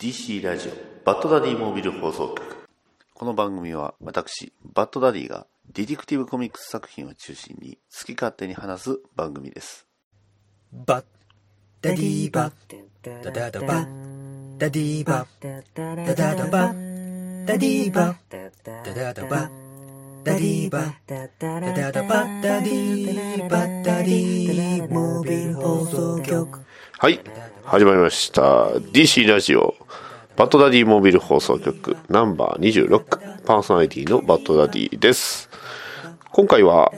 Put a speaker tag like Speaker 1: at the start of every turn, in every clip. Speaker 1: DC ラジオバッドダディモービル放送局この番組は私バッドダディがディティクティブコミックス作品を中心に好き勝手に話す番組です
Speaker 2: バッダデ
Speaker 3: ダディ
Speaker 2: ィ
Speaker 3: ー
Speaker 2: バ
Speaker 3: バダダダバ
Speaker 2: ダディーバ
Speaker 3: ダダダダバダ
Speaker 2: ダ
Speaker 3: デ
Speaker 2: ディー
Speaker 3: ィーバ
Speaker 2: バ
Speaker 3: ダダダバ
Speaker 2: ダ
Speaker 3: ダ
Speaker 2: デ
Speaker 3: デ
Speaker 2: ィー
Speaker 3: ィ
Speaker 2: バダダ
Speaker 3: ーバダダ
Speaker 2: ダ
Speaker 3: ダ
Speaker 2: バ
Speaker 3: バ
Speaker 2: ダデ
Speaker 3: ダデ
Speaker 2: ィ
Speaker 3: ィ
Speaker 2: ーバ
Speaker 3: ーバ
Speaker 2: ダ
Speaker 3: ダ
Speaker 2: デ
Speaker 3: デ
Speaker 2: ィ
Speaker 3: ィ
Speaker 2: ー
Speaker 3: ー
Speaker 2: モー
Speaker 3: モー
Speaker 2: ビ
Speaker 3: ビ
Speaker 2: ル
Speaker 3: ル
Speaker 2: 放
Speaker 3: 放
Speaker 2: 送
Speaker 3: 送
Speaker 2: 局
Speaker 3: 局
Speaker 1: はい始まりました DC ラジオバッドダディモービル放送局ナンバー26パーソナリティのバッドダディです今回は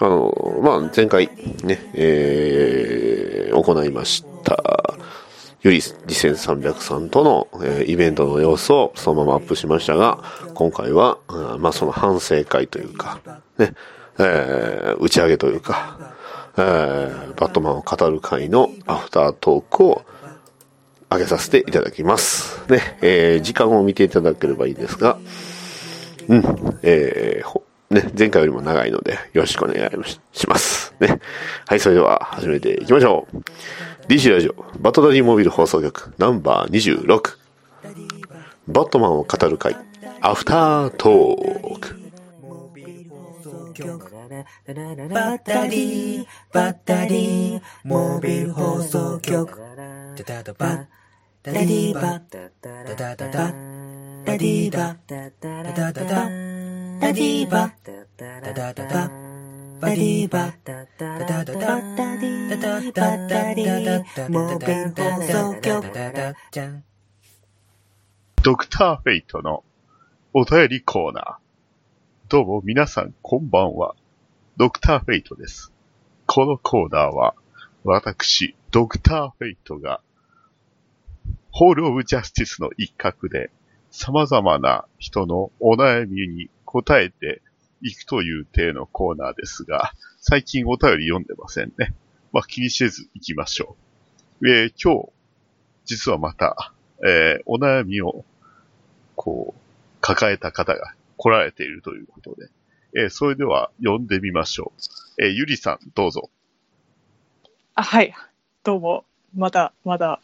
Speaker 1: あのまあ前回ねえー行いましたゆり2300さんとの、えーイベントの様子をそのままアップしましたが、今回は、うんまあその反省会というか、ね、えー打ち上げというか、えーバットマンを語る会のアフタートークを上げさせていただきます。ね、えー時間を見ていただければいいんですが、うん、えーほね、前回よりも長いので、よろしくお願いします。ね。はい、それでは始めていきましょう。DC ラジオ、バトダディモビル放送局、ナンバー26、バットマンを語る会、アフタートーク。
Speaker 3: バダディーバダディーモービル放送局
Speaker 2: ダダダバ
Speaker 3: バ
Speaker 2: ダ
Speaker 3: ダ
Speaker 2: デ
Speaker 3: デ
Speaker 2: ィ
Speaker 3: ィ
Speaker 2: ー
Speaker 3: ー
Speaker 2: バ
Speaker 3: バ
Speaker 2: ダ
Speaker 3: ダ
Speaker 2: ダ
Speaker 3: ダ
Speaker 2: ダ
Speaker 3: ダ
Speaker 2: ダダ
Speaker 3: ダダ
Speaker 2: デ
Speaker 3: デ
Speaker 2: ィ
Speaker 3: ィ
Speaker 2: ー
Speaker 3: ー
Speaker 2: バ
Speaker 3: バ
Speaker 2: ダ
Speaker 3: ダ
Speaker 2: ダダダ
Speaker 3: ダダダ
Speaker 2: ダ
Speaker 3: ダ
Speaker 2: デ
Speaker 3: デ
Speaker 2: ィー
Speaker 3: ィー
Speaker 2: バ
Speaker 3: バ
Speaker 2: ダダダダ
Speaker 3: ダダダダ
Speaker 2: バ
Speaker 3: バ
Speaker 2: デ
Speaker 3: デ
Speaker 2: ィ
Speaker 3: ィ
Speaker 2: ー
Speaker 3: ー
Speaker 2: バダダダダ
Speaker 3: バダダダダバダディーバダディーモービル放送局
Speaker 2: ダダダじゃん
Speaker 4: ドクターフェイトのお便りコーナー。どうも皆さんこんばんは。ドクターフェイトです。このコーナーは、私、ドクターフェイトが、ホールオブジャスティスの一角で、様々な人のお悩みに答えていくという体のコーナーですが、最近お便り読んでませんね。まあ気にせず行きましょう。えー今日、実はまた、えーお悩みを、こう、抱えた方が来られているということで、えーそれでは読んでみましょう。えーゆりさん、どうぞ。
Speaker 5: あはい、どうも、まだまだ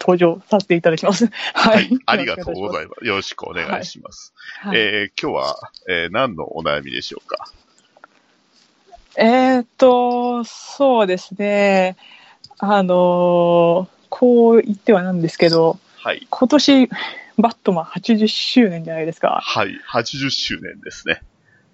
Speaker 5: 登場させていただきます。 は
Speaker 4: はいい、、ありがとうござ
Speaker 5: い
Speaker 4: います。よろしくお願いします。
Speaker 5: ます。はい
Speaker 4: えー今日は、えー何のお悩みでしょうか
Speaker 5: えーっと、そうですね、あのーこう言ってはなんですけど、
Speaker 4: はい。
Speaker 5: 今年バットマン80周年じゃないですか。
Speaker 4: はい、80周年ですね。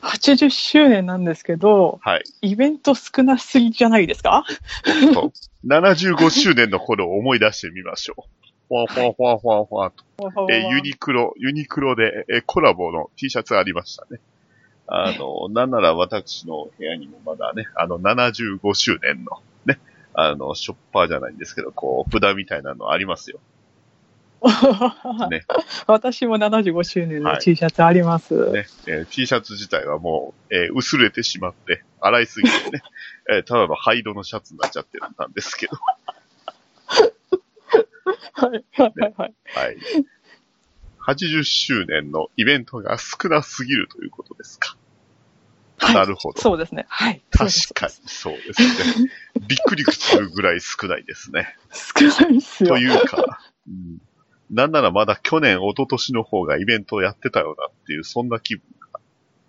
Speaker 5: 80周年なんですけど、
Speaker 4: はい。
Speaker 5: イベント少なすぎじゃないですか
Speaker 4: おっと75周年の頃を思い出してみましょう。ふわふわふわふわふわと。えーユニクロ、ユニクロで、えーコラボの T シャツありましたね。あ の、なんなら私の部屋にもまだね、あの、75周年の、ね、あの、ショッパーじゃないんですけど、こう、札みたいなのありますよ。ね
Speaker 5: 私も75周年の T シャツあります。
Speaker 4: ね、えー T シャツ自体はもう、えー薄れてしまって、洗いすぎてね、 えーただの灰色のシャツになっちゃってたんです けど、
Speaker 5: はいはいはいはい。
Speaker 4: はい。80周年のイベントが少なすぎるということですか。
Speaker 5: はい
Speaker 4: なるほど。
Speaker 5: そうですね。はい。
Speaker 4: 確かにそうですね。びっくりするぐらい少ないですね。
Speaker 5: そうです。少ないっすよ。
Speaker 4: というか、うんなんならまだ去年、一昨年の方がイベントをやってたよなっていう、そんな気分が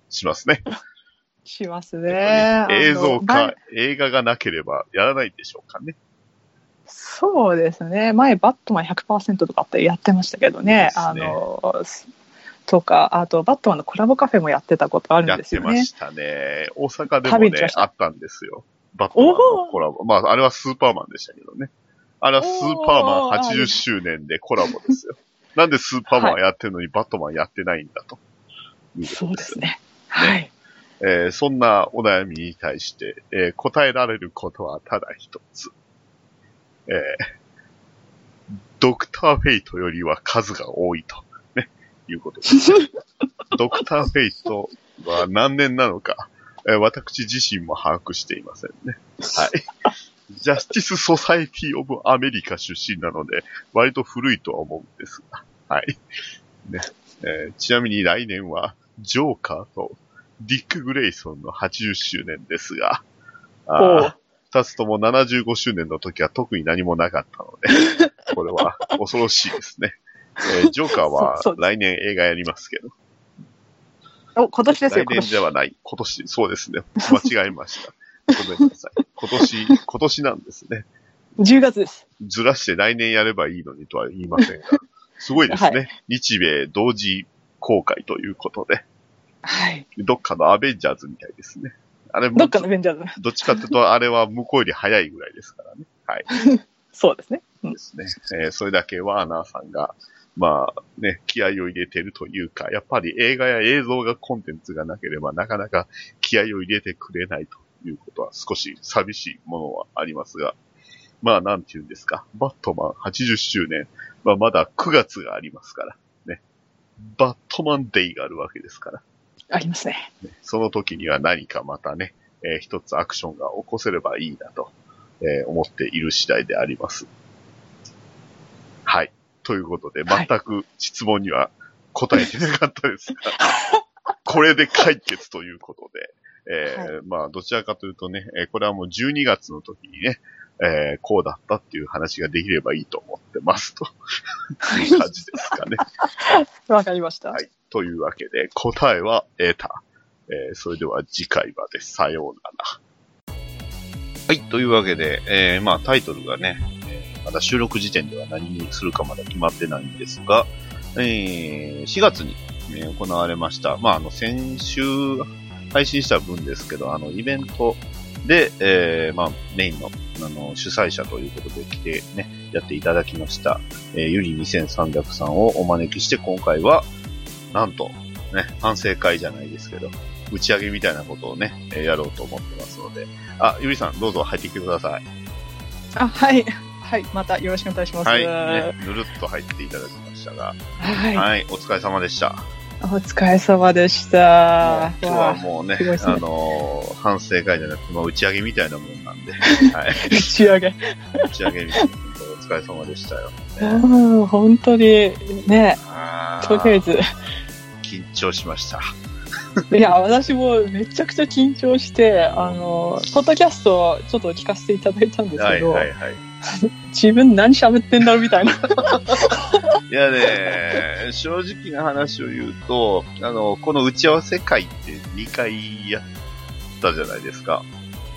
Speaker 4: しますね。
Speaker 5: しますね。
Speaker 4: 映
Speaker 5: あ
Speaker 4: 像
Speaker 5: の前
Speaker 4: か映画がなければやらないんでしょうかね。
Speaker 5: そうですね。前、バットマン100%とかってやってましたけどね。
Speaker 4: そう
Speaker 5: あ
Speaker 4: ですね
Speaker 5: の、すとか、あと、バットマンのコラボカフェもやってたことある
Speaker 4: や
Speaker 5: ん
Speaker 4: っ
Speaker 5: です
Speaker 4: て
Speaker 5: よ
Speaker 4: ま
Speaker 5: ね。
Speaker 4: したね。大阪でも
Speaker 5: 食べに行
Speaker 4: ね
Speaker 5: きまし、た
Speaker 4: あったんですよ。バットマンのコラボ。まあ、あれはスーパーマンでしたけどね。あれはスーパーマン80周年でコラボですよ。なんでスーパーマンやってるのにバットマンやってないんだと。
Speaker 5: そうですね。はい。
Speaker 4: えーそんなお悩みに対して、えー答えられることはただ一つ。えードクターフェイトよりは数が多いと、ね、いうことです、ね。ドクターフェイトは何年なのか、えー私自身も把握していませんね。はい。ジャスティス・ソサエティ・オブ・アメリカ出身なので、割と古いとは思うんですが、はい。ねえーちなみに来年は、ジョーカーとディック・グレイソンの80周年ですが、
Speaker 5: お
Speaker 4: あー二つとも75周年の時は特に何もなかったので、これは。恐ろしいですね。えージョーカーは
Speaker 5: そうそう
Speaker 4: 来年映画やりますけど。
Speaker 5: お、今年ですよ、
Speaker 4: 来
Speaker 5: 今
Speaker 4: 年
Speaker 5: 年。
Speaker 4: ではない。今年、そうですね。間違えました。ごめんなさい。今年、今年なんですね。
Speaker 5: 10月です。
Speaker 4: ずらして来年やればいいのにとは言いませんが。すごいですね。
Speaker 5: は
Speaker 4: 日米同時公開ということで。
Speaker 5: はい。
Speaker 4: どっかのアベンジャーズみたいですね。あれも
Speaker 5: どっかのアベンジャーズ。
Speaker 4: どっちかっていうと、あれは向こうより早いぐらいですからね。はい。
Speaker 5: そうですね。うん
Speaker 4: で。すね。えーそれだけワーナーさんが、まあね、気合を入れてるというか、やっぱり映画や映像がコンテンツがなければ、なかなか気合を入れてくれないということは少し寂しいものはありますが、まあなんて言うんですか、バットマン80周年、まあまだ9月がありますから、ね。バットマンデイがあるわけですから、
Speaker 5: ありますね。
Speaker 4: その時には何かまたね、えー一つアクションが起こせればいいなと、えー思っている次第であります。はい。ということで、
Speaker 5: は
Speaker 4: 全
Speaker 5: い
Speaker 4: く質問には答えてなかった ですが、これで解決ということで、えーまあ、どちらかというとね、えーこれはもう12月の時にね、えーこうだったっていう話ができればいいと思ってますと、いう感じですかね。
Speaker 5: わかりました。
Speaker 4: はい。というわけで、答えは得た。えーそれでは次回までさようなら。はい。というわけで、えーまあタイトルがね、えーまだ収録時点では何にするかまだ決まってないんですが、えー4月に、えー行われました。まああの、先週配信した分ですけど、あの、イベントで、えーまあメインの、あの、主催者ということで来てね、やっていただきました、えーゆり2300さんをお招きして、今回は、なんと、ね、反省会じゃないですけど、打ち上げみたいなことをね、えーやろうと思ってますので、あ、ゆりさん、どうぞ入ってきてください。
Speaker 5: あ、はい。はい。またよろしくお願いします。
Speaker 4: はい、ね、ぬるっと入っていただきましたが、
Speaker 5: はい
Speaker 4: はい、お疲れ様でした。
Speaker 5: お疲れ様でし
Speaker 4: もう
Speaker 5: た。
Speaker 4: 今日はもうね、
Speaker 5: すごいですね
Speaker 4: あのー反省会じゃなくて、まあ打ち上げみたいなもんなん で、はい、
Speaker 5: 打ち上げ。
Speaker 4: 打ち上げみたいな、本当お疲れ様でしたよ。ね、
Speaker 5: うん、本当に、ね、
Speaker 4: あー
Speaker 5: とりあ えず。
Speaker 4: 緊張しました。
Speaker 5: いや、私もめちゃくちゃ緊張して、あの、ポッドキャストをちょっと聞かせていただいたんです
Speaker 4: は
Speaker 5: け
Speaker 4: い
Speaker 5: ど、
Speaker 4: はいはい。
Speaker 5: 自分何喋ってんだろうみた いな。
Speaker 4: いやね、正直な話を言うと、あの、この打ち合わせ会って2回やったじゃないですか。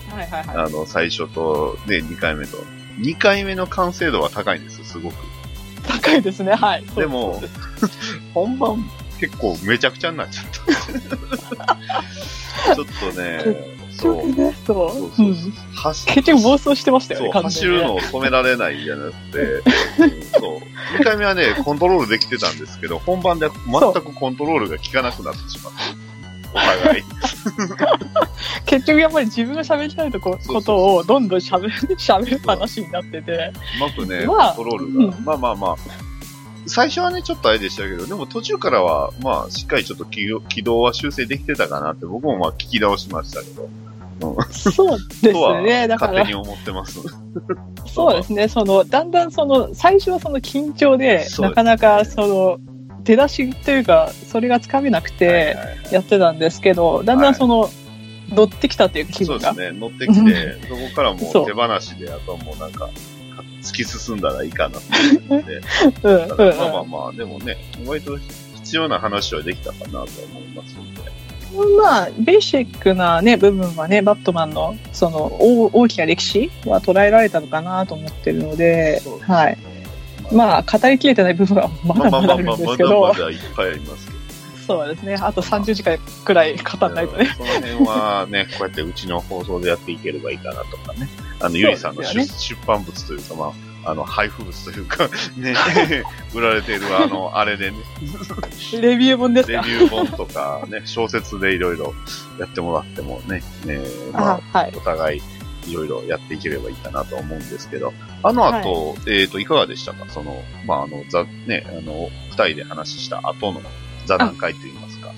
Speaker 5: はいはいはい。
Speaker 4: あの、最初と、ね、2回目と。2回目の完成度は高いんですよ、すごく。
Speaker 5: 高いですね、はい。
Speaker 4: でも、本番結構めちゃくちゃになっちゃった。ちょっとね、
Speaker 5: そう、
Speaker 4: そう。
Speaker 5: ね、そう
Speaker 4: そうそううんそう。走
Speaker 5: 結局暴走してましたよ
Speaker 4: そ
Speaker 5: ね、
Speaker 4: う、
Speaker 5: 完
Speaker 4: 走
Speaker 5: 全にね
Speaker 4: るのを止められないじゃなくて、 うんそう。2回目はね、コントロールできてたんですけど、本番で全くコントロールが効かなくなってしまった。お互い。
Speaker 5: 結局やっぱり自分が喋りたいと
Speaker 4: そ
Speaker 5: こ
Speaker 4: うそうそう
Speaker 5: ことをどんどん喋る、喋る話になってて、
Speaker 4: うまくね、
Speaker 5: まあ
Speaker 4: コントロールが。
Speaker 5: うん
Speaker 4: まあまあまあ。最初はね、ちょっとあれでしたけど、でも途中からは、まあ、しっかりちょっと軌道軌道は修正できてたかなって、僕もまあ聞き直しましたけど、
Speaker 5: そうです
Speaker 4: とは
Speaker 5: ね、だか
Speaker 4: 勝手
Speaker 5: ら
Speaker 4: に、思ってます。
Speaker 5: そうですね、その、だんだんその、最初はその緊張で、
Speaker 4: そう
Speaker 5: なかなかその、手出しというか、それがつかめなく
Speaker 4: はい
Speaker 5: て
Speaker 4: はい
Speaker 5: やってたんですけど、だんだんその、乗ってきたというか気
Speaker 4: そう
Speaker 5: 分
Speaker 4: で
Speaker 5: が。
Speaker 4: すね、乗ってきて、 そこからもう
Speaker 5: そう
Speaker 4: 手放しで、あとはもうなんか、突き進んだらいいかなって思って。
Speaker 5: うんうんうん
Speaker 4: まあまあまあ、でもね、割と必要な話はできたかなとは思いますので。
Speaker 5: まあ、ベーシックなね、部分はね、バットマンの、その、大大きな歴史は捉えられたのかなと思ってるので、
Speaker 4: そうですね
Speaker 5: はい。。まあ、語りきれてない部分はま
Speaker 4: まあ
Speaker 5: だ
Speaker 4: まあ
Speaker 5: ま
Speaker 4: ま
Speaker 5: だ
Speaker 4: あ
Speaker 5: ある
Speaker 4: まあ、
Speaker 5: んで
Speaker 4: ます
Speaker 5: け
Speaker 4: だま
Speaker 5: ど、
Speaker 4: だいっぱいありますけど。
Speaker 5: そうですね。あと30時間くらい語んないとね。
Speaker 4: その辺はね、こうやってうちの放送でやっていければいいかなとかね。あの、ゆりさんの
Speaker 5: そう
Speaker 4: 出,、
Speaker 5: ですよね
Speaker 4: 出版物というか、まあ、あの、配布物という か、ね、売られているあの、あれでね、
Speaker 5: レビュー本です
Speaker 4: レビ
Speaker 5: か。
Speaker 4: ュー本とかね、小説でいろいろやってもらってもね、ねまあ
Speaker 5: あ、はい。
Speaker 4: お互いいろいろやっていければいいかなと思うんですけど、あの後、えっ、と、いかがでしたかその、まあ、あの、ざ、ね、あの、二人で話した後の座談会といいますか。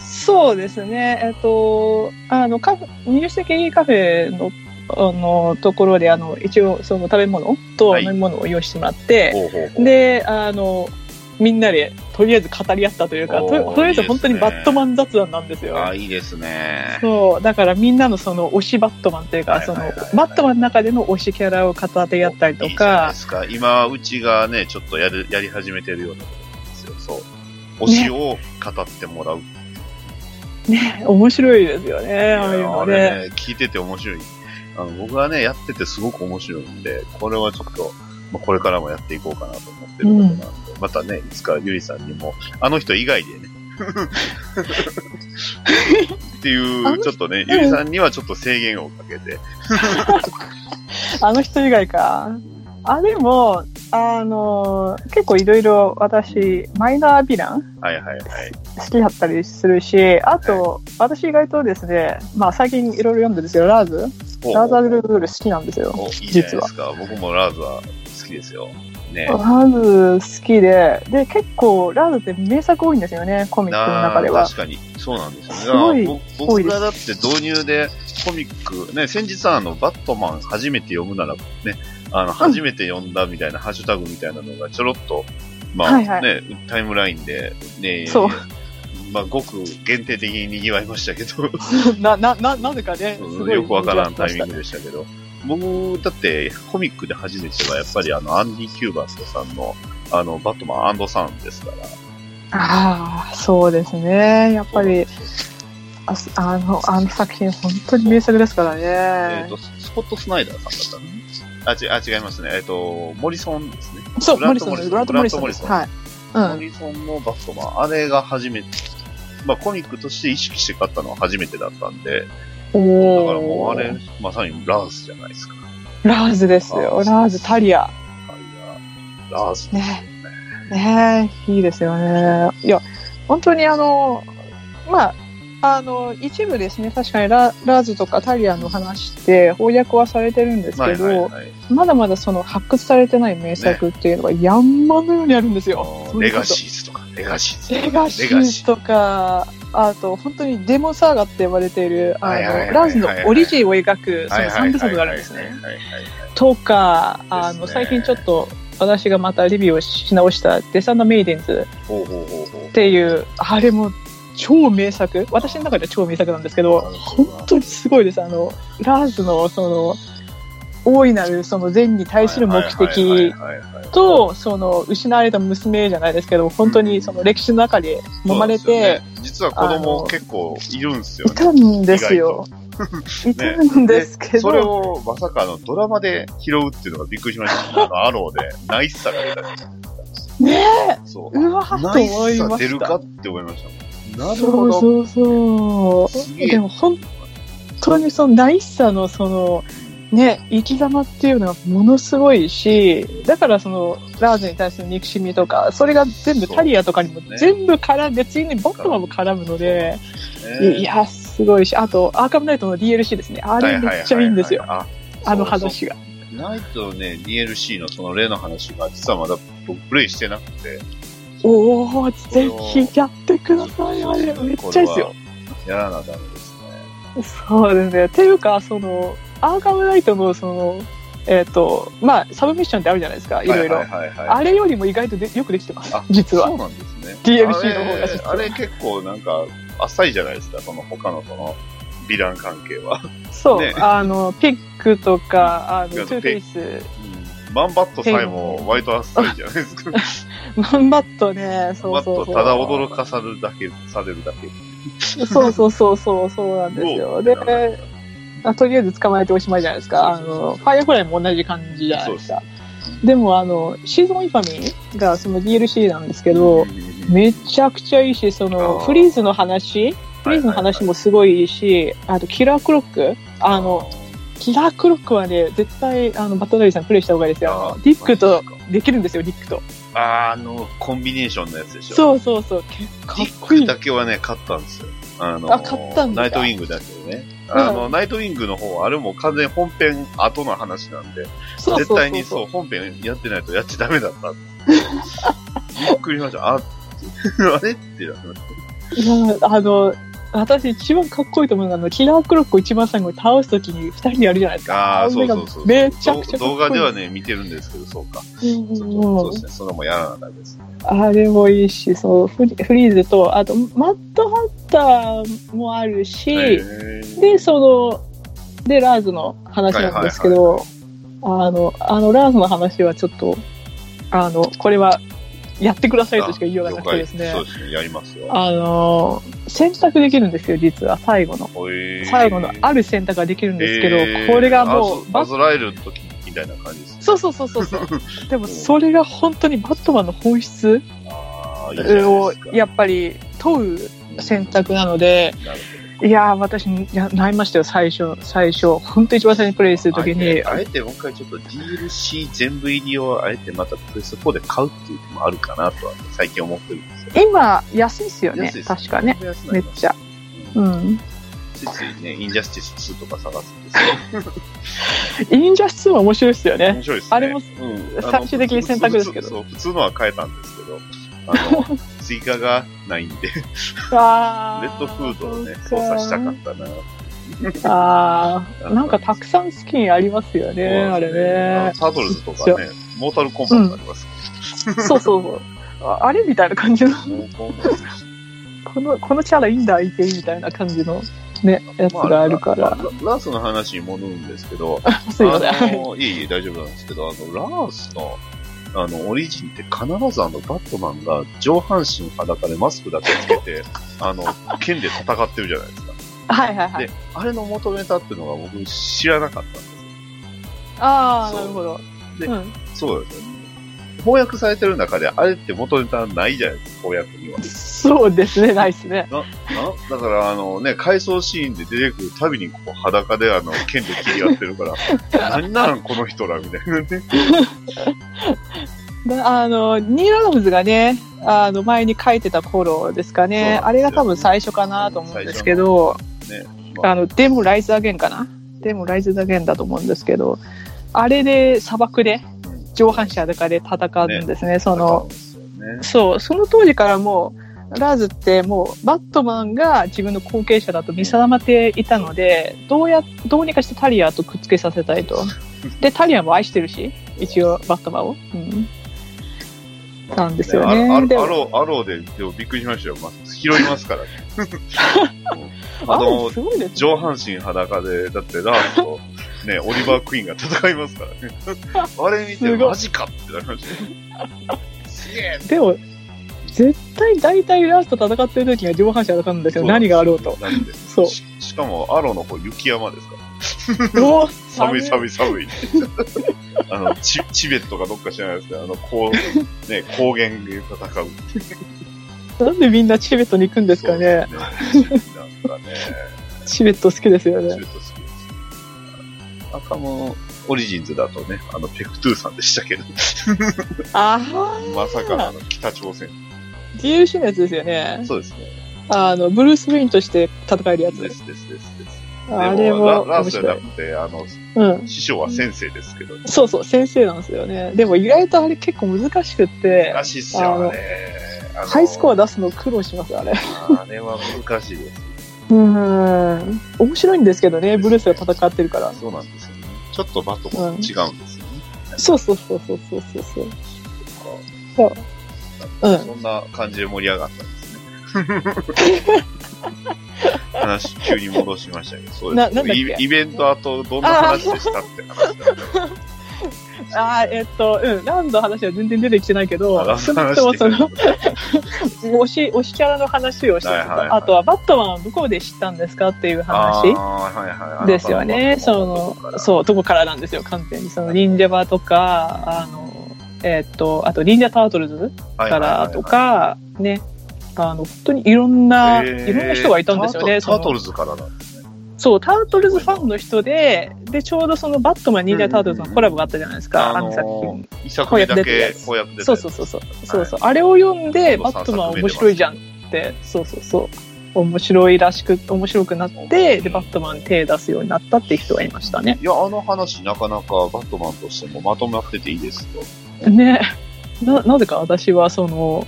Speaker 5: そうですね。えっと、あの、カフェ、入手系カフェの、あの、ところで、あの、一応、その食べ物と
Speaker 4: はい
Speaker 5: 飲み物を用意してもらって、
Speaker 4: ほうほうほう。
Speaker 5: で、あの、みんなでとりあえず語り合ったというか、と
Speaker 4: おー
Speaker 5: とりあえず
Speaker 4: いいですね
Speaker 5: 本当にバットマン雑談なんですよ。
Speaker 4: あ、いいですね。
Speaker 5: そうだからみんなのその推しバットマンというか、
Speaker 4: はい
Speaker 5: そ
Speaker 4: はいはい
Speaker 5: の
Speaker 4: はい
Speaker 5: バットマンの中での推しキャラを片手やったりと
Speaker 4: いいじゃない
Speaker 5: か
Speaker 4: で、すか。今、うちがね、ちょっとやる、やり始めてるようなことなんですよ。そう。推しを語ってもらう。
Speaker 5: ね、面白いですよね、ああいう
Speaker 4: あ
Speaker 5: のね。
Speaker 4: れね、聞いてて面白い。あの、僕はね、やっててすごく面白いんで、これはちょっと、まあ、これからもやっていこうかなと思ってることなんで、またね、いつかゆりさんにも、あの人以外でね、って いう、ちょっとね、ゆりさんにはちょっと制限をかけて、
Speaker 5: あの人以外か。あ、でも、あの、結構いろいろ私、マイナーヴィラン
Speaker 4: はいはいはい。
Speaker 5: 好きだったりするし、あと、私意外とですね、まあ最近いろいろ読んでるんですよ、ラーズ
Speaker 4: ほう
Speaker 5: ラーズアルルール好きなんですよ。
Speaker 4: おいいじゃないですか。僕もラーズは好きですよ。ね
Speaker 5: ラ。ーズ好きで、で、結構、ラーズって名作多いんですよね、コミックの中では。
Speaker 4: 確かに。そうなんですよね。
Speaker 5: すごい
Speaker 4: だから僕
Speaker 5: 多い
Speaker 4: 僕が
Speaker 5: です
Speaker 4: だって導入でコミック、ね、先日はあの、バットマン初めて読むなら、ね、あの、初めて読んだみたいな、ハッシュタグみたいなのがちょろっと、まあ、
Speaker 5: はいはい
Speaker 4: ね、タイムラインで、ね、
Speaker 5: そう
Speaker 4: まあ、ごく限定的に賑わいました けど、
Speaker 5: な、な、な、なぜかね、す
Speaker 4: う
Speaker 5: ご
Speaker 4: ん
Speaker 5: い。
Speaker 4: よくわからんタイミングでしたけど、僕、だって、コミックで初めては、やっぱりあの、アンディ・キューバスさんの、あの、バットマンさんですから、
Speaker 5: ああ、そうですね。やっぱり、あすあの、あの作品、本当に名作ですから
Speaker 4: えっ、
Speaker 5: ね。
Speaker 4: と、スコット・スナイダーさんだったのあ、ちあ違いますね。えっ、と、モリソンですね。
Speaker 5: そう、
Speaker 4: グラ
Speaker 5: モ
Speaker 4: ン
Speaker 5: リ
Speaker 4: ト
Speaker 5: ソン
Speaker 4: モ
Speaker 5: です。グ
Speaker 4: リソン
Speaker 5: ラント・モリソンです。
Speaker 4: グラ
Speaker 5: はい。う
Speaker 4: モ
Speaker 5: ん。
Speaker 4: リソンのバットマン、あれが初めて。まあ、コミックとして意識して買ったのは初めてだったんで、だか
Speaker 5: お
Speaker 4: らもうあ
Speaker 5: ー
Speaker 4: れ、まさにラーズじゃないですか。
Speaker 5: ラーズですよ。ラーズ、タリア。
Speaker 4: はいラーズ。
Speaker 5: ねねえ、いいですよね。いや、本当にあの、まあ、あの、一部ですね、確かにララーズとかタリアの話って翻訳はされてるんです
Speaker 4: は
Speaker 5: け
Speaker 4: い
Speaker 5: ど、
Speaker 4: はいはい。
Speaker 5: まだまだその発掘されてない名作っていうのが山のようにあるんです
Speaker 4: あ
Speaker 5: よ。
Speaker 4: の
Speaker 5: そう
Speaker 4: レ
Speaker 5: いうこと
Speaker 4: ガシーズとか、レガシーズ。
Speaker 5: レガシーとか、あと本当にデモサーガって呼ばれている、あの、
Speaker 4: はいはいはいはい
Speaker 5: ラーズのオリジンを描く、そ
Speaker 4: はいはいはい
Speaker 5: の
Speaker 4: はい
Speaker 5: 三部作があるんですね。
Speaker 4: はいはいはいはい
Speaker 5: とか、あの、
Speaker 4: ですね
Speaker 5: 最近ちょっと私がまたレビューをし直したデサンドメイデンズ
Speaker 4: ほうほうほうほう
Speaker 5: っ。ていう、あれも超名作、私の中では超名作なんですけど、本当にすごいです。あの、ラーズのその、大いなるその善に対する目
Speaker 4: はい
Speaker 5: 的
Speaker 4: はいはいはいはい
Speaker 5: と、その失われた娘じゃないですけど、本当にその歴史の中で揉まれ
Speaker 4: そうなんで
Speaker 5: て
Speaker 4: すよね、実は子
Speaker 5: あ
Speaker 4: 供
Speaker 5: の
Speaker 4: 結構いるんですよ
Speaker 5: い
Speaker 4: ね。
Speaker 5: たんですよ。い
Speaker 4: 外
Speaker 5: た
Speaker 4: と
Speaker 5: んですけ
Speaker 4: それ
Speaker 5: ど、
Speaker 4: をまさかあのドラマで拾うっていうのがびっくりしました。あのアローで、ナイスさが出たり
Speaker 5: ね
Speaker 4: そう。
Speaker 5: うわーと
Speaker 4: ナイ
Speaker 5: 思い
Speaker 4: スさ
Speaker 5: ま
Speaker 4: 出
Speaker 5: し
Speaker 4: るか
Speaker 5: た。
Speaker 4: って思いました。なる
Speaker 5: そ
Speaker 4: ほ
Speaker 5: う
Speaker 4: ど。
Speaker 5: そうそ
Speaker 4: す
Speaker 5: う。
Speaker 4: げえ
Speaker 5: でも本当にそのナイスさのその、ね、生き様っていうのはものすごいし、だからその、ラーズに対する憎しみとか、それが全部タリアとかにも
Speaker 4: そうですね
Speaker 5: 全部絡んで、次にバットマンも絡むので、
Speaker 4: ね
Speaker 5: いや、すごいし、あと、アーカムナイトの DLC ですね。あ
Speaker 4: はい
Speaker 5: れ
Speaker 4: はいはいはい
Speaker 5: めっちゃいいんですよ。
Speaker 4: あ
Speaker 5: あの
Speaker 4: そう
Speaker 5: 話が。
Speaker 4: そうナイトね、DLC のその例の話が実はまだ僕プレイしてなくて。
Speaker 5: おおぜひやってください。あれ、めっちゃいいですよ。
Speaker 4: これはやらなダメですね。
Speaker 5: そうですね。っていうか、その、アーカムナイトの、その、えっ、と、まあ、サブミッションってあるじゃないですか、いろいろ。
Speaker 4: はいはいはいはい
Speaker 5: あれよりも意外とでよくできてます
Speaker 4: あ、
Speaker 5: 実は
Speaker 4: そ。うなんですね。
Speaker 5: DLC の方が実は
Speaker 4: あれあれ結構なんか浅いじゃないですか、その他のそのヴィラン関係は。
Speaker 5: そう、
Speaker 4: ね
Speaker 5: あの、ピックとか、あの、
Speaker 4: ピ
Speaker 5: ト
Speaker 4: ッ
Speaker 5: ゥ
Speaker 4: クと
Speaker 5: ーフェイス、
Speaker 4: マンバットさえも割と浅いじゃないですか。マン
Speaker 5: マンバットね、そ
Speaker 4: バ
Speaker 5: うそ
Speaker 4: ッ
Speaker 5: うそ
Speaker 4: ト
Speaker 5: う。
Speaker 4: ただ驚かされるだけ、されるだけ。
Speaker 5: そうそうそうそう、そうなんです
Speaker 4: う
Speaker 5: よ。
Speaker 4: お
Speaker 5: で、あとりあえず捕まえておしまいじゃないですか。あの、ファイアフライも同じ感じじゃないですか。でも、あの、シーズンイファミーがその DLC なんですけど、めちゃくちゃいいし、そ
Speaker 4: あ
Speaker 5: の、
Speaker 4: ー
Speaker 5: フリーズの話、フリーズの話もすごいいいし、あと、キラークロックあの、キラークロックはね、絶対、あの、バットダディさんプレイした方がいいですよ。
Speaker 4: あ
Speaker 5: あ
Speaker 4: ー
Speaker 5: のディック
Speaker 4: マ
Speaker 5: と
Speaker 4: ジですか、
Speaker 5: できるんですよ、ディックと。
Speaker 4: あーあの、コンビネーションのやつでしょ。う。
Speaker 5: そうそうそう、結
Speaker 4: キ
Speaker 5: 構かっ
Speaker 4: ッ
Speaker 5: こい
Speaker 4: ク
Speaker 5: い。
Speaker 4: だけはね、勝ったんですよ。あの、
Speaker 5: あ買ったんだ
Speaker 4: ナイトウィングだけどね。あの、ナイトウィングの方はあれも完全に本編後の話なんで、
Speaker 5: そうそう
Speaker 4: 絶
Speaker 5: そう
Speaker 4: 対にそう、本編やってないとやっちゃダメだったん です。びっくりしました。あって、あれってなってまし
Speaker 5: いや、あの、私一番かっこいいと思うのがあの、キラークロックを一番最後に倒すときに二人でやるじゃないですか。
Speaker 4: ああ、そう
Speaker 5: れが
Speaker 4: そうそう。
Speaker 5: めちゃくちゃかっこいい。
Speaker 4: 動画ではね、見てるんですけど、そうか。
Speaker 5: うんうん
Speaker 4: そう
Speaker 5: うん
Speaker 4: そうですね。それもやらなダメですね。
Speaker 5: あれもいいし、そうフリフリーズと、あと、マッドハッターもあるし、
Speaker 4: へー
Speaker 5: で、その、で、ラーズの話なんですけど、あの、あの、ラーズの話はちょっと、あの、これは、やってくださいとしか言いようがなくてです
Speaker 4: 了
Speaker 5: ね
Speaker 4: 解、そうですね。やりますよ。
Speaker 5: あの、選択できるんですよ、実は、最後の。最後のあ
Speaker 4: る
Speaker 5: る選択ができるんですけど、これがもう、
Speaker 4: バ
Speaker 5: バ
Speaker 4: ズラエルの時みたいな感じですね。
Speaker 5: そうそうそうそうそう。 でも、それが本当にバットマンの本質
Speaker 4: ああ、いいじゃない
Speaker 5: を
Speaker 4: ですか。
Speaker 5: やっぱり問う選択なので、
Speaker 4: なる
Speaker 5: いやー、私、や悩みましたよ、最初、最初。本当一番最初にプレイする
Speaker 4: ほど
Speaker 5: とき
Speaker 4: あえ
Speaker 5: に
Speaker 4: て、あえてもう一回ちょっと DLC 全部入りをあえてまたプレス4で買うっていうのもあるかなとは最近思ってるんですよ。
Speaker 5: 今、安いっすよね
Speaker 4: 安い、です
Speaker 5: 確かね。。めっちゃ。
Speaker 4: う。
Speaker 5: うんん。
Speaker 4: ついついね、インジャスティス2とか探すんですよ。
Speaker 5: インジャス2は面白いっすよね。
Speaker 4: 面白いですね。
Speaker 5: あれも
Speaker 4: うん
Speaker 5: 最終的に選択ですけど
Speaker 4: そう、普通のは変えたんですけど、あの、追加がないん で、レ
Speaker 5: あ
Speaker 4: ッドフードをね、操作したかったな。
Speaker 5: た。あーなんかたくさんスキンありますよね、あれね。
Speaker 4: タートルズとかね、モータルコンバットあります。
Speaker 5: そうそうそう。ああれみたいな感じの、
Speaker 4: モータルコンバット
Speaker 5: この、このキャラいいんだ、いていいみたいな感じの、ね、やつがあるか
Speaker 4: まあララ
Speaker 5: ら。
Speaker 4: ースの話に戻るんですけど、
Speaker 5: すいません。
Speaker 4: あの、いえいえ、大丈夫なんですけど、あの、ラースの、あの、オリジンって必ずあの、バットマンが上半身裸でマスクだけつけて、あの、剣で戦ってるじゃないですか。
Speaker 5: はいはいはい
Speaker 4: で。、あれの元ネタっていうのが僕知らなかったんですよ。
Speaker 5: ああ、
Speaker 4: そう
Speaker 5: なるほど。
Speaker 4: で
Speaker 5: うん、
Speaker 4: そうなんですよね。翻訳されてる中で、あれって元ネタないじゃないですか、翻訳には。
Speaker 5: そうですね、ないですね。
Speaker 4: なだから、あのね、回想シーンで出てくるたびに、こう、裸で、あの、剣で切り合ってる から、何なん、この人ら、みたいなね。
Speaker 5: だあの、ニーラムズがね、あの、前に書いてた頃ですか
Speaker 4: そうなんです
Speaker 5: ね。
Speaker 4: よ
Speaker 5: あれが多分最初かなと思うんですけど、
Speaker 4: ねま
Speaker 5: あの、デモライズアゲンかなデモライズアゲンだと思うんですけど、あれで砂漠で、上半身裸で戦うんですね、その、
Speaker 4: ね、
Speaker 5: そう、その当時からもう、ラーズってもう、バットマンが自分の後継者だと見定まっていたので、どうや、どうにかしてタリアとくっつけさせた いと。で、タリアも愛してるし、一応、バットマンを。うん。なんですよね。
Speaker 4: あの
Speaker 5: で
Speaker 4: ア
Speaker 5: も
Speaker 4: ロー、アローで、でもびっくりしましたよ。まあ、拾いますからね。あ
Speaker 5: あれ
Speaker 4: の、
Speaker 5: すごいですね。
Speaker 4: 上半身裸で、だってラースと、ね、オリバー・クイーンが戦いますからね。あれ見て、
Speaker 5: すごい
Speaker 4: マジかってなりましたね。すげえ
Speaker 5: でも、絶対、大体ラーズと戦ってる時が上半身裸なんですよ。何があろう と。。
Speaker 4: なんで
Speaker 5: そう。
Speaker 4: ししかも、アローの方、雪山ですから。
Speaker 5: お
Speaker 4: 寒い寒
Speaker 5: い。
Speaker 4: い寒い。 あの、チチベットかどっか知らないですけど、あの、こう、ね、高原で戦う。
Speaker 5: なんでみんなチベットに行くんですかね。
Speaker 4: そうですね。なんかね、
Speaker 5: チベット好きですよ
Speaker 4: チベッ
Speaker 5: ね。
Speaker 4: ト好きです。赤も、オリジンズだとね、あの、ペクトゥーさんでした けど、
Speaker 5: ああ、
Speaker 4: まさかのあの北朝鮮。
Speaker 5: DLC のやつですよね。
Speaker 4: そうですね。
Speaker 5: あの、ブルース・ウィンとして戦えるやつ
Speaker 4: で
Speaker 5: です。
Speaker 4: すですですです。
Speaker 5: あれも
Speaker 4: でララー
Speaker 5: 面
Speaker 4: スじゃな
Speaker 5: 白
Speaker 4: く
Speaker 5: い。
Speaker 4: て、あの、
Speaker 5: うん。
Speaker 4: 師匠は先生ですけど、ね、
Speaker 5: そうそう、先生なんですよね。でも意外とあれ結構難しくって
Speaker 4: ら、しいっすよね。あの
Speaker 5: ハイスコア出すの苦労します、あれ。
Speaker 4: あれは難しいです。
Speaker 5: うん。面白いんですけどね、ブルースが戦ってるから。
Speaker 4: そうなんですよね。ちょっとバトも違うんですよね。
Speaker 5: そうそうそうそうそうそうそう。
Speaker 4: なん
Speaker 5: う
Speaker 4: か
Speaker 5: ん
Speaker 4: そんな感じで盛り上がったんですね。 話急に戻しましたけど、そうです
Speaker 5: ななんだっけ
Speaker 4: イイベント後、どんな話でしたって話だったんで
Speaker 5: ああ、えっと、うん、ランドの話は全然出てきてないけど
Speaker 4: あラ、ンド
Speaker 5: 少
Speaker 4: の
Speaker 5: なく
Speaker 4: 話
Speaker 5: ともそ
Speaker 4: し
Speaker 5: の、
Speaker 4: てない
Speaker 5: 推し、推しキャラの話をして
Speaker 4: はいはいはい
Speaker 5: た。あとは、バットマンはどこで知ったんですかっていう話。
Speaker 4: あーはいはいはい
Speaker 5: ですよね。
Speaker 4: あなた
Speaker 5: そ
Speaker 4: のバットマン
Speaker 5: の、
Speaker 4: の
Speaker 5: そう、どこからなんですよ、完全に。その、忍者バーとか、あの、えーっと、あと、忍者タートルズ
Speaker 4: はいは
Speaker 5: か
Speaker 4: いはいはい
Speaker 5: らとか、ね。あの、本当にいろんな、
Speaker 4: へー
Speaker 5: いろんな人がいたんですよね。
Speaker 4: タートタート
Speaker 5: ル
Speaker 4: ルズからなんですね。
Speaker 5: そう、タートルズファンの人で、で、ちょうどその、バットマン、忍者タートルズのコラボがあったじゃないですか、
Speaker 4: あ
Speaker 5: あ
Speaker 4: の
Speaker 5: の
Speaker 4: ー
Speaker 5: 作品。
Speaker 4: 一作目だけ公約で。
Speaker 5: そうそうそうそう。そうそう。あれを読んで、バットマン面白いじゃんって、そうそうそう。面白いらしく、面白くなって、で、バットマン手出すようになったっていう人がいましたね。
Speaker 4: いや、あの話、なかなかバットマンとしてもまとまってていいですよ。
Speaker 5: ねななぜか私はその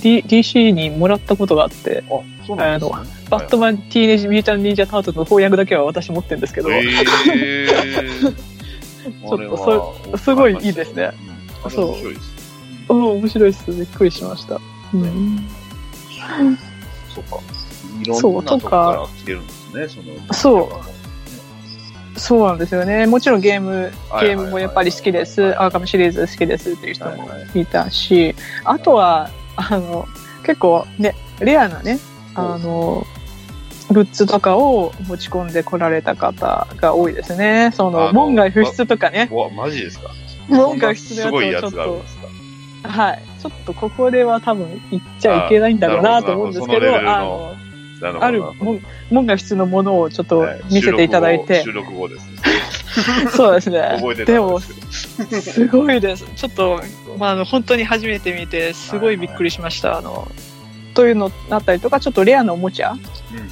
Speaker 5: D、DC にもらったことがあって、
Speaker 4: あ、そうなんですね。
Speaker 5: バットマン、ティーネージ・ミュータン・ニンジャ・タートルの翻訳だけは私持ってるんですけど、
Speaker 4: えー、
Speaker 5: ょっとそすごいいいですね。
Speaker 4: うん、
Speaker 5: そう
Speaker 4: 面白いです
Speaker 5: おお面白いです。びっくりしました。うん、
Speaker 4: そうか。いろ
Speaker 5: そ
Speaker 4: ん
Speaker 5: う
Speaker 4: なと
Speaker 5: と
Speaker 4: こ
Speaker 5: か
Speaker 4: から来てるんですね、その。
Speaker 5: そうそうなんですよね。もちろんゲーム、ゲームもやっぱり好きです。アーカムシリーズ好きですっていう人もいたし、あとは、あの、結構ね、レアなね、あの、グッズとかを持ち込んで来られた方が多いですね。そ
Speaker 4: あ
Speaker 5: の、
Speaker 4: の
Speaker 5: 門外不出とかね。
Speaker 4: うわ、マジですか。
Speaker 5: 門外不
Speaker 4: そんなすごい
Speaker 5: 出
Speaker 4: や
Speaker 5: だと
Speaker 4: つ
Speaker 5: ち
Speaker 4: があるん
Speaker 5: ょっ
Speaker 4: ですか。
Speaker 5: と、はい。ちょっとここでは多分言っちゃいけないんだろうなと思うんですけ
Speaker 4: あなる
Speaker 5: ど、
Speaker 4: ほどな
Speaker 5: あ
Speaker 4: るほ
Speaker 5: の、
Speaker 4: なるほど
Speaker 5: ある門門外不出のものをちょっと
Speaker 4: はい
Speaker 5: 見せていただいて、
Speaker 4: 収録後収録後ですね。
Speaker 5: そうですね。
Speaker 4: 覚えてた
Speaker 5: で
Speaker 4: ん
Speaker 5: も
Speaker 4: ですけど。
Speaker 5: すごいです。ちょっと、まあ、あの、本当に初めて見て、すごいびっくりしました。あの、というのあったりとか、ちょっとレアなおもちゃ、
Speaker 4: うん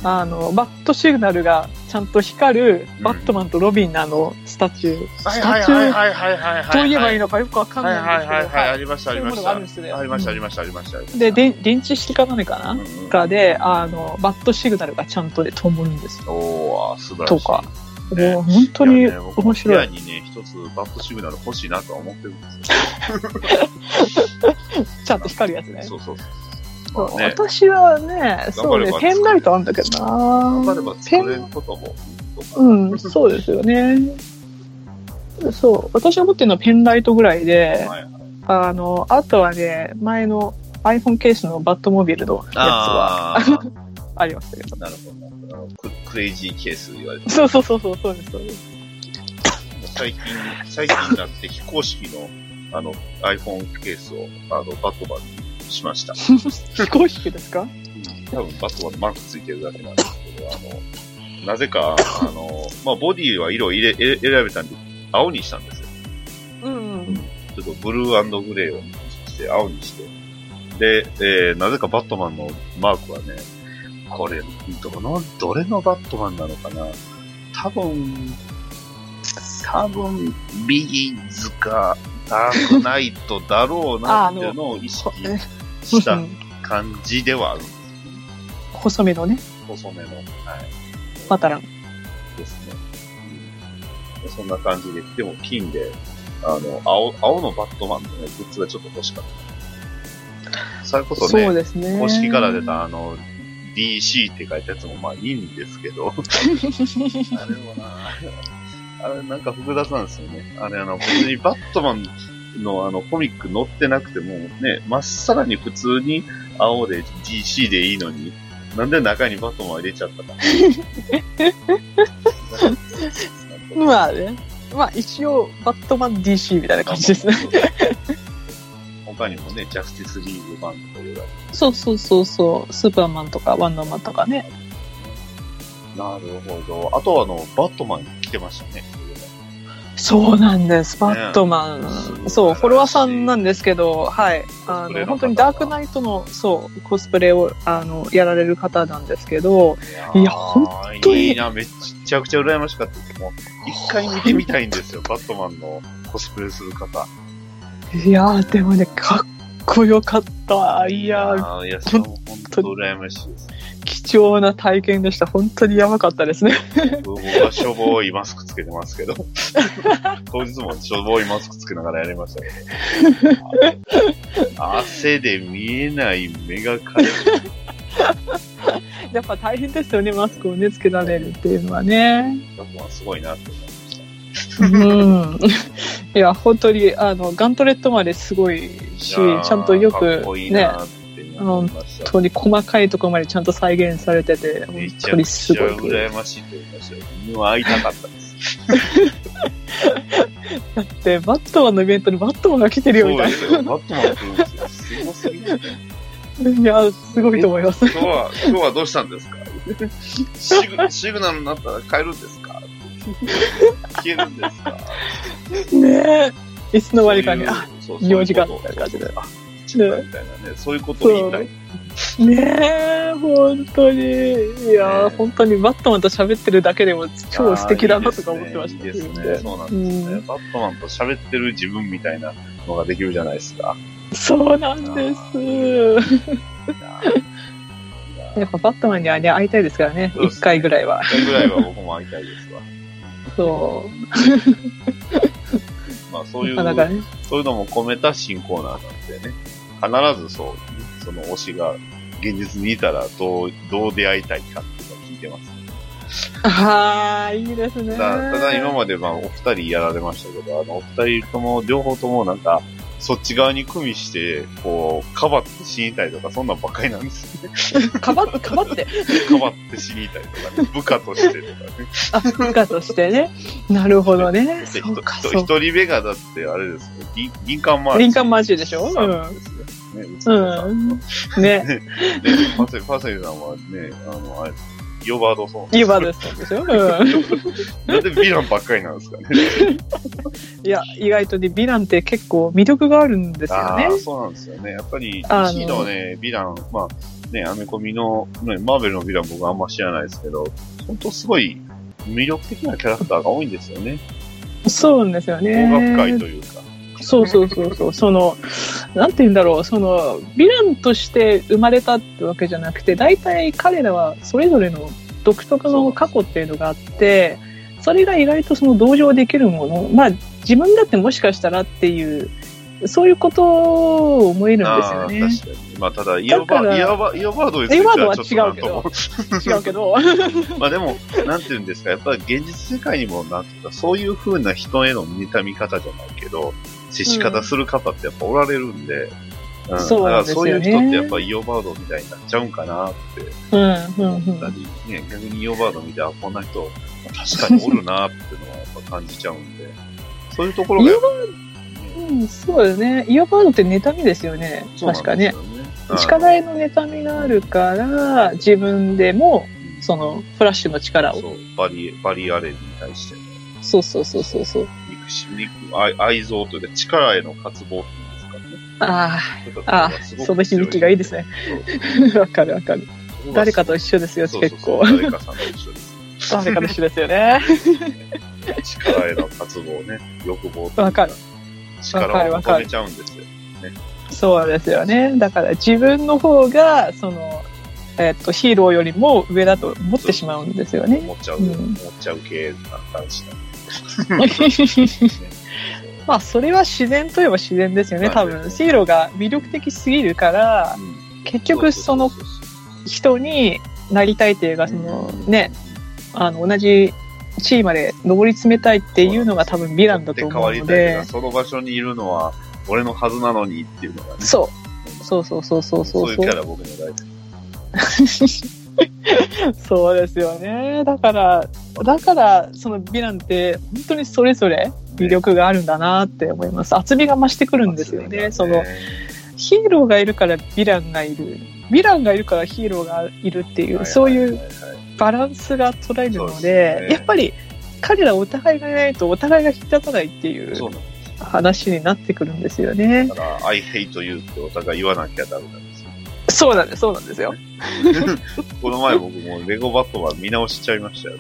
Speaker 5: あの、バットシグナルがちゃんと光る
Speaker 4: う、ん
Speaker 5: バットマンとロビンのあの、スタチュー。
Speaker 4: はいはい
Speaker 5: スタチュー
Speaker 4: はいはいはいはい。
Speaker 5: と言えばいいのかよくわかん
Speaker 4: はい
Speaker 5: ない
Speaker 4: は
Speaker 5: んで
Speaker 4: い
Speaker 5: すけ
Speaker 4: はい
Speaker 5: ど
Speaker 4: はい、あ
Speaker 5: は
Speaker 4: りましたあ
Speaker 5: い、そうい
Speaker 4: り
Speaker 5: う
Speaker 4: まし
Speaker 5: ものが
Speaker 4: た。
Speaker 5: あるんですね。
Speaker 4: ありましたありましたありました。ありました
Speaker 5: で、で、電池式か何かな、
Speaker 4: うんうん
Speaker 5: かで、あの、バットシグナルがちゃんとで灯るんですよ。
Speaker 4: おー、素晴らしい。
Speaker 5: とか。
Speaker 4: ね
Speaker 5: もう本当に面
Speaker 4: い
Speaker 5: 白
Speaker 4: やね
Speaker 5: い。
Speaker 4: 僕も部屋にね、一つバットシグナル欲しいなとは思ってるんですよ。
Speaker 5: ちゃんと光るやつね。
Speaker 4: そうそうそう。
Speaker 5: そう
Speaker 4: まあね
Speaker 5: 私はね、そう
Speaker 4: 頑張
Speaker 5: ね、
Speaker 4: れば
Speaker 5: ペンライトあんだけどな。
Speaker 4: 頑張れば作れることも。
Speaker 5: うん、そうですよね。そう、私が持ってるのはペンライトぐらいで、
Speaker 4: はいは
Speaker 5: あの、あとはね、前の iPhone ケースのバットモビルのやつは
Speaker 4: あー
Speaker 5: ありましたけど。
Speaker 4: なるほどなるほどあのク。クレイジーケース言われてる。
Speaker 5: そうそうそうそう、そうです、そうです。
Speaker 4: 最近、最近になって非公式のあの iPhone ケースをあのバットマンにしました。
Speaker 5: 非公式ですか
Speaker 4: 多分バットマンのマークついてるだけなんですけど、あの、なぜか、あの、まあ、ボディは色を入れ、え選べたんで、青にしたんですよ。
Speaker 5: うん。
Speaker 4: ちょっとブルーグレーをして、青にして。で、えーなぜかバットマンのマークはね、これ、どの、どれのバットマンなのかな多分、多分、ビギンズか、ダークナイトだろうなっていうのを意識し
Speaker 5: う
Speaker 4: た
Speaker 5: ん
Speaker 4: 感じではあるんですよね。
Speaker 5: 細めのね、
Speaker 4: 細めの。はい。
Speaker 5: パタラン。
Speaker 4: ですね。うんそんな感じで、でもピンで、あの、青、青のバットマンの、ね、グッズがちょっと欲しかった。それこそ
Speaker 5: そう
Speaker 4: ね、
Speaker 5: ですね。
Speaker 4: 公式から出。たあの、DC って書いたやつもまあいいんですけど、あれもな、あれなんか複雑なんですよね。あれあの、別にバットマンのあの、コミック載ってなくてもね、まっさらに普通に青で DC でいいのに、なんで中にバットマン入れちゃったか。
Speaker 5: まあね。まあ一応、バットマン DC みたいな感じですね。
Speaker 4: 他にもね、ジャスティスリーグ版とかいう
Speaker 5: そうそうそうそう。スーパーマンとかワンダーマンとかね。
Speaker 4: なるほど。あとはあの、バットマンに来てましたね。
Speaker 5: そうなんです、バットマン。
Speaker 4: ね
Speaker 5: そ
Speaker 4: 素晴らし
Speaker 5: う、
Speaker 4: い
Speaker 5: フォロワーさんなんですけど、はい。あ
Speaker 4: コスプレの方
Speaker 5: の、本当にダークナイトの、そう、コスプレを、あの、やられる方なんですけど、いや
Speaker 4: 本
Speaker 5: 当に
Speaker 4: いいな、めちゃくちゃ羨ましかったです。もう、一回見てみたいんです よ、バットマンのコスプレする方。
Speaker 5: いやー、でもね、かっこよかった。いやー、
Speaker 4: あーいや、それも本当羨ましいです。
Speaker 5: 貴重な体験でした。本当にやばかったですね。
Speaker 4: 僕はしょぼいマスクつけてますけど、当日もしょぼいマスクつけながらやりましたけど、 汗で見えない目がかゆい
Speaker 5: やっぱ大変ですよね、マスクをね、つけられるっていうのはね。
Speaker 4: バットマンすごいなって思いました。
Speaker 5: うん。いや、本当に、あの、ガントレットまですごいし、ちゃんとよく、ね、
Speaker 4: 本
Speaker 5: 本当に細かいところまでちゃんと再現されてて、本
Speaker 4: めち
Speaker 5: 当
Speaker 4: ゃく
Speaker 5: にす
Speaker 4: ちゃ
Speaker 5: ごく。
Speaker 4: 羨ましいと言いましたよ。犬は会いたかったです。
Speaker 5: だって、バットマンのイベントにバットマンが来てるよみ
Speaker 4: そう
Speaker 5: た
Speaker 4: で
Speaker 5: い
Speaker 4: すよ。バットマン来るんですよ。すごすぎる。
Speaker 5: な。いや、すごいと思います。
Speaker 4: 今日は、今日はどうしたんですかシグシグナルになったら帰るんですか消えるんですか
Speaker 5: ねえ。いつの間にかね、あ
Speaker 4: そういう
Speaker 5: 用事があ
Speaker 4: そういう
Speaker 5: っ
Speaker 4: こと
Speaker 5: た感じで。
Speaker 4: そういうことみたいなね、そういうことを言いたい。
Speaker 5: ねえ、本当に。い
Speaker 4: ね
Speaker 5: や
Speaker 4: え
Speaker 5: ー、本当にバットマンと喋ってるだけでも超素敵だなとか思ってました
Speaker 4: いいですね。いいですねそうなんですね。バットマンと喋ってる自分みたいなのができるじゃないですか。
Speaker 5: そうなんです。やっぱバットマンにはね、会いたいですからね、
Speaker 4: そうです
Speaker 5: 一回ぐらいは。
Speaker 4: それぐらいは僕も会いたいですわ。
Speaker 5: そ
Speaker 4: まあそう
Speaker 5: う。
Speaker 4: いう、
Speaker 5: なかなかね。
Speaker 4: そういうのも込めた新コーナーなんでね。必ずそう、その推しが現実にいたらどう、どう出会いたいかっていうのを聞いてます、ね。
Speaker 5: ああ、いいですね。
Speaker 4: ただ、ただ今までまあお二人やられましたけど、あの、お二人とも、両方ともなんか、そっち側に組みして、こう、かばって死にたいとか、そんなんばっかりなんです ね。
Speaker 5: かばって、かばって。
Speaker 4: かばって死にたいとかね、部下としてとかね。
Speaker 5: あ、部下としてね。なるほどね。
Speaker 4: で
Speaker 5: そうか、
Speaker 4: ひと
Speaker 5: そうか。
Speaker 4: 一人目がだってあれですね、銀銀冠マーチ。
Speaker 5: 林間マーチでしょ
Speaker 4: さ
Speaker 5: うん
Speaker 4: んですよね。うん。で、
Speaker 5: ね。
Speaker 4: パセパセさんはね、あの、あれ、ヨバードソン。
Speaker 5: ユーバードさんでしょうん。
Speaker 4: なんでヴィランばっかりなんですかね。
Speaker 5: いや、意外とね、美男って結構魅力があるんですよ
Speaker 4: あ
Speaker 5: ね
Speaker 4: あ、。そうなんですよね。やっぱり、
Speaker 5: あの
Speaker 4: DC のね、ヴィラン、まあ、ね、アメコミの、ね、マーベルのヴィラン僕あんま知らないですけど、本当すごい魅力的なキャラクターが多いんですよね。
Speaker 5: そうなんですよ
Speaker 4: 音楽界
Speaker 5: ね
Speaker 4: と。いうか。
Speaker 5: そうそうそうそう。その、なんて言うんだろう。その、ヴィランとして生まれたってわけじゃなくて、大体彼らはそれぞれの独特の過去っていうのがあって、それが意外とその同情できるもの、まあ自分だってもしかしたらっていう、そういうことを思えるんですよね。
Speaker 4: ああ、確かに。まあ、ただ、イオバ
Speaker 5: だから
Speaker 4: イオバイオバードについ
Speaker 5: イ
Speaker 4: て
Speaker 5: オバード
Speaker 4: は
Speaker 5: は
Speaker 4: ちょっとなんと
Speaker 5: 違
Speaker 4: も
Speaker 5: うけど 違うけど。
Speaker 4: まあでも、なんていうんですか、やっぱり現実世界にも、なんていうか、そういう風な人への妬み方じゃないけど、接し方する方ってやっぱおられるんで、うん
Speaker 5: そうなんですよね
Speaker 4: だからそういう人ってやっぱイオバードみたいになっちゃうんかなって
Speaker 5: うん、うん、う
Speaker 4: 思った
Speaker 5: ん。
Speaker 4: り、ね、逆にイオバード見て、あ、こんな人、確かにおるなっていうのはやっぱ感じちゃうんで、そういうところがやっぱ、ね
Speaker 5: うん、そうですね。イオバードって妬みですよね。
Speaker 4: そうな
Speaker 5: 確
Speaker 4: ん
Speaker 5: か
Speaker 4: ですよ
Speaker 5: ね。
Speaker 4: ね。
Speaker 5: 力への妬みがあるから、自分でも、
Speaker 4: うん
Speaker 5: その、フラッシュの力
Speaker 4: そ
Speaker 5: を。
Speaker 4: う、バリ、バリアレンに対しての
Speaker 5: そうそうそうそうそう。
Speaker 4: 憎しみ、愛愛憎というか、力への渇望っていうんですかね。
Speaker 5: あああ、その響きがいいですね。 わかるわかる。
Speaker 4: そう。
Speaker 5: 誰かと一緒ですよ、
Speaker 4: そうそう
Speaker 5: 結
Speaker 4: そう
Speaker 5: 構。
Speaker 4: 誰かさんと一緒です。
Speaker 5: 誰かと一緒ですよね。
Speaker 4: 力への渇望ね、 欲望
Speaker 5: わかる。
Speaker 4: 力を
Speaker 5: わかるわか
Speaker 4: 求め
Speaker 5: る
Speaker 4: ちゃうんですよ。
Speaker 5: そうですよね。だから自分の方が、その、えっと、ヒーローよりも上だと思ってしまうんですよね。
Speaker 4: 思っちゃう、
Speaker 5: うん
Speaker 4: 思っちゃう系な感じなんですね。
Speaker 5: まあ、それは自然といえば自然ですよね、
Speaker 4: まあ
Speaker 5: 多分。ヒーローが魅力的すぎるから、結局その
Speaker 4: そう
Speaker 5: 人になりたいというか、そのね、あの、同じ地位まで上り詰めたいっていうのが多分ヴィランだと思う
Speaker 4: 取
Speaker 5: の
Speaker 4: って変わりたい
Speaker 5: で
Speaker 4: な、その場所にいるのは俺のはずなのにっていうのがね。
Speaker 5: そう。そうそうそうそうそ
Speaker 4: そう
Speaker 5: う
Speaker 4: いうキャ
Speaker 5: そ
Speaker 4: ラ僕の大好き。
Speaker 5: う。そうですよね。だから、だから、そのヴィランって本当にそれぞれ魅力があるんだなって思います。厚みが増してくるんですよね。その、ヒーローがいるからヴィランがいる。ヴィランがいるからヒーローがいるっていう、そういうバランスが捉える
Speaker 4: そ
Speaker 5: の
Speaker 4: うで、
Speaker 5: で
Speaker 4: すね
Speaker 5: やっぱり彼らお互いがいないとお互いが引き立たないってい
Speaker 4: そう
Speaker 5: う
Speaker 4: なんです
Speaker 5: 話になってくるんですよね。
Speaker 4: だから、I hate you ってお互い言わなきゃダメなんですよ。
Speaker 5: そうなんです、そうなんですよ。
Speaker 4: この前僕もレゴバットマン見直しちゃいましたよ、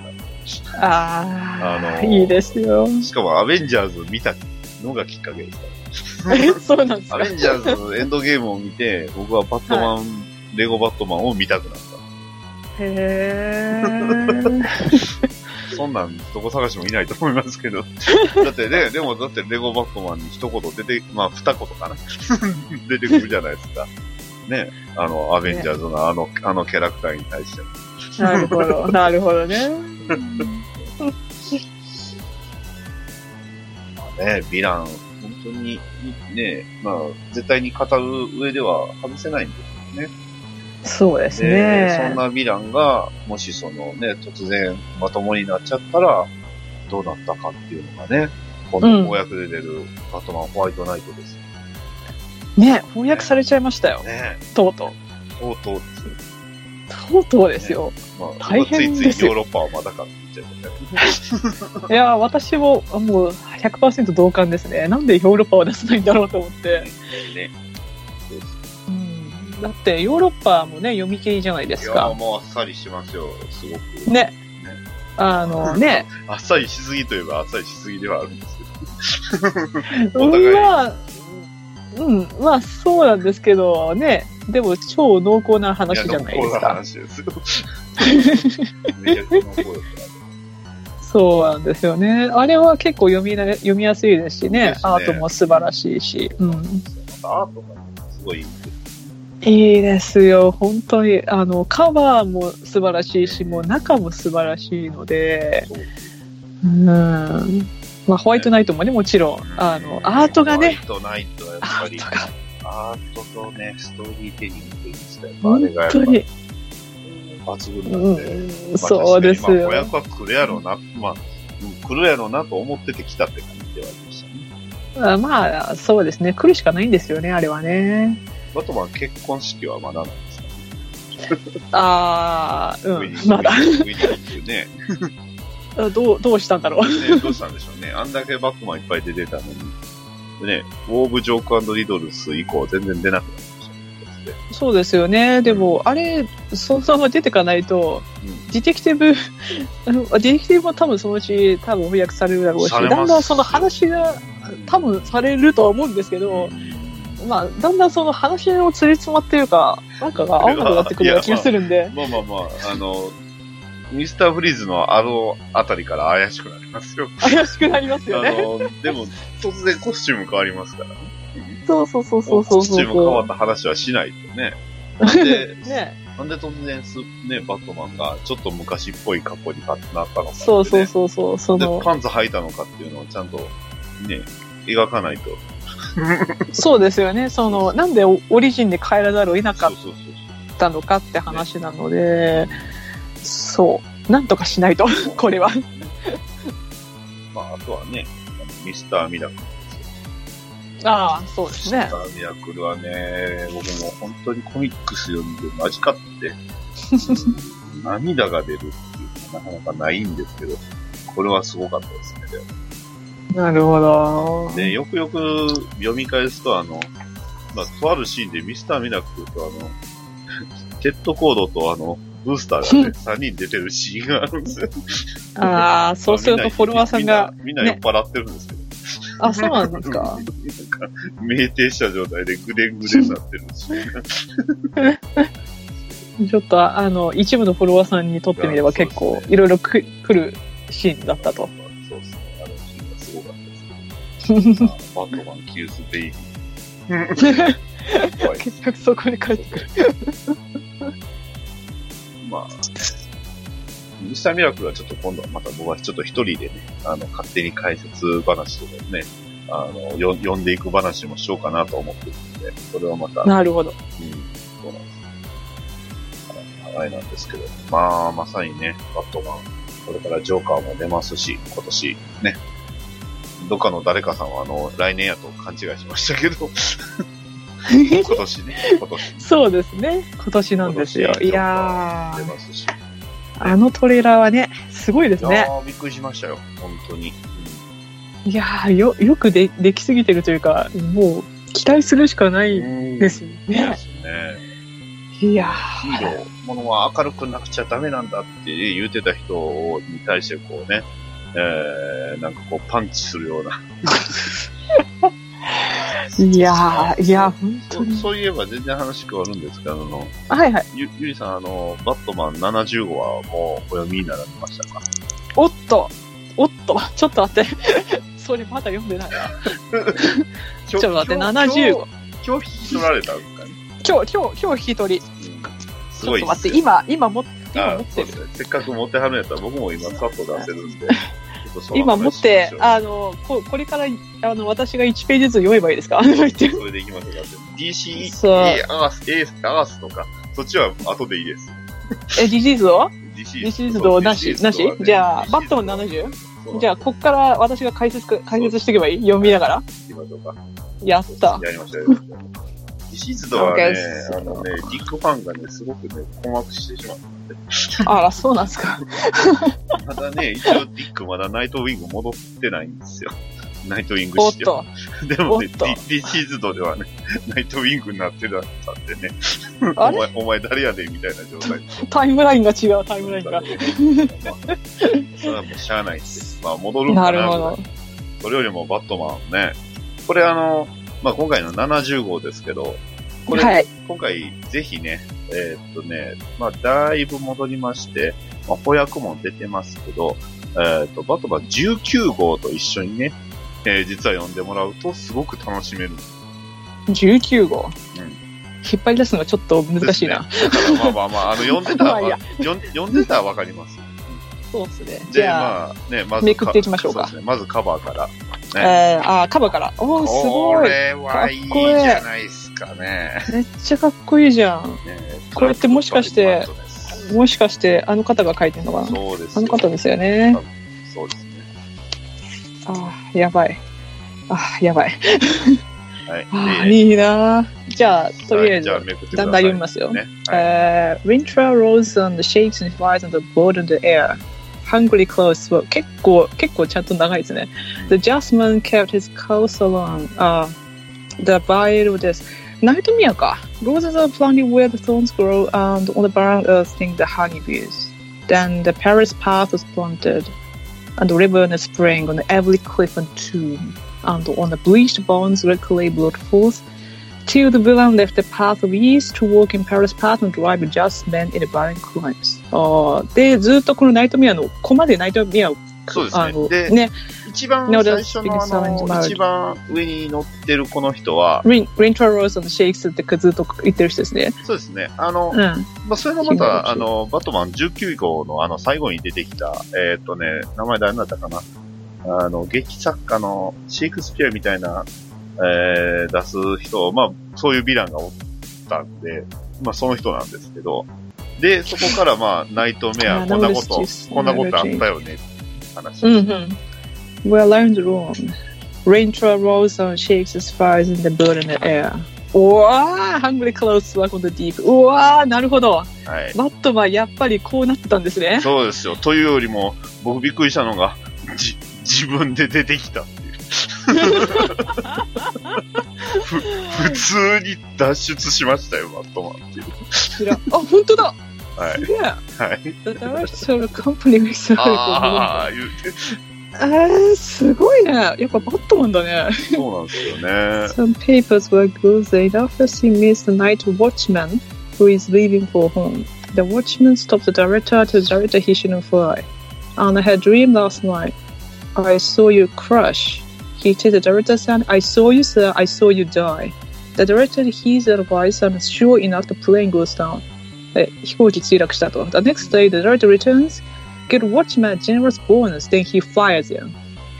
Speaker 5: ああ、
Speaker 4: あのー
Speaker 5: いいですよ。
Speaker 4: しかもアベンジャーズ見たのがきっかけですか
Speaker 5: え そうなんです
Speaker 4: ら。ア
Speaker 5: か。
Speaker 4: ベンジャーズエンドゲームを見て、僕はバットマン、レゴバットマンを見たくなった。
Speaker 5: へー
Speaker 4: そんなんどこ探してもいないと思いますけど。 だってね、でもだってレゴバットマンに一言出て、まあ二言かな。 出てくるじゃないですか。ね、あの、アベンジャーズのあの、あのキャラクターに対して。
Speaker 5: なるほど、なるほどね。
Speaker 4: ね、ヴィラン、本当に、ね、まあ、絶対に語る上では外せないんです
Speaker 5: そうです
Speaker 4: で、そん
Speaker 5: ね。
Speaker 4: なヴィランが、もしそのね、突然まともになっちゃったら、どうなったかっていうのがね、こ
Speaker 5: う
Speaker 4: の
Speaker 5: ん
Speaker 4: 公約で出るバットマンホワイトナイトですよ
Speaker 5: ね、翻訳されちゃいましたよ。
Speaker 4: ね。
Speaker 5: とうとう。
Speaker 4: とうとうですよ
Speaker 5: とうとうですよ。
Speaker 4: まあ、
Speaker 5: 大変
Speaker 4: つい
Speaker 5: で
Speaker 4: つ
Speaker 5: す
Speaker 4: いヨーロ
Speaker 5: よ
Speaker 4: ッパはまだかって言っちゃいましたね。
Speaker 5: いやー、私もあもう100%同感ですね。なんでヨーロッパは出さないんだろうと思って。
Speaker 4: ね
Speaker 5: だってヨーロッパもね、読み切りじゃないで
Speaker 4: い
Speaker 5: す
Speaker 4: や、
Speaker 5: か。
Speaker 4: もうあっさりしますよ、すごく。
Speaker 5: ね。あのね、
Speaker 4: あっさりしすぎといえばあっさりしすぎではあるんですけど。お互い
Speaker 5: まあ、うん、まあそうなんですけどね、でも超濃厚な話じゃないで
Speaker 4: いや
Speaker 5: すか。
Speaker 4: 濃厚な話です よ めちゃくちゃ濃厚だった
Speaker 5: そうなんですよね。あれは結構読みな読みやすいですしね
Speaker 4: ですね
Speaker 5: アートも素晴らしいし。うん、
Speaker 4: アートがすごいいいです
Speaker 5: いいですよ、本当に。あの、カバーも素晴らしいし、もう中も素晴らしいので、
Speaker 4: そう
Speaker 5: うん。まあホワイトナイトもね、もちろん、あの、アートがね、
Speaker 4: ホワイトナイトはやっぱり、アートとね、ストーリーテリングというんですか、やっぱあれ
Speaker 5: 本
Speaker 4: がやっぱ
Speaker 5: 当に、
Speaker 4: 抜群なんで、
Speaker 5: うん、そうです
Speaker 4: まあ、
Speaker 5: よ。
Speaker 4: 親子は来るやろうな、まあ、うん来るやろうなと思ってて来たって感じではありましたね。
Speaker 5: あまあ、そうですね。来るしかないんですよね、あれはね。
Speaker 4: バトマン結婚式はまだなんですかね。
Speaker 5: ああ、
Speaker 4: ウ
Speaker 5: う
Speaker 4: ィニ
Speaker 5: ん、
Speaker 4: ー
Speaker 5: まだ。
Speaker 4: ウィニーっていうね。
Speaker 5: どう、どうしたんだろう。
Speaker 4: ね、どうしたんでしょうね。あんだけバックマンいっぱい出てたのに。でね、ウォーブ・ジョークリドルス以降全然出なくなりましたね。
Speaker 5: そうですよね。でも、あれ、そのまま出てかないと、
Speaker 4: うん
Speaker 5: ディテクティブ、 あのディテクティブも多分そのうち、多分翻訳されるだろうし、
Speaker 4: さ
Speaker 5: だ
Speaker 4: れ
Speaker 5: ん
Speaker 4: ます
Speaker 5: だんその話が、多分されるとは思うんですけど、まあ、だんだんその話のつりつまっていうか、なんかが合わなくなってくるような気がするんで、
Speaker 4: まあまあまあ、あの、ミスター・フリーズのあのあたりから怪しくなりますよ。
Speaker 5: 怪しくなります
Speaker 4: あ
Speaker 5: よね。
Speaker 4: の、でも、突然コスチューム変わりますからね。
Speaker 5: そうそうそうそうそう
Speaker 4: コスチ
Speaker 5: そう
Speaker 4: ューム変わった話はしないとね。で、
Speaker 5: ね。
Speaker 4: なんで突然す、ね、バットマンがちょっと昔っぽい格好になったのか、ね。
Speaker 5: そうそうそうそう、そ
Speaker 4: で
Speaker 5: の、
Speaker 4: パンツ履いたのかっていうのをちゃんとね、描かないと。
Speaker 5: そうですよね。その、なんでオオリジンで帰らざるを得なか
Speaker 4: そう
Speaker 5: っ
Speaker 4: そうそう
Speaker 5: たのかって話なので、そう、なんとかしないと、 これは。
Speaker 4: そう。まあ、あとはね、あのミスターミラクルですよ。
Speaker 5: ああ、そうで
Speaker 4: ミス
Speaker 5: す
Speaker 4: タ
Speaker 5: ね。
Speaker 4: ーミラクルはね、僕も本当にコミックス読んでマジか って、涙が出るっていうのはなかなかないんですけど、これはすごかったですね。でも
Speaker 5: なるほど。
Speaker 4: で、よくよく読み返すと、あの、まあ、とあるシーンでミスターミラクルとあの、 テッドコードとあの、ブースターがね、3人出てるシーンがあるんですよ。
Speaker 5: ああ、そうするとフォロワーさんが、
Speaker 4: みんな。みんな酔っ払ってるんですけど。
Speaker 5: あ、そうなんです か。
Speaker 4: なんか、酩酊した状態でぐでんぐでんなってるし。
Speaker 5: ちょっと、あの、一部のフォロワーさんにとってみれば結
Speaker 4: いや
Speaker 5: 構
Speaker 4: そうです、ね
Speaker 5: いろいろく来るシーンだったと。。
Speaker 4: そうですね。あのシーンがすごかったですけど。あバットマン、キュースベイビー。怖い
Speaker 5: 結局そこに帰ってくる。
Speaker 4: まあ、ミスターミラクルはちょっと今度はまた僕はちょっと一人でね、あの、勝手に解説話とかね、あの、よ読んでいく話もしようかなと思ってるんで、それはまた、うん、
Speaker 5: なる ほど。
Speaker 4: そうなんです。長いなんですけど、まあ、まさにね、バットマン、これからジョーカーも出ますし、今年ね、どっかの誰かさんはあの、来年やと勘違いしましたけど、今年ね、今年
Speaker 5: そうですね。今年なんですよ
Speaker 4: 今。年
Speaker 5: いや
Speaker 4: 出
Speaker 5: ー、
Speaker 4: ますし。
Speaker 5: あのトレーラーはね、すごいです
Speaker 4: い
Speaker 5: ね
Speaker 4: や。ーびっくりしましたよ、本当に。
Speaker 5: いやーよよくでできすぎてるというかもう期待するしかないで
Speaker 4: です
Speaker 5: よ
Speaker 4: ね
Speaker 5: ね。。いや
Speaker 4: ヒーローものは明るくなくちゃダメなんだって言うてた人に対してこうね、えー、なんかこうパンチするような。
Speaker 5: ーいやーいやー本当
Speaker 4: そ
Speaker 5: に
Speaker 4: そういえば全然話変わるんですけど、あの、
Speaker 5: はいはい
Speaker 4: ゆ、ゆりさん、あの、バットマン70号はもうお読みになられました か
Speaker 5: おっとおっとちょっと待って それまだ読んでないな
Speaker 4: ち
Speaker 5: ょっと待って70号。
Speaker 4: 今日今日引き取られたんですかね。
Speaker 5: 今日今日今日引き取り
Speaker 4: うんす
Speaker 5: ちょ
Speaker 4: ご
Speaker 5: っ
Speaker 4: い
Speaker 5: と
Speaker 4: っ
Speaker 5: 待
Speaker 4: す
Speaker 5: っ
Speaker 4: よ
Speaker 5: て今今も今
Speaker 4: あ
Speaker 5: 持っ
Speaker 4: そ
Speaker 5: て
Speaker 4: うで
Speaker 5: る
Speaker 4: すね。せっかく持ってはるんやったら僕も今さっと出せる んで。ちょっとその
Speaker 5: 今持っ
Speaker 4: 話
Speaker 5: て
Speaker 4: をしましょう
Speaker 5: あのここれからあの私が1ページずつ読めばいい ですか言って
Speaker 4: それでいきましょうか。DC、
Speaker 5: そう
Speaker 4: E、アース、エース、アースとか、そっちは後でいいです。
Speaker 5: えリリースを
Speaker 4: DC
Speaker 5: リリース度なしなしじゃあバットマン。70
Speaker 4: DC とはね
Speaker 5: じゃあこっから私が解説く解説していけばいい読みながら
Speaker 4: そうなんです行きましょうか。
Speaker 5: や った
Speaker 4: やりましょう、やりましょう。DC 図度はね
Speaker 5: OK、
Speaker 4: あのね、リックファンがね、すごくね、困惑してしまって。
Speaker 5: あらそうなんですか
Speaker 4: まだ ね、一応リックまだナイトウィング戻ってないんですよ。ナイトウィング
Speaker 5: おっ
Speaker 4: して
Speaker 5: と
Speaker 4: でもね、
Speaker 5: おっと
Speaker 4: D- DC 図度ではね、ナイトウィングになってたんでね、
Speaker 5: あ
Speaker 4: お
Speaker 5: れ
Speaker 4: 前、お前誰やねんみたいな状態。
Speaker 5: タイムラインが違うタイムラインが
Speaker 4: それはもうしゃあないです。まあ戻るんか
Speaker 5: な
Speaker 4: な
Speaker 5: るほ
Speaker 4: ぐらい
Speaker 5: ど
Speaker 4: それよりもバットマンね。これあの、まあ、今回の70号ですけど、これ、
Speaker 5: はい。
Speaker 4: 今回、ぜひね、えーっとね、まあ、だいぶ戻りまして、まあ、翻訳も出てますけど、えーっと、バトバン19号と一緒にね、えー実は読んでもらうとすごく楽しめる。
Speaker 5: 19号。
Speaker 4: うん
Speaker 5: 引っ張り出すのがちょっと難しいな。
Speaker 4: ですね。だからまあまあまあ、あの、読んでたらわ、
Speaker 5: まあいいや
Speaker 4: 読ん読んでたらわかります。
Speaker 5: そうですね。じ
Speaker 4: で、
Speaker 5: ゃあ、
Speaker 4: まあ、ね、まず、
Speaker 5: めくっていきましょうか
Speaker 4: そですね、まずカバーから。ね、
Speaker 5: えー、あー、カバーから。おー、す
Speaker 4: こ
Speaker 5: ごい。
Speaker 4: れはいいじゃないですかね。
Speaker 5: めっちゃかっこいいじゃん。
Speaker 4: ね
Speaker 5: これってもしかして、もしかして、あの方が書いてるのかな
Speaker 4: そうですよ。
Speaker 5: あの方ですよね。
Speaker 4: そうですね。
Speaker 5: あー、やばい。あー、やばい。
Speaker 4: はい。
Speaker 5: あー、
Speaker 4: で
Speaker 5: いいなーじゃあ、とりあえず
Speaker 4: はい、じゃあめくってください
Speaker 5: だんだん読みますよ。
Speaker 4: ね。はい。
Speaker 5: Uh, winter rolls on the shakes and flies on the board in the air. Hungry clothes. は結構、結構ちゃんと長いですね。The jasmine kept his coats along. あ、the Ah, violet this. ナイトミアか。Roses are planted where the thorns grow and on the barren earth sing the honeybees. Then the Paris path was planted and the river in the spring on every cliff and tomb. And on the bleached bones red clay blowed forth Till the villain left the path of east to walk in Paris path and drive just men in the barren climes. Uh, あーで、ずっとこのナイトミアの、ここまでナイトミアを、
Speaker 4: そうですね
Speaker 5: あの、
Speaker 4: で
Speaker 5: ね、
Speaker 4: 一番最
Speaker 5: Notice
Speaker 4: 初のあ
Speaker 5: because someone's
Speaker 4: の、
Speaker 5: married.
Speaker 4: 一番上に乗ってるこの人は、
Speaker 5: リン、リントラローズのシェイクスってずっと言ってる人ですね。
Speaker 4: そうですね。あの
Speaker 5: う、ん。
Speaker 4: まあ、それがま
Speaker 5: 気になる
Speaker 4: た、あの、バットマン19号のあの、最後に出てきた、えーっとね、名前誰だったかな。あの、劇作家のシェイクスピアみたいな、えー、出す人、まあ、そういうヴィランがおったんで、まあ、その人なんですけど、で、そこから、まあ、ナイトメア、
Speaker 5: あー
Speaker 4: こんなこ
Speaker 5: なるほ
Speaker 4: と
Speaker 5: どです、
Speaker 4: こんなことあったよね、話。
Speaker 5: うんうん。Well, I'm the wrong. Raintra rolls on shakes his fires in the bird in the air. うわー !Hungry clothes work on the deep. うわーなるほど
Speaker 4: はい。
Speaker 5: バットはやっぱりこうなってたんで すね。
Speaker 4: そうですよ。というよりも、僕びっくりしたのが、じ、自分で出てきたっていう。ふ、普通に脱出しましたよ、バットマンっていう。
Speaker 5: 知らんあ、本当だ
Speaker 4: はい
Speaker 5: す。げえ
Speaker 4: はい。
Speaker 5: The director of the company makes a
Speaker 4: ああ、言うて。
Speaker 5: えー、すごいね。やっぱバットマンだね。
Speaker 4: そうなんですよね。
Speaker 5: Some papers were good. They office he meets the night watchman who is leaving for home. The watchman stops the director to tell the director he shouldn't fly. And I had a dream last night. I saw you crash. He tells the director, son, I saw you, sir. I saw you die. The director hears the advice, and sure enough, the plane goes down. Uh, え飛行機墜落したと。The next day, the director returns, get watchman a generous bonus, then he fires him.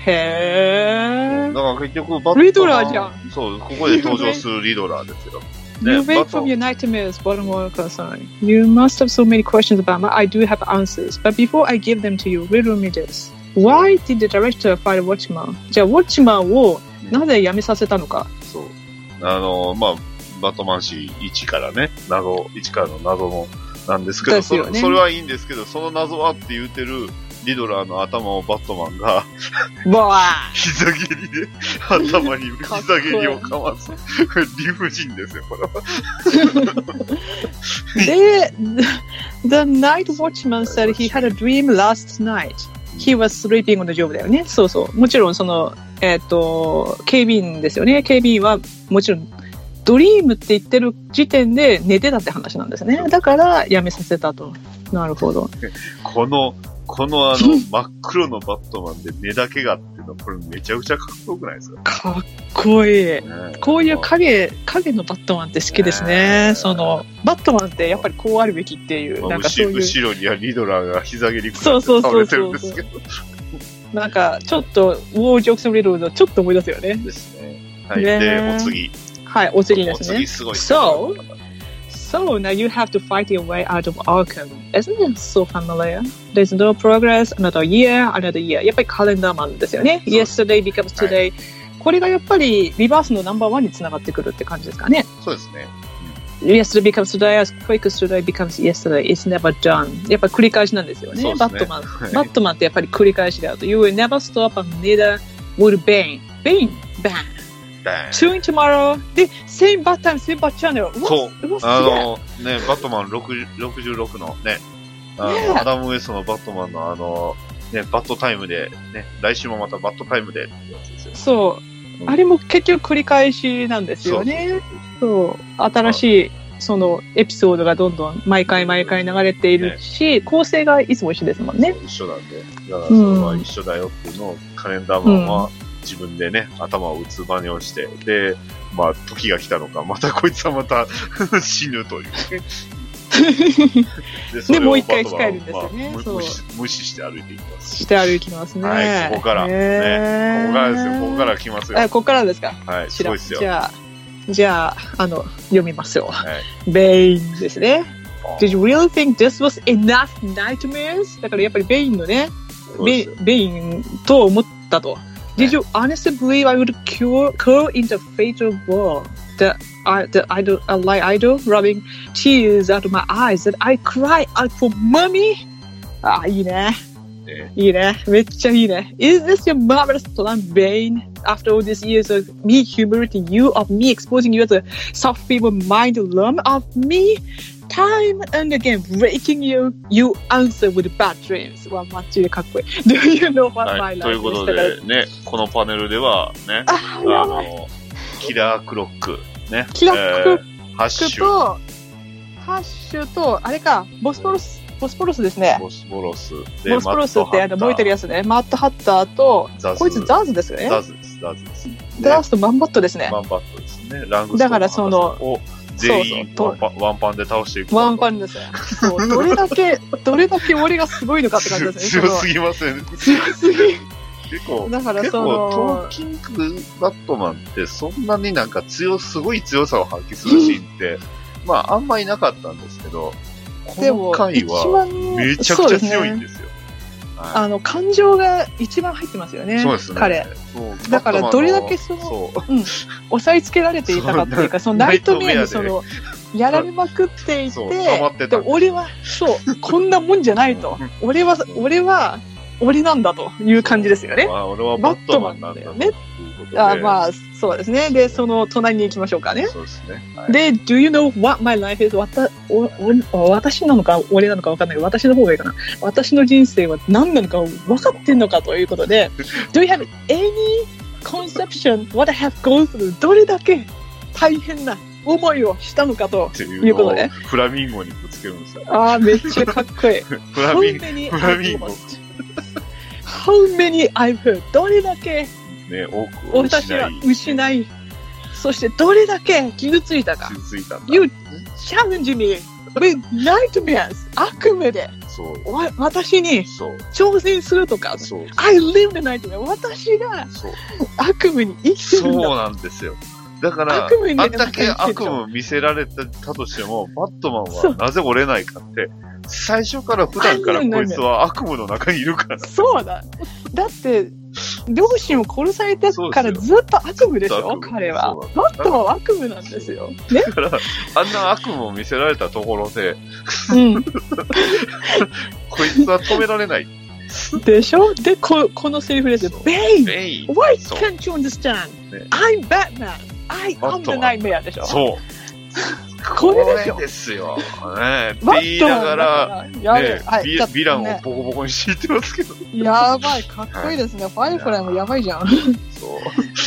Speaker 5: へ
Speaker 4: だ
Speaker 5: ー。
Speaker 4: から結局、バットマン。
Speaker 5: リドラーじゃん。
Speaker 4: そう、ここで登場するリドラーですよ。ね
Speaker 5: You
Speaker 4: バ
Speaker 5: wake
Speaker 4: ット
Speaker 5: from your nightmares, Baltimore concern. You must have so many questions about me. I do have answers, but before I give them to you, riddle me this. Why did the director fire Watchman? じゃあ、Watchman をなぜ辞めさせたのか。
Speaker 4: そう。あの、まあ、バットマン氏1からね、謎、1からの謎も、なんですけど、
Speaker 5: です
Speaker 4: そ
Speaker 5: よ
Speaker 4: れ
Speaker 5: ね
Speaker 4: それはいいんですけど、その謎はって言うてる、リドラーの頭をバットマン が、
Speaker 5: わ
Speaker 4: 膝蹴りで、頭に
Speaker 5: かっこ
Speaker 4: 膝
Speaker 5: いい
Speaker 4: 蹴りをかます。これ理不尽ですよ、これは。
Speaker 5: ーで、The night watchman said he had a dream last night. He was sleeping on the job だよね。そうそう。もちろん、その、えっ、と、警備員ですよね。警備員は、もちろん、ドリームって言ってる時点で寝てたって話なんですね。だから、辞めさせたと。なるほど。
Speaker 4: この、このあの、真っ黒のバットマンで目だけがっていうのは、これめちゃくちゃかっこよくないですか、
Speaker 5: かっこいい。
Speaker 4: ね
Speaker 5: こういう影、影のバットマンって好きです
Speaker 4: ね
Speaker 5: ね。その、バットマンってやっぱりこうあるべきっていう、
Speaker 4: ま
Speaker 5: な
Speaker 4: あ
Speaker 5: んかそう
Speaker 4: 後
Speaker 5: いう。
Speaker 4: 後ろにはリドラーが膝蹴りくら
Speaker 5: そう
Speaker 4: って
Speaker 5: そう
Speaker 4: 倒
Speaker 5: そう
Speaker 4: れてる
Speaker 5: そ
Speaker 4: ん
Speaker 5: う
Speaker 4: ですけど。
Speaker 5: なんか、ちょっと、ウォー・ジョークソン・リドルのちょっと思い出すよね。
Speaker 4: ですね。はい。
Speaker 5: ね
Speaker 4: で、お次。
Speaker 5: はい、お次です
Speaker 4: お次
Speaker 5: ね。
Speaker 4: すごい。
Speaker 5: So? So now you have to fight your way out of Arkham. Isn't it so familiar? There's no progress, another year, another year. やっぱりカレンダーマンですよね。
Speaker 4: そうです
Speaker 5: Yesterday becomes today. これがやっぱりリバースのナンバーワンにつながってくるって感じですかね。
Speaker 4: そうですね。
Speaker 5: Yesterday becomes today, as quick as today becomes yesterday. It's never done. やっぱり繰り返しなんですよね。
Speaker 4: そうです
Speaker 5: バ
Speaker 4: ね
Speaker 5: ットマン。
Speaker 4: はい
Speaker 5: バットマンってやっぱり繰り返しであると。You will never stop and neither will Bane. Bane? Bang.
Speaker 4: バーン
Speaker 5: Tune tomorrow. で、same bad time, same bad channel.
Speaker 4: そう
Speaker 5: うわ。
Speaker 4: あ
Speaker 5: すげえ
Speaker 4: の、ね、バットマン60 66のね、あ
Speaker 5: ね
Speaker 4: の、アダム・ウェストのバットマンのあの、ね、バットタイムで、ね、来週もまたバットタイムでってやつですよ。
Speaker 5: そう。あれも結局繰り返しなんですよね。そう。新しい、そのエピソードがどんどん毎回毎回流れているし、構成がいつも一緒ですもんね。
Speaker 4: 一緒なんで。だから、それは一緒だよっていうのをカレンダーマンは自分でね、頭を打つ真似をして、で、まあ、時が来たのか、またこいつはまた 死ぬ という。でそれを
Speaker 5: もう一回控えるんですよね
Speaker 4: まあ
Speaker 5: そう
Speaker 4: 無視無視して歩いていきます。
Speaker 5: して歩きますね。
Speaker 4: はい、ここから。ね、
Speaker 5: ね
Speaker 4: ここからですよ、ここから来ますよ。
Speaker 5: あここからですか。
Speaker 4: はい、す
Speaker 5: 知
Speaker 4: ご
Speaker 5: ら
Speaker 4: い
Speaker 5: ん
Speaker 4: ですよ。
Speaker 5: じゃあ、じゃあ、あの、読みますよ。
Speaker 4: はい
Speaker 5: ベインですね
Speaker 4: あ。
Speaker 5: Did you really think this was enough nightmares? だからやっぱりベインのね、
Speaker 4: そうで
Speaker 5: ベ
Speaker 4: すよ
Speaker 5: ベインと思ったと。Did you honestly believe I would cure, curl in the fatal ball? The, I, uh, the idol, a lie idol rubbing tears out of my eyes that I cry out for Ah, mommy? あ、いいね。
Speaker 4: ね
Speaker 5: いいね。めっちゃいいね。Is this your marvelous plan, Bane? After all these years of me humiliating you, of me exposing you as a soft, feeble mind lump, of me time and again breaking you, you answer with bad dreams. わ、マッチでかっこいい。Do you know what
Speaker 4: は
Speaker 5: my
Speaker 4: い、
Speaker 5: life
Speaker 4: ということ
Speaker 5: is? だから
Speaker 4: で、ね、このパネルでは、ね、あ
Speaker 5: やば
Speaker 4: の、キラークロック、ね、
Speaker 5: キラークロッ
Speaker 4: えーハッ
Speaker 5: ク
Speaker 4: シュ、
Speaker 5: と、ハッシュと、あれか、ボスポロス、ボスポロスですね。
Speaker 4: ボスボロス、で
Speaker 5: ボスポロスってあの燃えてる
Speaker 4: や
Speaker 5: やつね。マットハッターと、
Speaker 4: つ、ザズ
Speaker 5: こいつザーズですよね。
Speaker 4: ザズです、ザズです。
Speaker 5: ザーズとマンバットですね。
Speaker 4: ワンパットですね。ラング
Speaker 5: だからその
Speaker 4: を全員
Speaker 5: そう
Speaker 4: ワ
Speaker 5: そ
Speaker 4: ン
Speaker 5: う
Speaker 4: パワンパンで倒していく。
Speaker 5: ワンパンですね。そうどれだけ、どれだけ俺がすごいのかって感じです ね。
Speaker 4: 強すぎません。
Speaker 5: その強すぎ。
Speaker 4: 結構、
Speaker 5: だから
Speaker 4: 結
Speaker 5: そ
Speaker 4: 構、ト
Speaker 5: の
Speaker 4: ー、キングバットマンってそんなになんか強、すごい強さを発揮するシーン って、まああんまりなかったんですけど、こ
Speaker 5: で
Speaker 4: の
Speaker 5: も、
Speaker 4: 回
Speaker 5: 一
Speaker 4: は
Speaker 5: 番、
Speaker 4: めちゃくちゃ強いん
Speaker 5: ね。
Speaker 4: ですよ。は
Speaker 5: あの、感情が一番入ってますよ
Speaker 4: い
Speaker 5: ね。
Speaker 4: そうですね。
Speaker 5: 彼。
Speaker 4: そう。
Speaker 5: だから
Speaker 4: バット
Speaker 5: ど
Speaker 4: マン
Speaker 5: れ
Speaker 4: の
Speaker 5: だけその
Speaker 4: そう
Speaker 5: うん。押さえつけられていたかっていうか、
Speaker 4: そ
Speaker 5: そうのナイトメアにその、やられまくっていて、
Speaker 4: そう、溜まって
Speaker 5: で
Speaker 4: た。
Speaker 5: 俺は、そう、こんなもんじゃないと。俺は、俺は、俺なんだという感じですよね。
Speaker 4: まあ俺はバットマンなんだ
Speaker 5: バットマンだよねあ
Speaker 4: あ。
Speaker 5: まあ、そうですね。で、その隣に行きましょうかね。
Speaker 4: そうですね。はい
Speaker 5: で、Do you know what my life is? わたおお私なのか、俺なのか分かんないけど、私の方がいいかな。私の人生は何なのか分かってんのかということで、Do you have any conception what I have gone through? どれだけ大変な思いをしたのかと
Speaker 4: っ。てい
Speaker 5: いうう
Speaker 4: の
Speaker 5: こ
Speaker 4: を
Speaker 5: とね
Speaker 4: フラミンゴにぶつけるんですよ。
Speaker 5: ああ、めっちゃかっこいい。
Speaker 4: フラ
Speaker 5: How
Speaker 4: ミンゴ、
Speaker 5: many
Speaker 4: フラミ
Speaker 5: I've
Speaker 4: ンゴ
Speaker 5: lost? How many I've heard? どれだけ
Speaker 4: ね、多くを
Speaker 5: 私は失い、そしてどれだけ傷ついたか。
Speaker 4: 傷ついたんだ。
Speaker 5: You challenge me with nightmares 悪夢で
Speaker 4: そう。
Speaker 5: わ私に
Speaker 4: そう。
Speaker 5: 挑戦するとか
Speaker 4: そう。
Speaker 5: I live the nightmare 私が
Speaker 4: そう。
Speaker 5: 悪夢に生きて
Speaker 4: そ
Speaker 5: る
Speaker 4: うん
Speaker 5: だ
Speaker 4: なんですよ。だから、
Speaker 5: 悪夢に
Speaker 4: あ
Speaker 5: ね
Speaker 4: んだけ
Speaker 5: なんか生
Speaker 4: 悪
Speaker 5: きてる
Speaker 4: 夢を見せられたとしても、バットマン
Speaker 5: そ
Speaker 4: は
Speaker 5: う
Speaker 4: なぜ折れないかって、最初から普段からこいつは悪夢の中にいるから。
Speaker 5: そうだだって両親を殺されたからずっと悪夢でし
Speaker 4: ずっと悪
Speaker 5: ょ
Speaker 4: 夢
Speaker 5: 彼は
Speaker 4: そう
Speaker 5: マットは悪夢なんですよね
Speaker 4: だから、あんな悪夢を見せられたところで、
Speaker 5: う
Speaker 4: こいつは止められ ない。
Speaker 5: んでしょでここのセリフですよ
Speaker 4: そう
Speaker 5: Bane
Speaker 4: メイン。
Speaker 5: why
Speaker 4: そう。
Speaker 5: can't you understand
Speaker 4: ね
Speaker 5: I'm Batman I
Speaker 4: マ
Speaker 5: am
Speaker 4: ット
Speaker 5: the
Speaker 4: は
Speaker 5: nightmare でしょ
Speaker 4: そう。
Speaker 5: これですよ
Speaker 4: これですよ。ねえ。って
Speaker 5: マ
Speaker 4: 言い
Speaker 5: ット
Speaker 4: な
Speaker 5: は
Speaker 4: がら、
Speaker 5: やべえ
Speaker 4: ね
Speaker 5: はい
Speaker 4: ビ
Speaker 5: じゃあ
Speaker 4: ヴィランを
Speaker 5: ね
Speaker 4: ボコボコに敷いてますけど。
Speaker 5: やばい、かっこいいですね。ファイフライもやばいじゃん。
Speaker 4: そ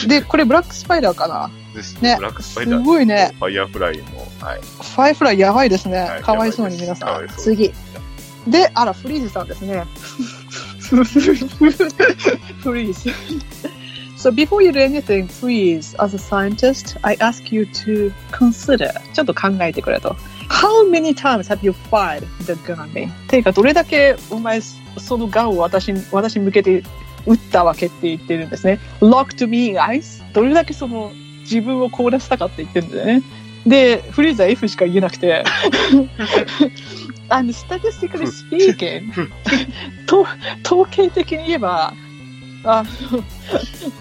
Speaker 4: う。
Speaker 5: で、これブラックスパイダーかな。
Speaker 4: ですね。
Speaker 5: ね
Speaker 4: ブラックスパイ
Speaker 5: す
Speaker 4: ダー。
Speaker 5: ごいね。
Speaker 4: ファイヤーフライも。はい。
Speaker 5: ファイフライやばいですね
Speaker 4: は。い
Speaker 5: かわいそうに
Speaker 4: やばいで
Speaker 5: 皆
Speaker 4: すか
Speaker 5: さ
Speaker 4: わい
Speaker 5: ん。
Speaker 4: そう
Speaker 5: 次。で、あら、フリーズさんで すね。フリーズ。So before you do anything, please, as a scientist, I ask you to consider. ちょっと考えてくれと。How many times have you fired the gun at me? ていうか、どれだけお前、そのガンを私に私に向けて撃ったわけって言ってるんですね。Lock to me, guys. どれだけその自分を凍らせたかって言ってるんだよね。で、フリーザ F しか言えなくて。あの、statistically speaking, と統計的に言えば、あの、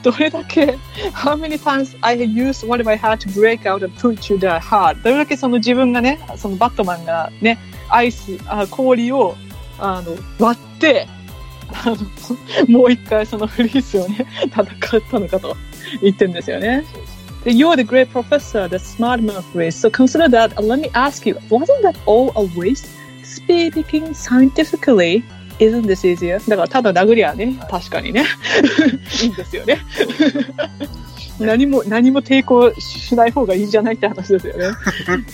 Speaker 5: どれだけ、how many times I had used what I had to break out and put you t h e hard. どれだけその自分がね、そのバットマンがね、アイス、あ氷を、あの、割って、あの、もう一回そのフリースをね、戦ったのかと言ってるんですよね。で You're the great professor, the smart man of race. So consider that. And let me ask you, wasn't that all a waste? Speaking scientifically, isn't this eh? easier? だからただ殴りゃね、確かにね。いいんですよね。何も、何も抵抗しない方がいいんじゃないって話ですよね。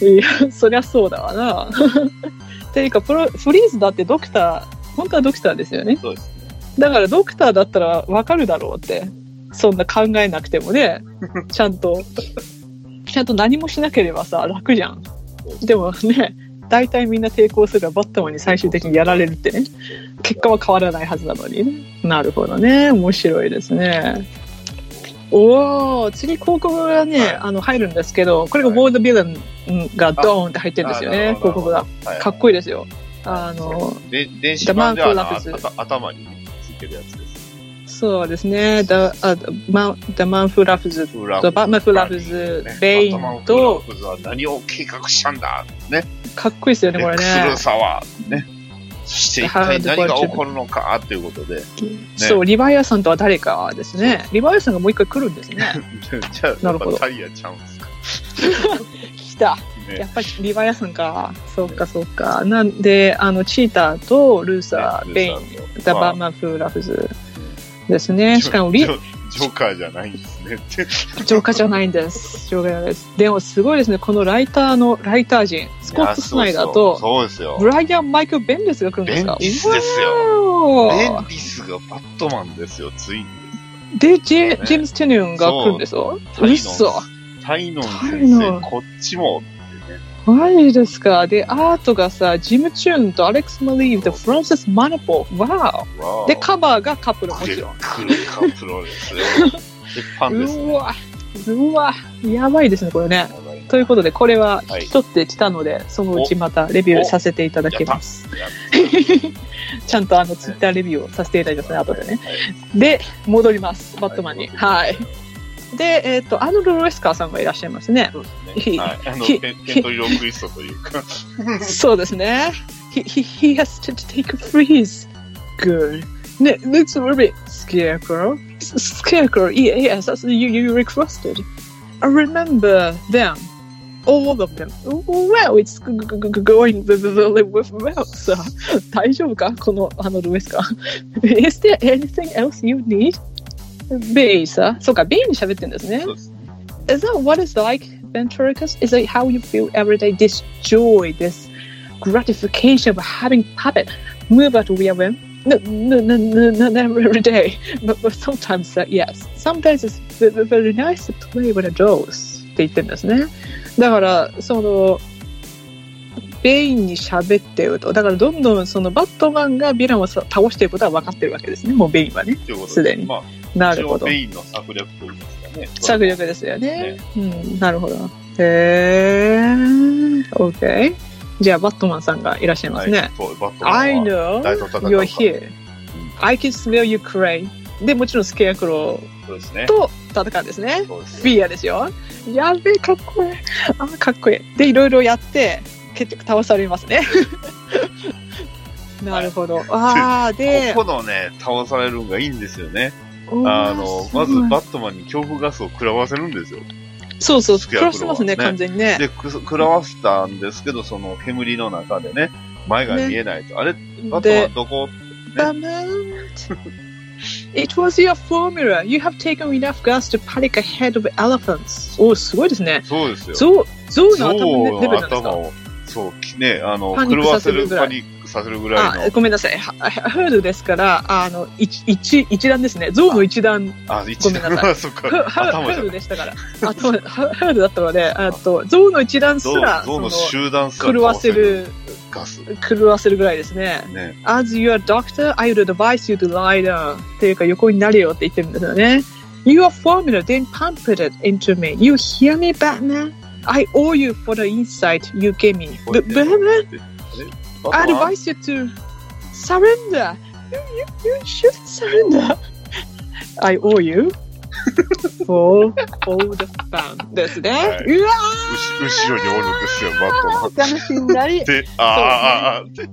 Speaker 5: いや、そりゃそうだわな。っていうか、プロ、フリーズだってドクター、本当はドクターですよね。
Speaker 4: そうですね。
Speaker 5: だからドクターだったらわかるだろうって。そんな考えなくて もね。ちゃんと、ちゃんと何もしなければさ、楽じゃん。でもね、大体みんな抵抗するからバットマンに最終的にやられるってね。結果は変わらないはずなのにね。なるほどね。面白いですね。おお次広告がね、あの入るんですけど、これがボードビルンがドーンって入ってるんですよね、
Speaker 4: あなるほ
Speaker 5: 広
Speaker 4: ど
Speaker 5: 告が。
Speaker 4: はい
Speaker 5: かっこいいですよ。あの、
Speaker 4: で電子版ではな
Speaker 5: ダマンプロダクツ
Speaker 4: あた頭についてるやつです。
Speaker 5: そうですね。ダあマンダマンフラフズ、
Speaker 4: フラ
Speaker 5: ダマンフラフズ、ベインと、
Speaker 4: フラフズは何を計画したんだ
Speaker 5: かっこいいですよね、
Speaker 4: レ
Speaker 5: こ
Speaker 4: ッ
Speaker 5: れ
Speaker 4: クスル
Speaker 5: ね
Speaker 4: ー。サワーね。そして一体何が起こるのかということで。
Speaker 5: そう、リヴァイアさんとは誰かですね。リヴァイアさんがもう一回来るんですね。
Speaker 4: じゃあ、
Speaker 5: なるほど
Speaker 4: やっぱタイヤちゃうんですか
Speaker 5: 来た。や
Speaker 4: ね。
Speaker 5: っぱりリヴァイアさんか。そうか、そうか。なんで、あの、チーターとルーサー、ベイン、
Speaker 4: ン
Speaker 5: ダバマンフラフズですね。しかも、リ
Speaker 4: ジョジョーカーじゃないんです ね。
Speaker 5: 浄化じゃないんです。浄化じゃないです。でも、すごいですね。このライターの、ライター陣、スコット・スナイダー
Speaker 4: いや
Speaker 5: と、
Speaker 4: そうそうそう
Speaker 5: ブライアン・マイク・ベンデスが来るんで
Speaker 4: ですすよ。
Speaker 5: か
Speaker 4: ベンディスですよ。
Speaker 5: お
Speaker 4: ベ
Speaker 5: ー
Speaker 4: ンディスがバットマンですよ、ついに。
Speaker 5: で、ジェ
Speaker 4: ね
Speaker 5: ジェームス・テニュンが来るんですよ。
Speaker 4: そう
Speaker 5: うっそ。
Speaker 4: タイノン
Speaker 5: タ
Speaker 4: 先
Speaker 5: イノン
Speaker 4: 生、こっちもってね。
Speaker 5: マジですか。で、アートがさ、ジム・チューンとアレックス・マリーブとフランセス・マナポ。わ
Speaker 4: わ
Speaker 5: お。
Speaker 4: あ
Speaker 5: で、カバーがカップル、も
Speaker 4: で
Speaker 5: ち
Speaker 4: っ
Speaker 5: ろん。
Speaker 4: くるカプロです よ。鉄板です
Speaker 5: う
Speaker 4: ね。
Speaker 5: わ、うわ、やばいですね、これね。ということで、これは聞き取ってきたので、そのうちまたレビューさせていただきます。
Speaker 4: やっ
Speaker 5: ちゃんとあの、ツイッターレビューをさせていただきますね、後 でね。
Speaker 4: はい
Speaker 5: で、戻ります、バットマンに。
Speaker 4: は
Speaker 5: はいい。で、えっ、と、アーノルド・ロエスカーさんがいらっしゃいますね。
Speaker 4: そうです
Speaker 5: ひ
Speaker 4: ね。はい。あの、
Speaker 5: ひ
Speaker 4: テンテントリロクリストというか、
Speaker 5: そうですね。He, he, he has to take a freeze. Good. Ne- Next Ruby. Scarecrow. S- Scarecrow. Yeah, yes, that's you, you requested. I remember them. All of them. Well, it's g- g- g- going the- the- the- the- well, sir. 大丈夫かこの、あの、ルエスか。Is there anything else you need? ベイさ。そうか、ベイに喋ってんですね
Speaker 4: そ。うですね
Speaker 5: Is that what it's like, Venturicus? Is that how you feel every day? This joy, this gratification of having puppet move out where when? No, no, no, no, no, not every day. But, but sometimes, uh, yes. Sometimes it's ve- ve- very nice to play with a dolls. って言ってるんですね。だから、その、ベインに喋ってると。だから、どんどん、その、バットマンがヴィランをさ倒していることは分かってるわけですね。もうベインはね。
Speaker 4: ということで。
Speaker 5: すでに
Speaker 4: まあ、
Speaker 5: な
Speaker 4: 一
Speaker 5: るほ
Speaker 4: 応
Speaker 5: ど。
Speaker 4: メインの策略といいますかね。
Speaker 5: 策略ですよね。うん、なるほど。へー、OK。じゃあ、バットマンさんがいらっしゃいますね。
Speaker 4: はいそうバットマンは
Speaker 5: I
Speaker 4: 大
Speaker 5: know
Speaker 4: と戦うから
Speaker 5: you're here. I can smell you cry. で、もちろんスケアクロ
Speaker 4: そうですね
Speaker 5: ー。と戦うんですね。
Speaker 4: そうです
Speaker 5: フィアですよ。やべえ、かっこいい。あ、かっこいい。で、いろいろやって、結局倒されますね。なるほど。ああ、で、
Speaker 4: ここのね、倒されるんがいいんですよね。
Speaker 5: うわ
Speaker 4: あの、
Speaker 5: す
Speaker 4: ま
Speaker 5: ごい
Speaker 4: ずバットマンに恐怖ガスを食らわせるんですよ。
Speaker 5: そうそう、
Speaker 4: ス
Speaker 5: ク
Speaker 4: ケアクローは
Speaker 5: ラしてますね、
Speaker 4: ね
Speaker 5: 完全にね。
Speaker 4: で、くす食らわせたんですけど、その煙の中でね、前が見えないと。あれバットマ
Speaker 5: で
Speaker 4: ン、どこ
Speaker 5: Bamont. It was your formula. You have taken enough gas to panic ahead of elephants. おーすごいですね。
Speaker 4: そうですよ。
Speaker 5: ゾウ、ゾウの頭
Speaker 4: 象
Speaker 5: のレベ
Speaker 4: の
Speaker 5: ルなんです
Speaker 4: 頭
Speaker 5: か
Speaker 4: を、そう、きね、あの、
Speaker 5: パニッ
Speaker 4: 狂
Speaker 5: ク
Speaker 4: わ
Speaker 5: さ
Speaker 4: せ
Speaker 5: せ
Speaker 4: る、
Speaker 5: るぐら
Speaker 4: パ
Speaker 5: い
Speaker 4: ニックさせるぐらい
Speaker 5: あ
Speaker 4: の、
Speaker 5: ごめんなさい。ハハードですから、あの、一一一段ですね。ゾウの一段、
Speaker 4: あ、一
Speaker 5: ごめんな
Speaker 4: 段
Speaker 5: さ
Speaker 4: は、そっか
Speaker 5: ハ、ハハ
Speaker 4: 頭じゃ
Speaker 5: ード
Speaker 4: ない。
Speaker 5: でしたから。頭、ハハードだったので、あと、ゾウの一段す
Speaker 4: ゾウ
Speaker 5: ら、
Speaker 4: ゾウの
Speaker 5: その
Speaker 4: 集団すら
Speaker 5: 狂わせる、
Speaker 4: ガス。
Speaker 5: 狂わせるぐらいですね。
Speaker 4: ね。
Speaker 5: As your doctor, I would advise you to lie down. っていうか横になれよって言ってるんですよね。Your formula then pumped it into me. You hear me, Batman? I owe you for the insight you gave me. But Batman,
Speaker 4: バットマ
Speaker 5: I
Speaker 4: ン
Speaker 5: advise you to surrender. You, you, you should surrender. I owe you for all the eh? fun. ですね。
Speaker 4: はいう
Speaker 5: わ
Speaker 4: 後後ろにおるんですよ、バットマン。
Speaker 5: ー楽しんだ り。
Speaker 4: で、あーあー、あー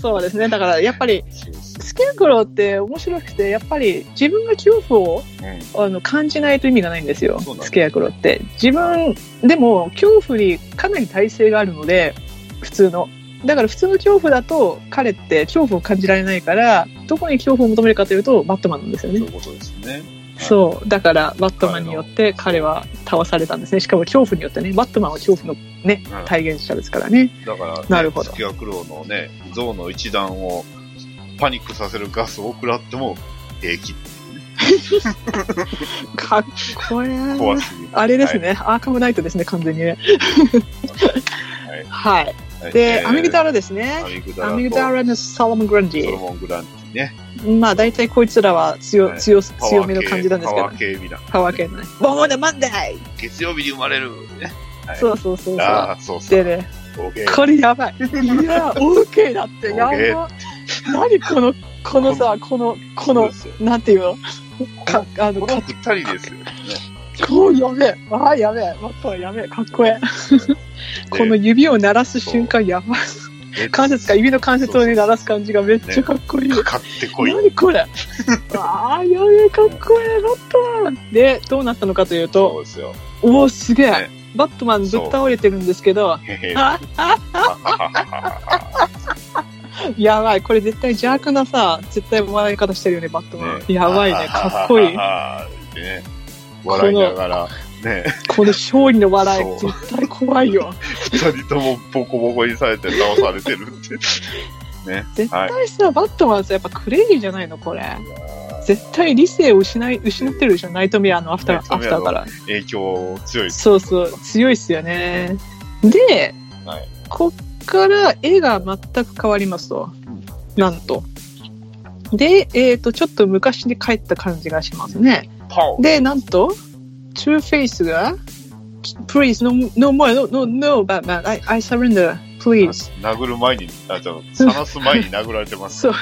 Speaker 5: そうですね。だからやっぱり
Speaker 4: そうです
Speaker 5: スケアクローって面白くてやっぱり自分が恐怖を
Speaker 4: うん
Speaker 5: あの感じないと意味がないんですよ
Speaker 4: そうなんです
Speaker 5: スケアクローって自分でも恐怖にかなり耐性があるので普通のだから普通の恐怖だと彼って恐怖を感じられないからどこに恐怖を求めるかというとバットマンなんですよ
Speaker 4: そう
Speaker 5: ね
Speaker 4: いうことですね。
Speaker 5: そうだからバットマンによって彼は倒されたんですねしかも恐怖によってねバットマンは恐怖のね
Speaker 4: うん
Speaker 5: 体現者ですからね
Speaker 4: だから、ね、
Speaker 5: なるほど
Speaker 4: 月が来るのね、象の一段をパニックさせるガスを食らっても平気。
Speaker 5: かっこいい
Speaker 4: 怖すぎる。
Speaker 5: あれですね、アーカムナイトですね完全にねはい、
Speaker 4: はい。
Speaker 5: で、
Speaker 4: えー
Speaker 5: アミグダラですね
Speaker 4: アミグダラ
Speaker 5: ア
Speaker 4: と。
Speaker 5: ミグダラのサロモン・グランデ
Speaker 4: ソロ
Speaker 5: ィ
Speaker 4: モングランティね。
Speaker 5: まあ大体こいつらは強,、
Speaker 4: はい
Speaker 5: 強強めの感じなんですけ
Speaker 4: パ
Speaker 5: ど
Speaker 4: ワー系みたいな。
Speaker 5: パワー系のね「ボーダマンデー!
Speaker 4: 月曜日に生まれる。ね。はい
Speaker 5: そうそうそうそう
Speaker 4: ああ、そうそう。
Speaker 5: でね
Speaker 4: オーケー
Speaker 5: これや ばい。いや、OK だって、や
Speaker 4: OK
Speaker 5: ば。何この、このさ、この、この、
Speaker 4: そうですよ
Speaker 5: なんていうのか、あの、
Speaker 4: この
Speaker 5: か、
Speaker 4: 二人ですよね。
Speaker 5: こうやべえ。ああ、やべえ。マットやべえ。かっこええ。 この
Speaker 4: で
Speaker 5: 指を鳴らす瞬間、やばい。
Speaker 4: で
Speaker 5: 関節か、指の関節をね、鳴らす感じがめっちゃかっこいい。
Speaker 4: かかってこい。
Speaker 5: 何これああ、やべえ、かっこええ、バットマンで、どうなったのかという
Speaker 4: そ
Speaker 5: と、
Speaker 4: うですよ。
Speaker 5: おお、すげえ
Speaker 4: ね。
Speaker 5: バットマンぶっ倒れてるんですけど、
Speaker 4: へへ。
Speaker 5: あ やばい、これ絶対邪悪なさ、絶対笑い方してるよね、バットマン。
Speaker 4: ね
Speaker 5: やばいね、かっこいい。
Speaker 4: い。ね。 笑いながら、ね。
Speaker 5: この勝利の笑い、
Speaker 4: そう
Speaker 5: 絶対怖いよ。
Speaker 4: 二人ともボコボコにされて倒されてるって。
Speaker 5: 絶対さ、バットマンさ、やっぱクレイジーじゃないの、これ。絶対理性を失い失ってるでしょ、ナイトメアのアフター
Speaker 4: ナイト
Speaker 5: ア
Speaker 4: メ
Speaker 5: フ
Speaker 4: アの
Speaker 5: ターから。
Speaker 4: 影響強いです。
Speaker 5: そうそう、強いっすよね。で、
Speaker 4: はい
Speaker 5: こっから絵が全く変わりますと。なんと。で、えっ、と、ちょっと昔に帰った感じがしますね。
Speaker 4: パオ
Speaker 5: で、なんと、トゥーフェイスが、Please, no, no more, no, no, no, Batman, I, I surrender, please.
Speaker 4: 殴る前に、あ、じゃあ、話す前に殴られてます。
Speaker 5: So,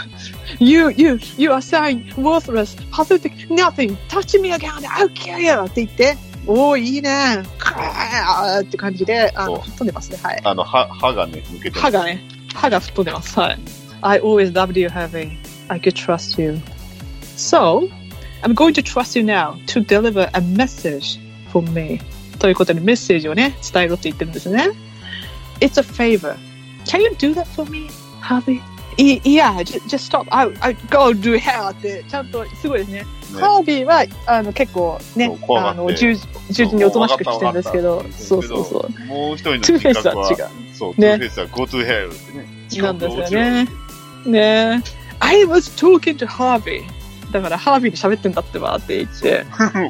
Speaker 5: you, you, you are saying worthless, pathetic, nothing, touch me again, I'll kill you! って言って、おー、いいねカーって感じで、あ
Speaker 4: そ
Speaker 5: の、
Speaker 4: う
Speaker 5: 吹っ飛んでますね、はい。
Speaker 4: あの、歯、歯がね、抜けてま
Speaker 5: 歯
Speaker 4: す。
Speaker 5: がね、歯が吹っ飛んでます、はい。I always loved you, Harvey. I could trust you. So, I'm going to trust you now to deliver a message for me. ということでメッセージをね、伝えろって言ってるんですね。It's a favor. Can you do that for me, Harvey? Y- Yeah, ju- just stop. I, I go do hell って、ちゃんとすごいですね。
Speaker 4: ね
Speaker 5: ハービーはあの結構ね
Speaker 4: そう、怖が
Speaker 5: あ
Speaker 4: って
Speaker 5: の従従順におとなしくしてるんですけど、そうそうそう。
Speaker 4: う。もう一人の
Speaker 5: トゥーフェイ
Speaker 4: 人
Speaker 5: ス
Speaker 4: 格
Speaker 5: は
Speaker 4: は
Speaker 5: 違、う。
Speaker 4: そう、トゥー
Speaker 5: ね
Speaker 4: フェイスは Go to hell ってね。
Speaker 5: なんですよね。ねえ。I was talking to Harvey. だから、ハービーに喋ってんだってばって言って。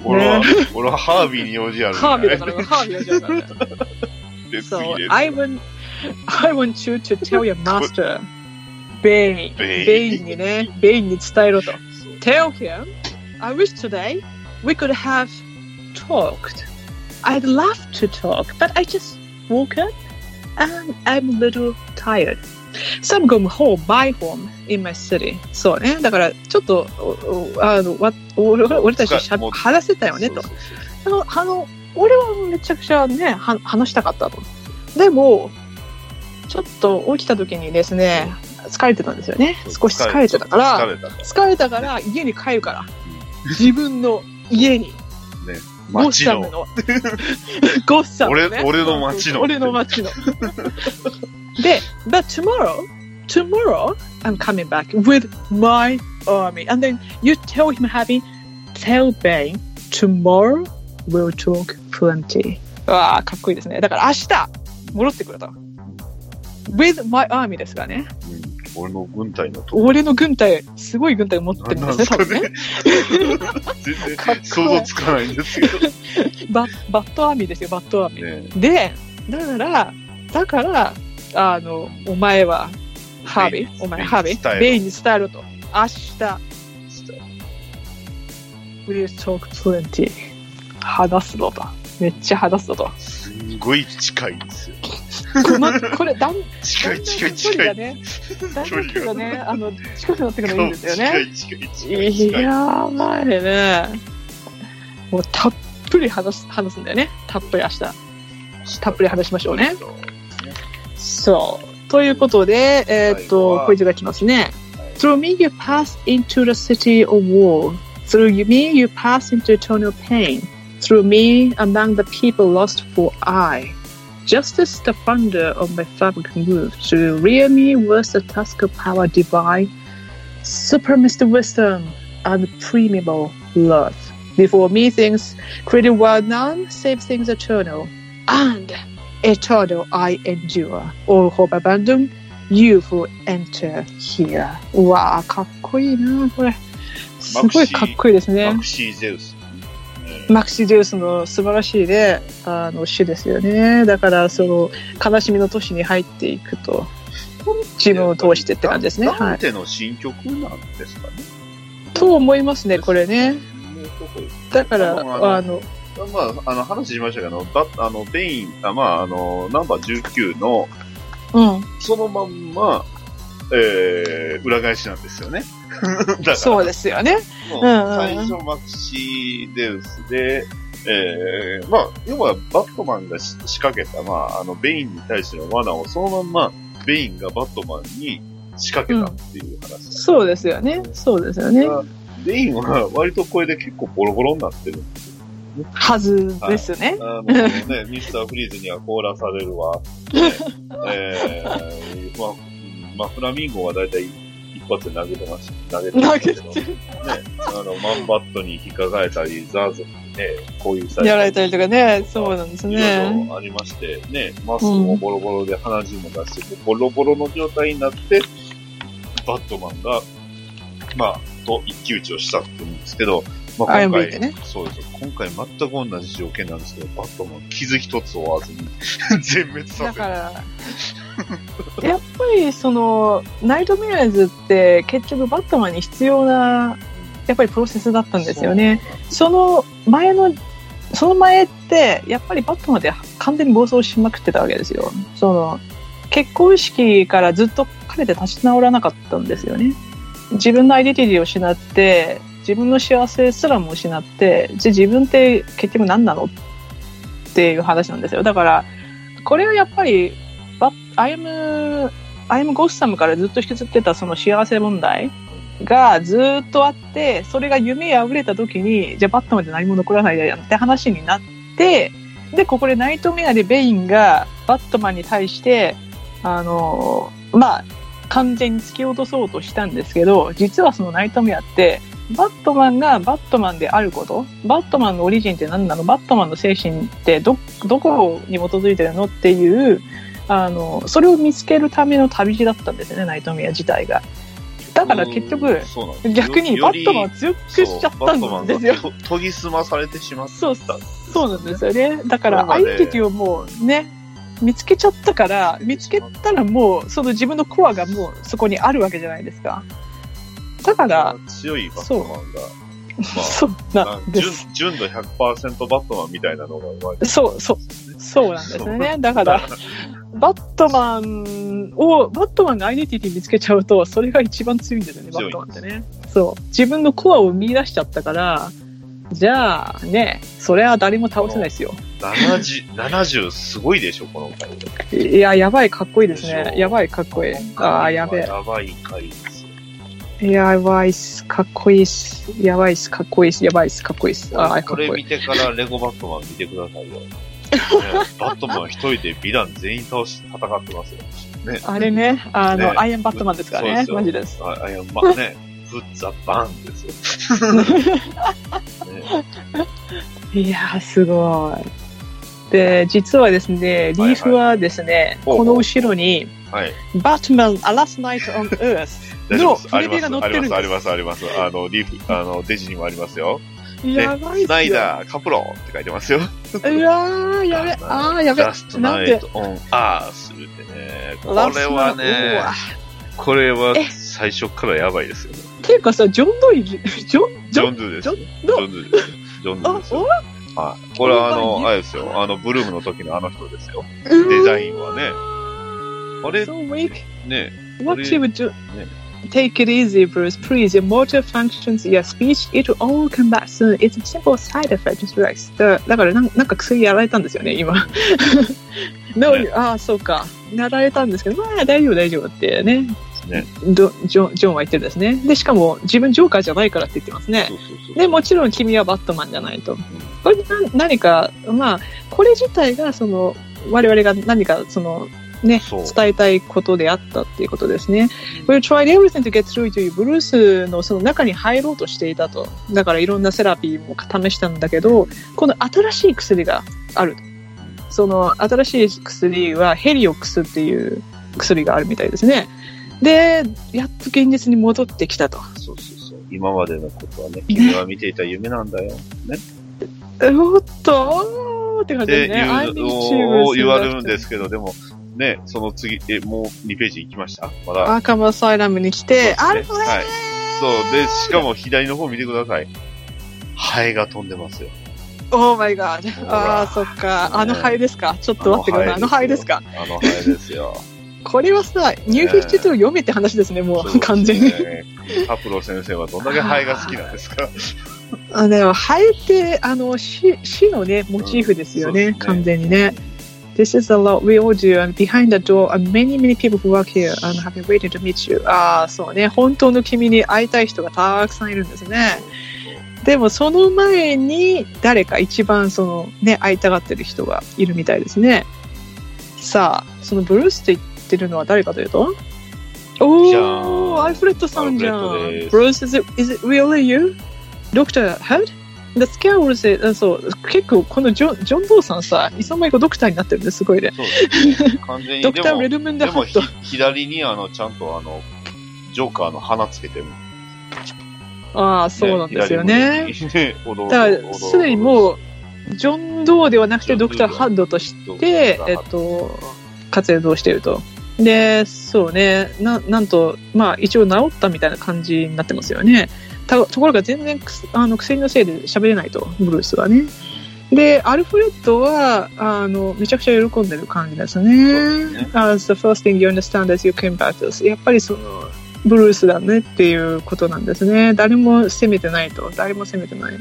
Speaker 4: 俺は、俺はハービーに用事ある。
Speaker 5: ハービーだから、ハービーだから。
Speaker 4: で、
Speaker 5: so,
Speaker 4: 次です。
Speaker 5: I want, I want you to tell your master, Bane.
Speaker 4: Bane.
Speaker 5: インにね、ベインに伝えろと。Tell him, I wish today we could have talked. I'd love to talk, but I just woke up and I'm a little tired. So I'm going home, my home, in my city. そうね。だから、ちょっと、おおあの、わ俺俺たちしゃ
Speaker 4: もう
Speaker 5: 話せたよねと
Speaker 4: そう。そうそう
Speaker 5: あの、あの、俺はめちゃくちゃね、は話したかったと。でも、ちょっと起きた時にですね、疲れてたんですよね。少し疲れてたから、
Speaker 4: 疲れたから。
Speaker 5: 疲れたから家に帰るから自分の家にゴッ
Speaker 4: 街
Speaker 5: サム
Speaker 4: の。
Speaker 5: のゴッサムの、ね、
Speaker 4: 俺俺の街の
Speaker 5: 俺の街ので But tomorrow tomorrow I'm coming back with my army and then you tell him happy tell Bane tomorrow we'll talk plenty わあかっこいいですねだから明日戻ってくると with my army ですからね
Speaker 4: うん俺の軍隊のとこ。
Speaker 5: 俺の軍隊、すごい軍隊持ってるん
Speaker 4: な
Speaker 5: で
Speaker 4: んで
Speaker 5: すね、
Speaker 4: す
Speaker 5: 多
Speaker 4: か
Speaker 5: 分ね
Speaker 4: ね。。全然
Speaker 5: かっこいい
Speaker 4: 想像つかないんですけど。ね
Speaker 5: ババットアーミーですよ、バットアーミー。で、だから、だから、あの、お前は、ハービー、お前ハービー、
Speaker 4: ベ
Speaker 5: ベ
Speaker 4: イ
Speaker 5: インに伝えろと。明日、We'll talk plenty. 話すぞと。めっちゃ話すぞ と。
Speaker 4: すんごい近いんですよ。
Speaker 5: この、これ、だん、だ
Speaker 4: 近
Speaker 5: んだ
Speaker 4: い
Speaker 5: ん
Speaker 4: 近い
Speaker 5: 距
Speaker 4: 近
Speaker 5: 離が
Speaker 4: い。
Speaker 5: ね、だん
Speaker 4: 距
Speaker 5: だん距離
Speaker 4: 離
Speaker 5: がね、あの、近くなってくるのいいんですよね。
Speaker 4: 近い近い近い近い。
Speaker 5: やばいね。もうたっぷり話す話すんだよね。たっぷり明日。たっぷり話しましょうね。そう。ということで、えーっと、クイズが来ますね。Through me you pass into the city of war. Through me you pass into eternal pain. Through me among the people lost for I. Just as the thunder of my fabric moved, to rear me was the task of power divine, super Mr. Wisdom, unpremiable love. Before me thinks created while none save things eternal, and eternal I endure. All hope abandon, you who enter here. うわあ、かっこいいな、これ。すごいかっこいいですね
Speaker 4: マ。クシー・ゼウス。
Speaker 5: マクシー・ゼウスの素晴らしいね、あの詩ですよね。だから、その、悲しみの都市に入っていくと、自分を通してって感じですね。
Speaker 4: ダ
Speaker 5: は
Speaker 4: ン
Speaker 5: い。
Speaker 4: テの新曲なんですかね。
Speaker 5: と思いますね、これね。だから、あ
Speaker 4: あ
Speaker 5: の、
Speaker 4: まあ、あの、話しましたけど、バあの、ベイン、あまあ、あの、ナンバー19の、
Speaker 5: うん。
Speaker 4: そのまんま、えー、裏返しなんですよね。 だから、
Speaker 5: そうですよね。
Speaker 4: もう
Speaker 5: うんうんうん
Speaker 4: 最初マクシー・デウスで、えー、まあ、要はバットマンがし仕掛けた、まあ、あの、ベインに対しての罠をそのまんま、ベインがバットマンに仕掛けたっていう話、
Speaker 5: そうですよね。そうですよね。
Speaker 4: ベインは割とこれで結構ボロボロになってる。
Speaker 5: はずですよね。
Speaker 4: あのね、ミスターフリーズには凍らされるわ。 ねえー、まあ、まあ、フラミンゴは大体一発で投げてました。投げてま
Speaker 5: 投
Speaker 4: し
Speaker 5: げ
Speaker 4: た
Speaker 5: て
Speaker 4: けど、ね、あの、マンバットに引っかかれたり、ザーズにね、こういうサイズ
Speaker 5: やられたりとかね。そうなんです
Speaker 4: いろい
Speaker 5: ね。
Speaker 4: ろありまして、ね、マスクもボロボロで鼻血も出して、ボロボロの状態になって、バットマンが、まあ、と一騎打ちをしたって言うんですけど、まあ、
Speaker 5: アイア
Speaker 4: 今
Speaker 5: ンビ
Speaker 4: 回、
Speaker 5: ーってね
Speaker 4: そうですよ今回全く同じ条件なんですけど、バットマン傷一つ負わずに 全滅さ
Speaker 5: だ
Speaker 4: せる
Speaker 5: か。ら、やっぱりその、ナイトメアーズって結局バットマンに必要な、やっぱりプロセスだったんですよね。その前の、その前って、やっぱりバットマンで完全に暴走しまくってたわけですよ。その、結婚式からずっと彼で立ち直らなかったんですよね。自分のアイデンティティを失って、自分の幸せすらも失って、じゃあ自分って結局何なのっていう話なんですよ。だから、これはやっぱりバアイム・アイム・ゴッサムからずっと引きずってたその幸せ問題がずっとあってそれが夢やあふれた時にじゃあバットマンで何も残らないやって話になってでここでナイトメアでベインがバットマンに対してあのまあ完全に突き落とそうとしたんですけど実はそのナイトメアってバットマンがバットマンであることバットマンのオリジンって何なのバットマンの精神ってどどこに基づいてるのっていうあのそれを見つけるための旅路だったんですよねナイトメア自体がだから結局
Speaker 4: そうなんです
Speaker 5: 逆に
Speaker 4: よ
Speaker 5: バ
Speaker 4: り
Speaker 5: ットマンを強くしちゃった
Speaker 4: そうバットマ
Speaker 5: ん
Speaker 4: ン
Speaker 5: で
Speaker 4: が
Speaker 5: すよ
Speaker 4: と研ぎ澄まされてしまった。
Speaker 5: そうそうなんですよねだか
Speaker 4: そう
Speaker 5: ら
Speaker 4: だ
Speaker 5: ア
Speaker 4: ね
Speaker 5: イデンティティをもうね見つけちゃったから見つけたらもうその自分のコアがもうそこにあるわけじゃないですかだから、
Speaker 4: 強いバットマンが、まあ
Speaker 5: そうなんで
Speaker 4: 純
Speaker 5: す
Speaker 4: 純度100%バットマンみたいなのが生まれて
Speaker 5: そうそうそうなんですよねだからバットマンを、バットマンがアイデンティティ見つけちゃうと、それが一番強いんですよね、バ
Speaker 4: 強い
Speaker 5: ットマンってね。そう。自分のコアを見出しちゃったから、じゃあね、それは誰も倒せないですよ。
Speaker 4: 70, 70すごいでしょ、この回。
Speaker 5: いや、やばい、かっこいいです
Speaker 4: でし
Speaker 5: ね。
Speaker 4: ょ
Speaker 5: やばい、かっこいい。ああ、やべえ。
Speaker 4: やばい回ですよ。
Speaker 5: やばいっす、かっこいいっす。やばいっす、かっこいいっす。やばいっす、かっこいいっす。ああ、か
Speaker 4: こ
Speaker 5: っこ
Speaker 4: れ
Speaker 5: い
Speaker 4: 見
Speaker 5: い。
Speaker 4: てからレゴバットマン見てください よ。ねバットマン一人でヴィラン全員倒して戦ってますよ。ね、
Speaker 5: あれね、あの、
Speaker 4: ね
Speaker 5: アイアンバットマンですからね、
Speaker 4: そう
Speaker 5: マジ
Speaker 4: で
Speaker 5: です。
Speaker 4: あいや、まあね、ブッザバーンですよ。ね
Speaker 5: いやー、すごい。で、実はですね、リーフはですね、
Speaker 4: ほうほ
Speaker 5: こ
Speaker 4: う
Speaker 5: の後ろに、
Speaker 4: はい。
Speaker 5: バットマン、アラスナイト・オン・エース
Speaker 4: 大丈夫
Speaker 5: の
Speaker 4: です。
Speaker 5: プ
Speaker 4: あ
Speaker 5: レ
Speaker 4: り
Speaker 5: ビューが載
Speaker 4: ま
Speaker 5: っ
Speaker 4: す、あ
Speaker 5: てるん
Speaker 4: り
Speaker 5: です。
Speaker 4: ます、あります、あります。あの、リーフ、あの、デジにもありますよ。
Speaker 5: やばいっ
Speaker 4: スナイ
Speaker 5: すよ。
Speaker 4: ダー、カプロンって書いてますよ。
Speaker 5: うわー、やべ、あー、やべ
Speaker 4: ラス。ト
Speaker 5: な
Speaker 4: ナ
Speaker 5: ん
Speaker 4: イ
Speaker 5: で、
Speaker 4: トオンアースってね。こ
Speaker 5: ラス
Speaker 4: れ
Speaker 5: ト
Speaker 4: は
Speaker 5: う
Speaker 4: ね
Speaker 5: わ、
Speaker 4: これは
Speaker 5: え
Speaker 4: 最初からやばいですよね。
Speaker 5: っていうかさ、ジョン・ドイル、ジョン、
Speaker 4: ジ
Speaker 5: ジ
Speaker 4: ョ
Speaker 5: ョン、
Speaker 4: ン・ドゥです。
Speaker 5: ジョ
Speaker 4: ジョン・ドゥです。ジョン・ドゥ
Speaker 5: あ
Speaker 4: で、す
Speaker 5: お
Speaker 4: よ。はい。これはあ
Speaker 5: これ
Speaker 4: の、
Speaker 5: は
Speaker 4: あれですよ。あの、ブルームの時のあの人ですよ。
Speaker 5: デ
Speaker 4: デザインはね。あれ
Speaker 5: So weak.
Speaker 4: ね、
Speaker 5: What she would do.
Speaker 4: ね
Speaker 5: Take it easy, Bruce. Please, your motor functions, your speech, it will all come back soon. It's a simple side effect, just relax. だだからなん、なんか薬やられたんですよね、今。no,
Speaker 4: ね
Speaker 5: ああ、そうか。やられたんですけど、まあ、大丈夫、大丈夫ってね。
Speaker 4: ね
Speaker 5: どジョンジョンは言ってるんですね。で、しかも、自分ジョーカーじゃないからって言ってますね
Speaker 4: そ。うそうそう。
Speaker 5: でもちろん君はバットマンじゃないと。これな何か、まあ、これ自体がその我々が何かそのね、
Speaker 6: そう
Speaker 5: 伝えたいことであったっていうことですね。We tried everything to get through というブルースのその中に入ろうとしていたと。だからいろんなセラピーも試したんだけど、この新しい薬があると。その新しい薬はヘリオックスっていう薬があるみたいですね。で、やっと現実に戻ってきたと。
Speaker 4: そうそうそう。今までのことはね、君は見ていた夢なん だよ。
Speaker 5: えおっとーって感
Speaker 4: っ
Speaker 5: じ
Speaker 4: て
Speaker 5: ですね。
Speaker 4: い
Speaker 5: I'm
Speaker 4: う
Speaker 5: in
Speaker 4: のを
Speaker 5: tubes
Speaker 4: 言われるんですけど、でも、ね、その次、え、もう2ページ行きましたまだ。
Speaker 5: アーカムアサイラムに来て、あ
Speaker 4: そうで
Speaker 5: れ
Speaker 4: す
Speaker 5: こ
Speaker 4: ね
Speaker 5: れ、
Speaker 4: はいそう。で、しかも左の方見てください。ハエが飛んでますよ。
Speaker 5: オーマイガ ー
Speaker 4: ほら
Speaker 5: ああ、そっか。あの灰ですか。ちょっと待ってください。あの灰ですか。
Speaker 4: あのハエですよ。
Speaker 5: これはさ、ニュー52読めって話ですね、も
Speaker 4: そう
Speaker 5: う、完全に。
Speaker 4: に。パプロ先生はどんだけハエが好きなんです か
Speaker 5: あでも、灰って、あの、死死のね、モチーフですよ
Speaker 4: うん
Speaker 5: ね、
Speaker 4: そうですね
Speaker 5: 完全にね。This is a lot we all do, and behind the door are many, many people who work here and have been waiting to meet you. ああ、そうね。本当の君に会いたい人がたくさんいるんですね。でも、その前に、誰か一番、その、ね、会いたがってる人がいるみたいですね。さあ、そのブルースって言ってるのは誰かというとお
Speaker 4: じゃー
Speaker 5: ー、
Speaker 4: ん
Speaker 5: アルフレッドさんじゃ
Speaker 4: アルフレッドで
Speaker 5: ん。
Speaker 4: す
Speaker 5: ブルース、is it, is it really you? Doctor Head? The scare was it, そう、結構このジョン、ジョン・ボーさんさ、いつの間にかドクターになってるんです、すごいね。
Speaker 4: そうですね。完全に。
Speaker 5: ドク
Speaker 4: で
Speaker 5: ター・
Speaker 4: も
Speaker 5: レルムン
Speaker 4: で
Speaker 5: ダハ
Speaker 4: も
Speaker 5: ッ
Speaker 4: ひ
Speaker 5: ト。
Speaker 4: 左にあの、ちゃんとあの、ジョーカーの花つけてる。
Speaker 5: ああ、そうなんですよね。
Speaker 4: 左胸に。
Speaker 5: だから、すでに
Speaker 4: う、
Speaker 5: もう、ジョン・ドーではなく
Speaker 4: ジョ
Speaker 5: て、
Speaker 4: ンド
Speaker 5: ド
Speaker 4: ー
Speaker 5: ク
Speaker 4: では
Speaker 5: ター・ハッドとし
Speaker 4: ドクター
Speaker 5: て
Speaker 4: ハ、ッ
Speaker 5: え
Speaker 4: ド
Speaker 5: っと、活躍をしていると。で、そうね、ななんと、まあ、一応治ったみたいな感じになってますよね。たところが全然くすあの薬のせいで喋れないと、ブルースはね。で、アルフレッドは、あの、めちゃくちゃ喜んでる感じです
Speaker 4: そうです
Speaker 5: ね
Speaker 4: ね。
Speaker 5: As the first thing you understand as you came back to us. やっぱりその、ブルースだねっていうことなんですね。誰も責めてないと。誰も責めてない。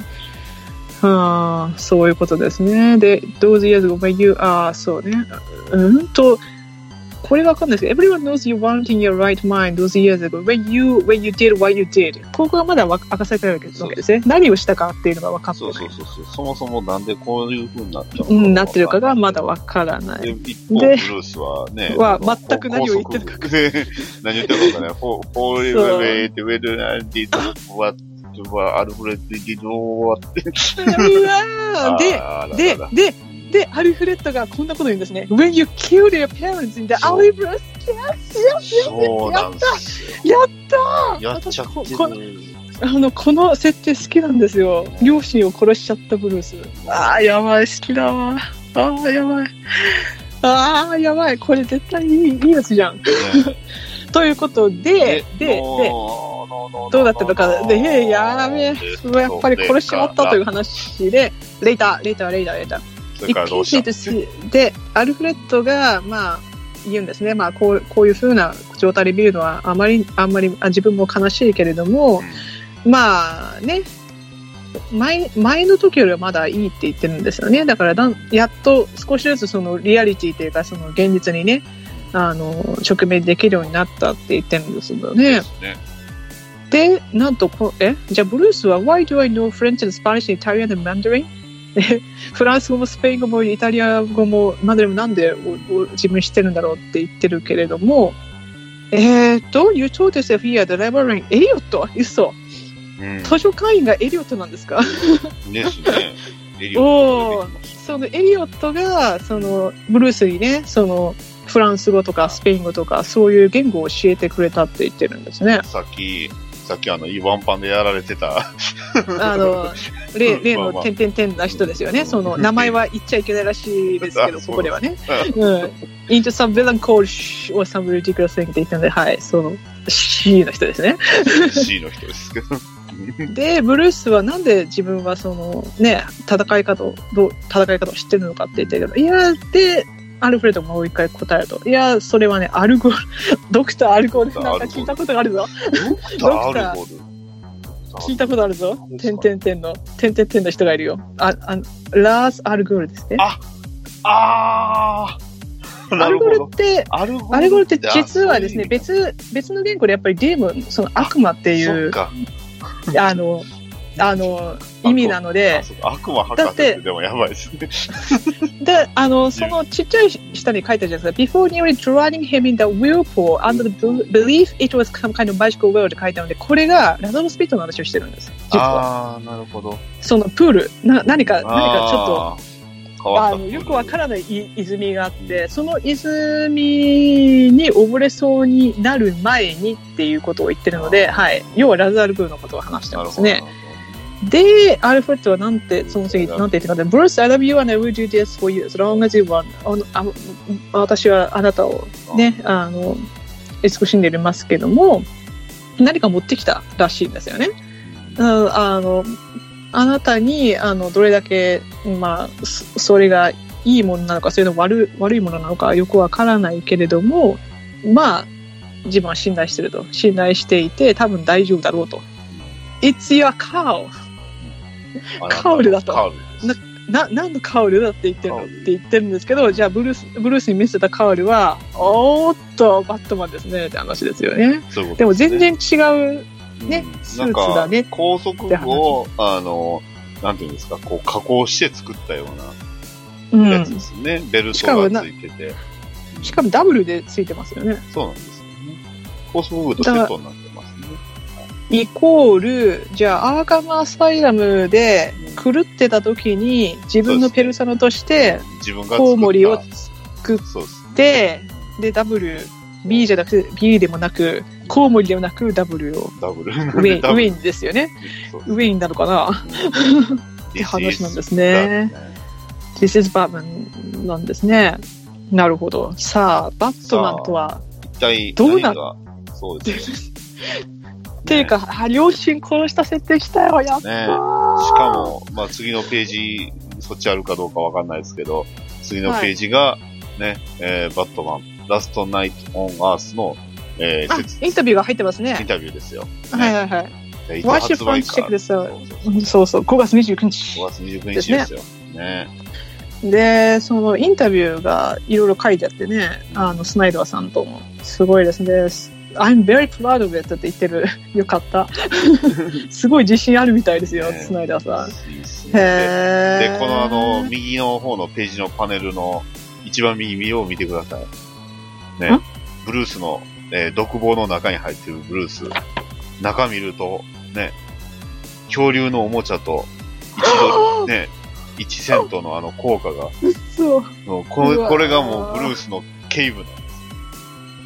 Speaker 5: ああ、そういうことですね。で、those years ago, when you, ああ、そうね。うんと、これわかんないですけど、everyone knows you weren't in your right mind those years ago, when you, when you did what you did. ここはまだわ明かされてないわけです
Speaker 4: そうで
Speaker 5: ね。何をしたかっていうのが分かって
Speaker 4: そ
Speaker 5: な
Speaker 4: う
Speaker 5: い。
Speaker 4: そうそうそう。そもそもなんでこういう風になっちゃう
Speaker 5: う
Speaker 4: の
Speaker 5: ん、なってるかがまだわ
Speaker 4: か
Speaker 5: からなん。
Speaker 4: ないい。で一方、ブ
Speaker 5: で
Speaker 4: ルースはね、
Speaker 5: は
Speaker 4: あの
Speaker 5: 全く何を言ってるか。
Speaker 4: 高速何言ってるかわかんない。フォーリーウェイってウェルナンディと、ワットはアルフレッド・ディドワって。
Speaker 5: うわーで、
Speaker 4: あー
Speaker 5: で
Speaker 4: だか、
Speaker 5: で、で、アルフレッドがこんなこと言うんですね。When you killed your parents in the
Speaker 4: そう
Speaker 5: alley, Bruce,
Speaker 4: らそうなんですよ。
Speaker 5: やったー
Speaker 4: やっちゃっ
Speaker 5: 私
Speaker 4: て
Speaker 5: ここ
Speaker 4: る。
Speaker 5: あの、この設定好きなんですよ。両親を殺しちゃったブルース。ああ、やばい、好きだわ。ああ、やばい。ああ、やばい。これ絶対いいいいやつじゃん。
Speaker 4: ね
Speaker 5: ということで、で、で、どうだったのか、で、へえやべえ、やっぱり殺しちまったという。話で、レイター、レイター、レイター、レイター。
Speaker 4: それからどうした
Speaker 5: 一気について で、アルフレッドが、まあ、言うんですね。まあ、こう、こういう風な状態で見るのは、あまり、あんまり、あ自分も悲しいけれども、まあね、前、前の時よりはまだいいって言ってるんですよね。だからだん、やっと少しずつそのリアリティというか、その現実にね、あの、直面できるようになったって言ってるんですよね。
Speaker 4: ね
Speaker 5: で、なんとこ、え、じゃあブルースは、Why do I know French and Spanish and Italian and Mandarin? えフランス語もスペイン語もイタリア語もマンダリンもなんでおお自分知ってるんだろうって言ってるけれども、えーと、You told yourself here the librarian エリオット嘘
Speaker 4: うん
Speaker 5: 図書館員がエリオットなんですか
Speaker 4: ですね。エリ
Speaker 5: お
Speaker 4: オ
Speaker 5: ーそのエリオットが、その、ブルースにね、その、フランス語とかスペイン語とか、そういう言語を教えてくれたって言ってるんですね。
Speaker 4: さっき、さっきあの、イワンパンでやられてた。
Speaker 5: あ の、例例
Speaker 4: ま
Speaker 5: の
Speaker 4: あまあ
Speaker 5: 点々点な人ですよ
Speaker 4: う
Speaker 5: ね。
Speaker 4: ん
Speaker 5: その、名前は言っちゃいけないらしいですけ
Speaker 4: あ
Speaker 5: ど、
Speaker 4: そう
Speaker 5: ここではね。うん。into some villain called Sh or some ridiculous thing って言ったので、はい、その、C の人ですね。
Speaker 4: C の人ですけど。
Speaker 5: で、ブルースはなんで自分はそのね、戦い方を、どう、戦い方を知ってるのかって言ってるけど、いや、で、アルフレッドもう一回答えると。いや、それはね、アルゴール、 ドクターアルゴール、なんか聞いたことがあるぞ。
Speaker 4: ドクター・アルゴル。
Speaker 5: 聞いたことあるぞ
Speaker 4: 何。です
Speaker 5: て
Speaker 4: か
Speaker 5: んてんてんの、てんてんてんの人がいるよ。あ、あの、ラース・アルゴールですね。
Speaker 4: あー
Speaker 5: ア
Speaker 4: なる
Speaker 5: ルゴ
Speaker 4: ほ
Speaker 5: ール
Speaker 4: ど
Speaker 5: っ。て、
Speaker 4: アルゴ
Speaker 5: アルゴールって実はですね、
Speaker 4: っ
Speaker 5: 別、別の言語でやっぱりデーモン、その悪魔って
Speaker 4: て
Speaker 5: い
Speaker 4: そっ
Speaker 5: う、
Speaker 4: か。
Speaker 5: あの、あの、意味なので
Speaker 4: あ、そうか悪魔博士っ
Speaker 5: だってて
Speaker 4: でもやばいですね。
Speaker 5: で、あの、そのちっちゃい下に書いてあるじゃないですか。Before nearly drowning him in the whirlpool under the belief it was some kind of magical well って書いてあるので、これがラザロスピットの話をしてるんです。実は。
Speaker 4: ああ、なるほど。
Speaker 5: そのプール、な何か、何かちょっと、
Speaker 4: っと。変わ
Speaker 5: あ
Speaker 4: った
Speaker 5: のよくわからないい泉があって、その泉に溺れそうになる前にっていうことを言ってるので、はい、要はラズアルブーのことを話してますね。。で、アルフレッドはなんて、その次、なんて言ってたんだ、Bruce, I love you and I will do this for you as long as you want. あのあ私はあなたをね、あの、慈しんでいますけども、何か持ってきたらしいんですよね。うんあの、あなたに、あの、どれだけ、まあ、そそれがいいものなのか、それの悪い悪いものなのかよくわからないけれども、まあ、自分は信頼してると。信頼していて、多分大丈夫だろうと。It's your cow! カウルだと
Speaker 4: カウルです。
Speaker 5: な、何のカウルだって言ってるの
Speaker 4: カ
Speaker 5: っ
Speaker 4: ウル
Speaker 5: て言ってるんですけど、じゃあブルース、ブルースに見せたカウルは、おーっと、バットマンですね、って話ですよね。
Speaker 4: そういうこと
Speaker 5: でも
Speaker 4: すね
Speaker 5: 全然違う、ね
Speaker 4: うん
Speaker 5: スーツだね
Speaker 4: なんか、高速部を、あの、なんていうんですか、こう加工して作ったよう
Speaker 5: う
Speaker 4: なやつで
Speaker 5: ん。
Speaker 4: すね。ベル
Speaker 5: しかも
Speaker 4: トが
Speaker 5: な
Speaker 4: ついてて。
Speaker 5: しかもダブルでついてますよね。
Speaker 4: そうなんですよね。高速部とセットになってますね。
Speaker 5: イコール、じゃあ、アーカムアスパイラムで狂ってた時に、自分のペルソナとして、
Speaker 4: 自分が作った
Speaker 5: コウモリを作っ
Speaker 4: そうですね。
Speaker 5: て、で、ダブル、B じゃなくて、B でもなく、コウモリでもなく、ダブルを、
Speaker 4: ダブル。
Speaker 5: ウェイン、ウ
Speaker 4: ダブル
Speaker 5: ェインですよね。
Speaker 4: そう
Speaker 5: ウェインなのかなって話なんですね。This is Batman なんですね。なるほど。さあ、バットマンとは、
Speaker 4: 一体
Speaker 5: どうな
Speaker 4: 何がそうですね。
Speaker 5: っていう
Speaker 4: ね、
Speaker 5: か、あ両親殺した設定来たよ、やった
Speaker 4: ね
Speaker 5: ー
Speaker 4: しかも、まあ、次のページ、そっちあるかどうかわかんないですけど、次のページが、ね、えーバットマン、ラストナイト・オン・アースの、えー
Speaker 5: あ
Speaker 4: 説、
Speaker 5: インタビューが入ってます
Speaker 4: イン
Speaker 5: ね。
Speaker 4: タビューですよ。
Speaker 5: はいはいはい。
Speaker 4: いつ
Speaker 5: Why should
Speaker 4: 発売
Speaker 5: fans
Speaker 4: か。
Speaker 5: check this
Speaker 4: そう
Speaker 5: out？
Speaker 4: そう
Speaker 5: うんそうそう、5月29日
Speaker 4: 5。月29日ですよ。ね
Speaker 5: で、そのインタビューがいろいろ書いてあってね、あの、スナイダーさんとも。すごいですね。I'm very proud of it って言ってる。 よか った。すごい自信あるみたいですよ、
Speaker 4: ね
Speaker 5: スナイダーさん。
Speaker 4: いいっすね
Speaker 5: へ
Speaker 4: で、
Speaker 5: ー
Speaker 4: このあの、、右の方のページのパネルの一番右見よう見てください。ね
Speaker 5: ん。
Speaker 4: ブルースの、えー独房の中に入ってるブルース。中見ると、ね、恐竜のおもちゃと、1ド ル、ね、1セントのあの効果が、
Speaker 5: そう。
Speaker 4: もうこ
Speaker 5: う
Speaker 4: れ
Speaker 5: わー
Speaker 4: これがもうブルースの警部なんで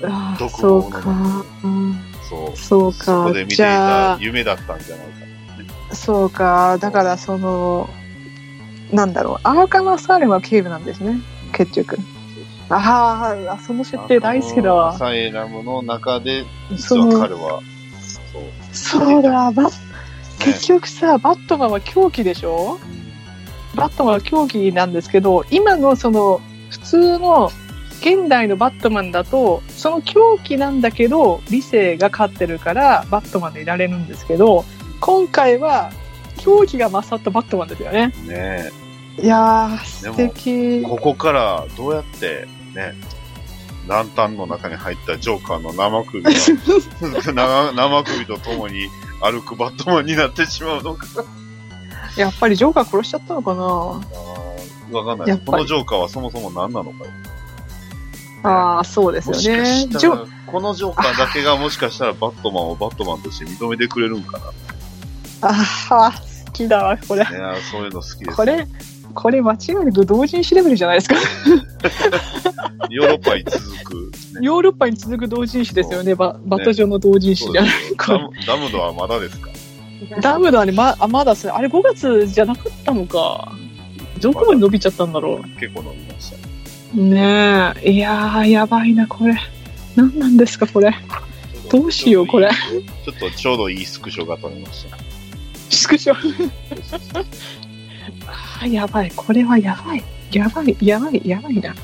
Speaker 5: あー
Speaker 4: 毒
Speaker 5: そ
Speaker 4: 物
Speaker 5: うか。うん
Speaker 4: す。そう。
Speaker 5: そう
Speaker 4: そ
Speaker 5: か
Speaker 4: こで。見てい
Speaker 5: じゃ
Speaker 4: た
Speaker 5: あ、
Speaker 4: 夢だったんじゃないか。
Speaker 5: そうか。だから、その、なんだろう。アーカマサーレムは警部なんですね。結局。あーあ、その設定大好きだ
Speaker 4: ア
Speaker 5: わ。
Speaker 4: サイラムの中で、実
Speaker 5: そ
Speaker 4: は
Speaker 5: の
Speaker 4: 彼は、そう。
Speaker 5: そうだ、バッ
Speaker 4: ね
Speaker 5: 結局さ、バットマンは狂気でしょバットマンは狂気なんですけど、今のその普通の現代のバットマンだと、その狂気なんだけど、理性が勝ってるからバットマンでいられるんですけど、今回は狂気が勝ったバットマンですよね。
Speaker 4: ねえ。
Speaker 5: いやー、素敵。
Speaker 4: ここからどうやってね、ランタンの中に入ったジョーカーの生首が 生生首とともに歩くバットマンになってしまうのか。
Speaker 5: やっぱりジョーカー殺しちゃったのかな
Speaker 4: わかんな
Speaker 5: や
Speaker 4: い。
Speaker 5: っぱり
Speaker 4: このジョーカーはそもそも何なのかよ。
Speaker 5: ああー、そうです
Speaker 4: も
Speaker 5: よ
Speaker 4: しか
Speaker 5: ね。
Speaker 4: した
Speaker 5: ジョ
Speaker 4: ら、このジョーカーだけがもしかしたらバットマンをバットマンとして認めてくれるんか
Speaker 5: あー、好きだわ、これ。
Speaker 4: な。いやーそういうの好きです。
Speaker 5: これ、これ間違いなく同人誌レベルじゃないですか。
Speaker 4: ヨーロッパに続く、ね。
Speaker 5: ヨーロッパに続く同人誌ですよね、ババ
Speaker 4: ね
Speaker 5: ト上の同人誌
Speaker 4: そうで
Speaker 5: じゃない。
Speaker 4: すよ
Speaker 5: こ
Speaker 4: ダ
Speaker 5: れ
Speaker 4: ムダムドはまだですか
Speaker 5: ダムのあれ、まあまだですね、あれ5月じゃなかったのか。どこまで伸びちゃったんだろ
Speaker 4: 結構伸びましたね。
Speaker 5: う。ねえ、いやー、やばいな、これ。何なんですか、これ。どうしようこれ。
Speaker 4: ちょっとちょうどいいスクショが撮れました。
Speaker 5: スクショ。あーやばい、これはやばい。やばい、やばい、やばいな。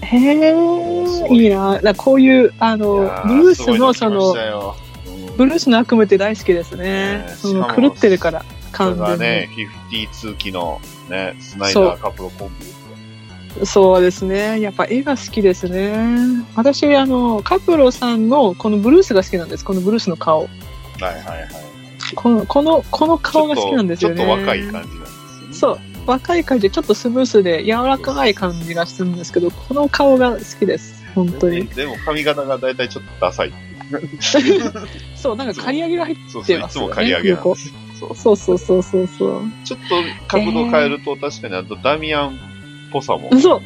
Speaker 5: へ
Speaker 4: す
Speaker 5: え、
Speaker 4: ごい
Speaker 5: いいな。だからこういう、あの、ブルースのその、ブルースの悪夢って大好きですね
Speaker 4: ねえ。
Speaker 5: その
Speaker 4: しかも
Speaker 5: 狂ってるから、
Speaker 4: 完
Speaker 5: 完
Speaker 4: 全が
Speaker 5: 全
Speaker 4: ね、52期のね、スナイダーカップのコンビですよ。
Speaker 5: に。そうですね。やっぱ絵が好きですね。私、あの、カプロさんのこのブルースが好きなんです。このブルースの顔。
Speaker 4: はいはいはい。
Speaker 5: この、この、この
Speaker 4: ちょ
Speaker 5: 顔
Speaker 4: っ
Speaker 5: が
Speaker 4: と
Speaker 5: 好きなんですよね。
Speaker 4: ちょっと若い感じなんですよね。
Speaker 5: そう。若い感じでちょっとスムースで柔らかい感じがするんですけど、この顔が好きです。本当に。
Speaker 4: でも髪型が大体ちょっとダサい。
Speaker 5: そう、なんか刈り上げが入っ
Speaker 4: そうそ
Speaker 5: て
Speaker 4: う、い
Speaker 5: ます
Speaker 4: つ
Speaker 5: よ
Speaker 4: も
Speaker 5: ね。
Speaker 4: 刈り上げなん
Speaker 5: こ
Speaker 4: で
Speaker 5: う
Speaker 4: すそう
Speaker 5: そうそうそうそうそう。
Speaker 4: ちょっと角度変えると確かにあとダミアンっぽさも。
Speaker 5: そう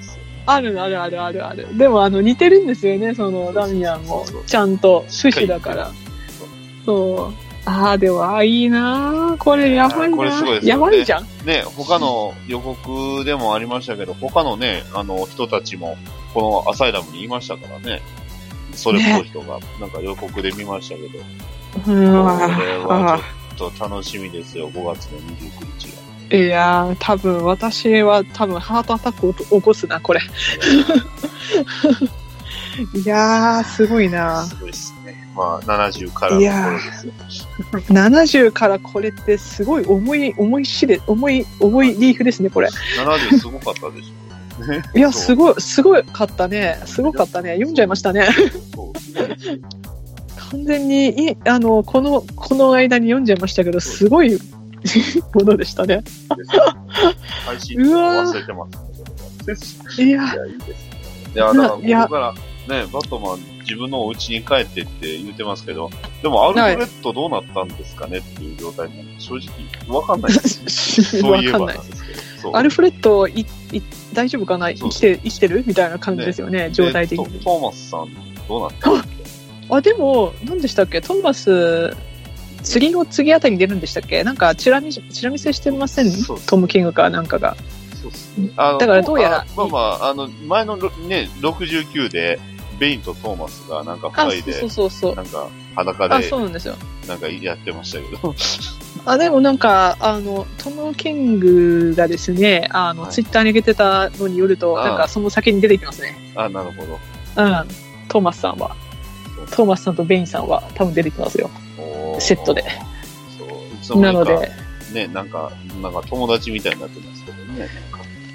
Speaker 5: あるあるあるあるある。でもあの似てるんですよね、そのダミアンも
Speaker 4: そうそう。
Speaker 5: ちゃんと趣旨だから。そう。ああ、でも、ああ、いいなーこれやばい
Speaker 4: これす
Speaker 5: な
Speaker 4: ごいですよね
Speaker 5: やばいじゃん。
Speaker 4: ね、他の予告でもありましたけど、他のね、あの人たちも、このアサイラムにいましたからね。それっぽい人が、なんか予告で見ましたけど、
Speaker 5: う
Speaker 4: これは
Speaker 5: わ
Speaker 4: ちょっと楽しみですよ、5月の29日が。
Speaker 5: ーいやー、多分私は多分ハートアタックを起こすな、 これ。いやー、すごいな
Speaker 4: すごいですね。まあ、70からの頃ですよ。
Speaker 5: 70からこれってすごい重い、重いしで、重い、重いリーフですね、これ。
Speaker 4: 70すごかったでしょ。ね
Speaker 5: いや、
Speaker 4: そう
Speaker 5: すごい、すごかったね。すごかったね。読んじゃいましたね。
Speaker 4: そうすごいですよ
Speaker 5: 完全にいあのこのこの間に読んじゃいましたけどすごい ものでしたね
Speaker 4: 配信とか忘れてますね。
Speaker 5: い
Speaker 4: い
Speaker 5: や
Speaker 4: や、いいですね。いや、だから、こ
Speaker 5: いや
Speaker 4: こから、ね、バットマン、自分のお家に帰ってって言ってますけど、でも、アルフレッドどうなったんですかねっていう状態なんで、正直、わかん ないです。そう
Speaker 5: わ
Speaker 4: いえ
Speaker 5: かん
Speaker 4: ば
Speaker 5: ない
Speaker 4: なんですけど。そう
Speaker 5: アルフレッドいい大丈夫かな
Speaker 4: そ
Speaker 5: 生
Speaker 4: う
Speaker 5: きて生きてるみたいな感じですよね状態的
Speaker 4: で
Speaker 5: に
Speaker 4: トトーマスさん、どうなったんですか
Speaker 5: あでも何でしたっけトーマス次の次あたりに出るんでしたっけなんかチラ見しチラ見せしてません
Speaker 4: そうそう
Speaker 5: トム・キングかなんかが
Speaker 4: そうっすねあの
Speaker 5: だからどうやら
Speaker 4: あまあまあ、あの、前のろね、69で、ベインとトーマスがなんか
Speaker 5: あ
Speaker 4: 二人
Speaker 5: そ
Speaker 4: で、
Speaker 5: うそうそうそう
Speaker 4: なんか裸
Speaker 5: あ
Speaker 4: で
Speaker 5: そうなんですよ
Speaker 4: なんかやってましたけど、
Speaker 5: あでもなんかあのトム・キングがですねあの、
Speaker 4: はい
Speaker 5: ツイッターに上げてたのによると
Speaker 4: ああ
Speaker 5: なんかその先に出てきますね
Speaker 4: あ、なるほど。
Speaker 5: うんトーマスさんはトーマスさんとベインさんは多分出てきますよ
Speaker 4: おー
Speaker 5: セットで。
Speaker 4: そういつも
Speaker 5: な
Speaker 4: 間
Speaker 5: の
Speaker 4: にか
Speaker 5: で
Speaker 4: ね、なんか、なんか友達みたいになってますけどね。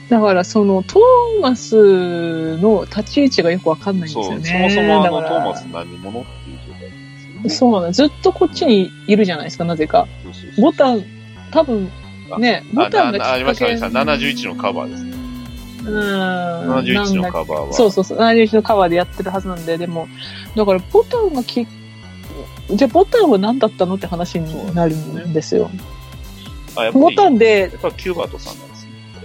Speaker 5: だからそのトーマスの立ち位置がよくわかんないんで
Speaker 4: そう、
Speaker 5: す
Speaker 4: そ
Speaker 5: よ
Speaker 4: も
Speaker 5: ね
Speaker 4: そもあの、
Speaker 5: だ
Speaker 4: ト
Speaker 5: から
Speaker 4: ーマス何者っていう状態なんですよ
Speaker 5: そうなのずっとこっちにいるじゃないですかなぜか
Speaker 4: そうそうそう
Speaker 5: ボタン多分ね
Speaker 4: あ
Speaker 5: ボタンがきっかけ
Speaker 4: なありました、ありました。71のカバーですね。
Speaker 5: うんなんだ
Speaker 4: 71のカバーは。
Speaker 5: そうそうそう、71のカバーでやってるはずなんで、でも、だからボタンがき、じゃあボタンは何だったのって話になるんですよ。
Speaker 4: あ、やっぱり、
Speaker 5: ボタンで
Speaker 4: や、っぱキューバートさんなんですね。こ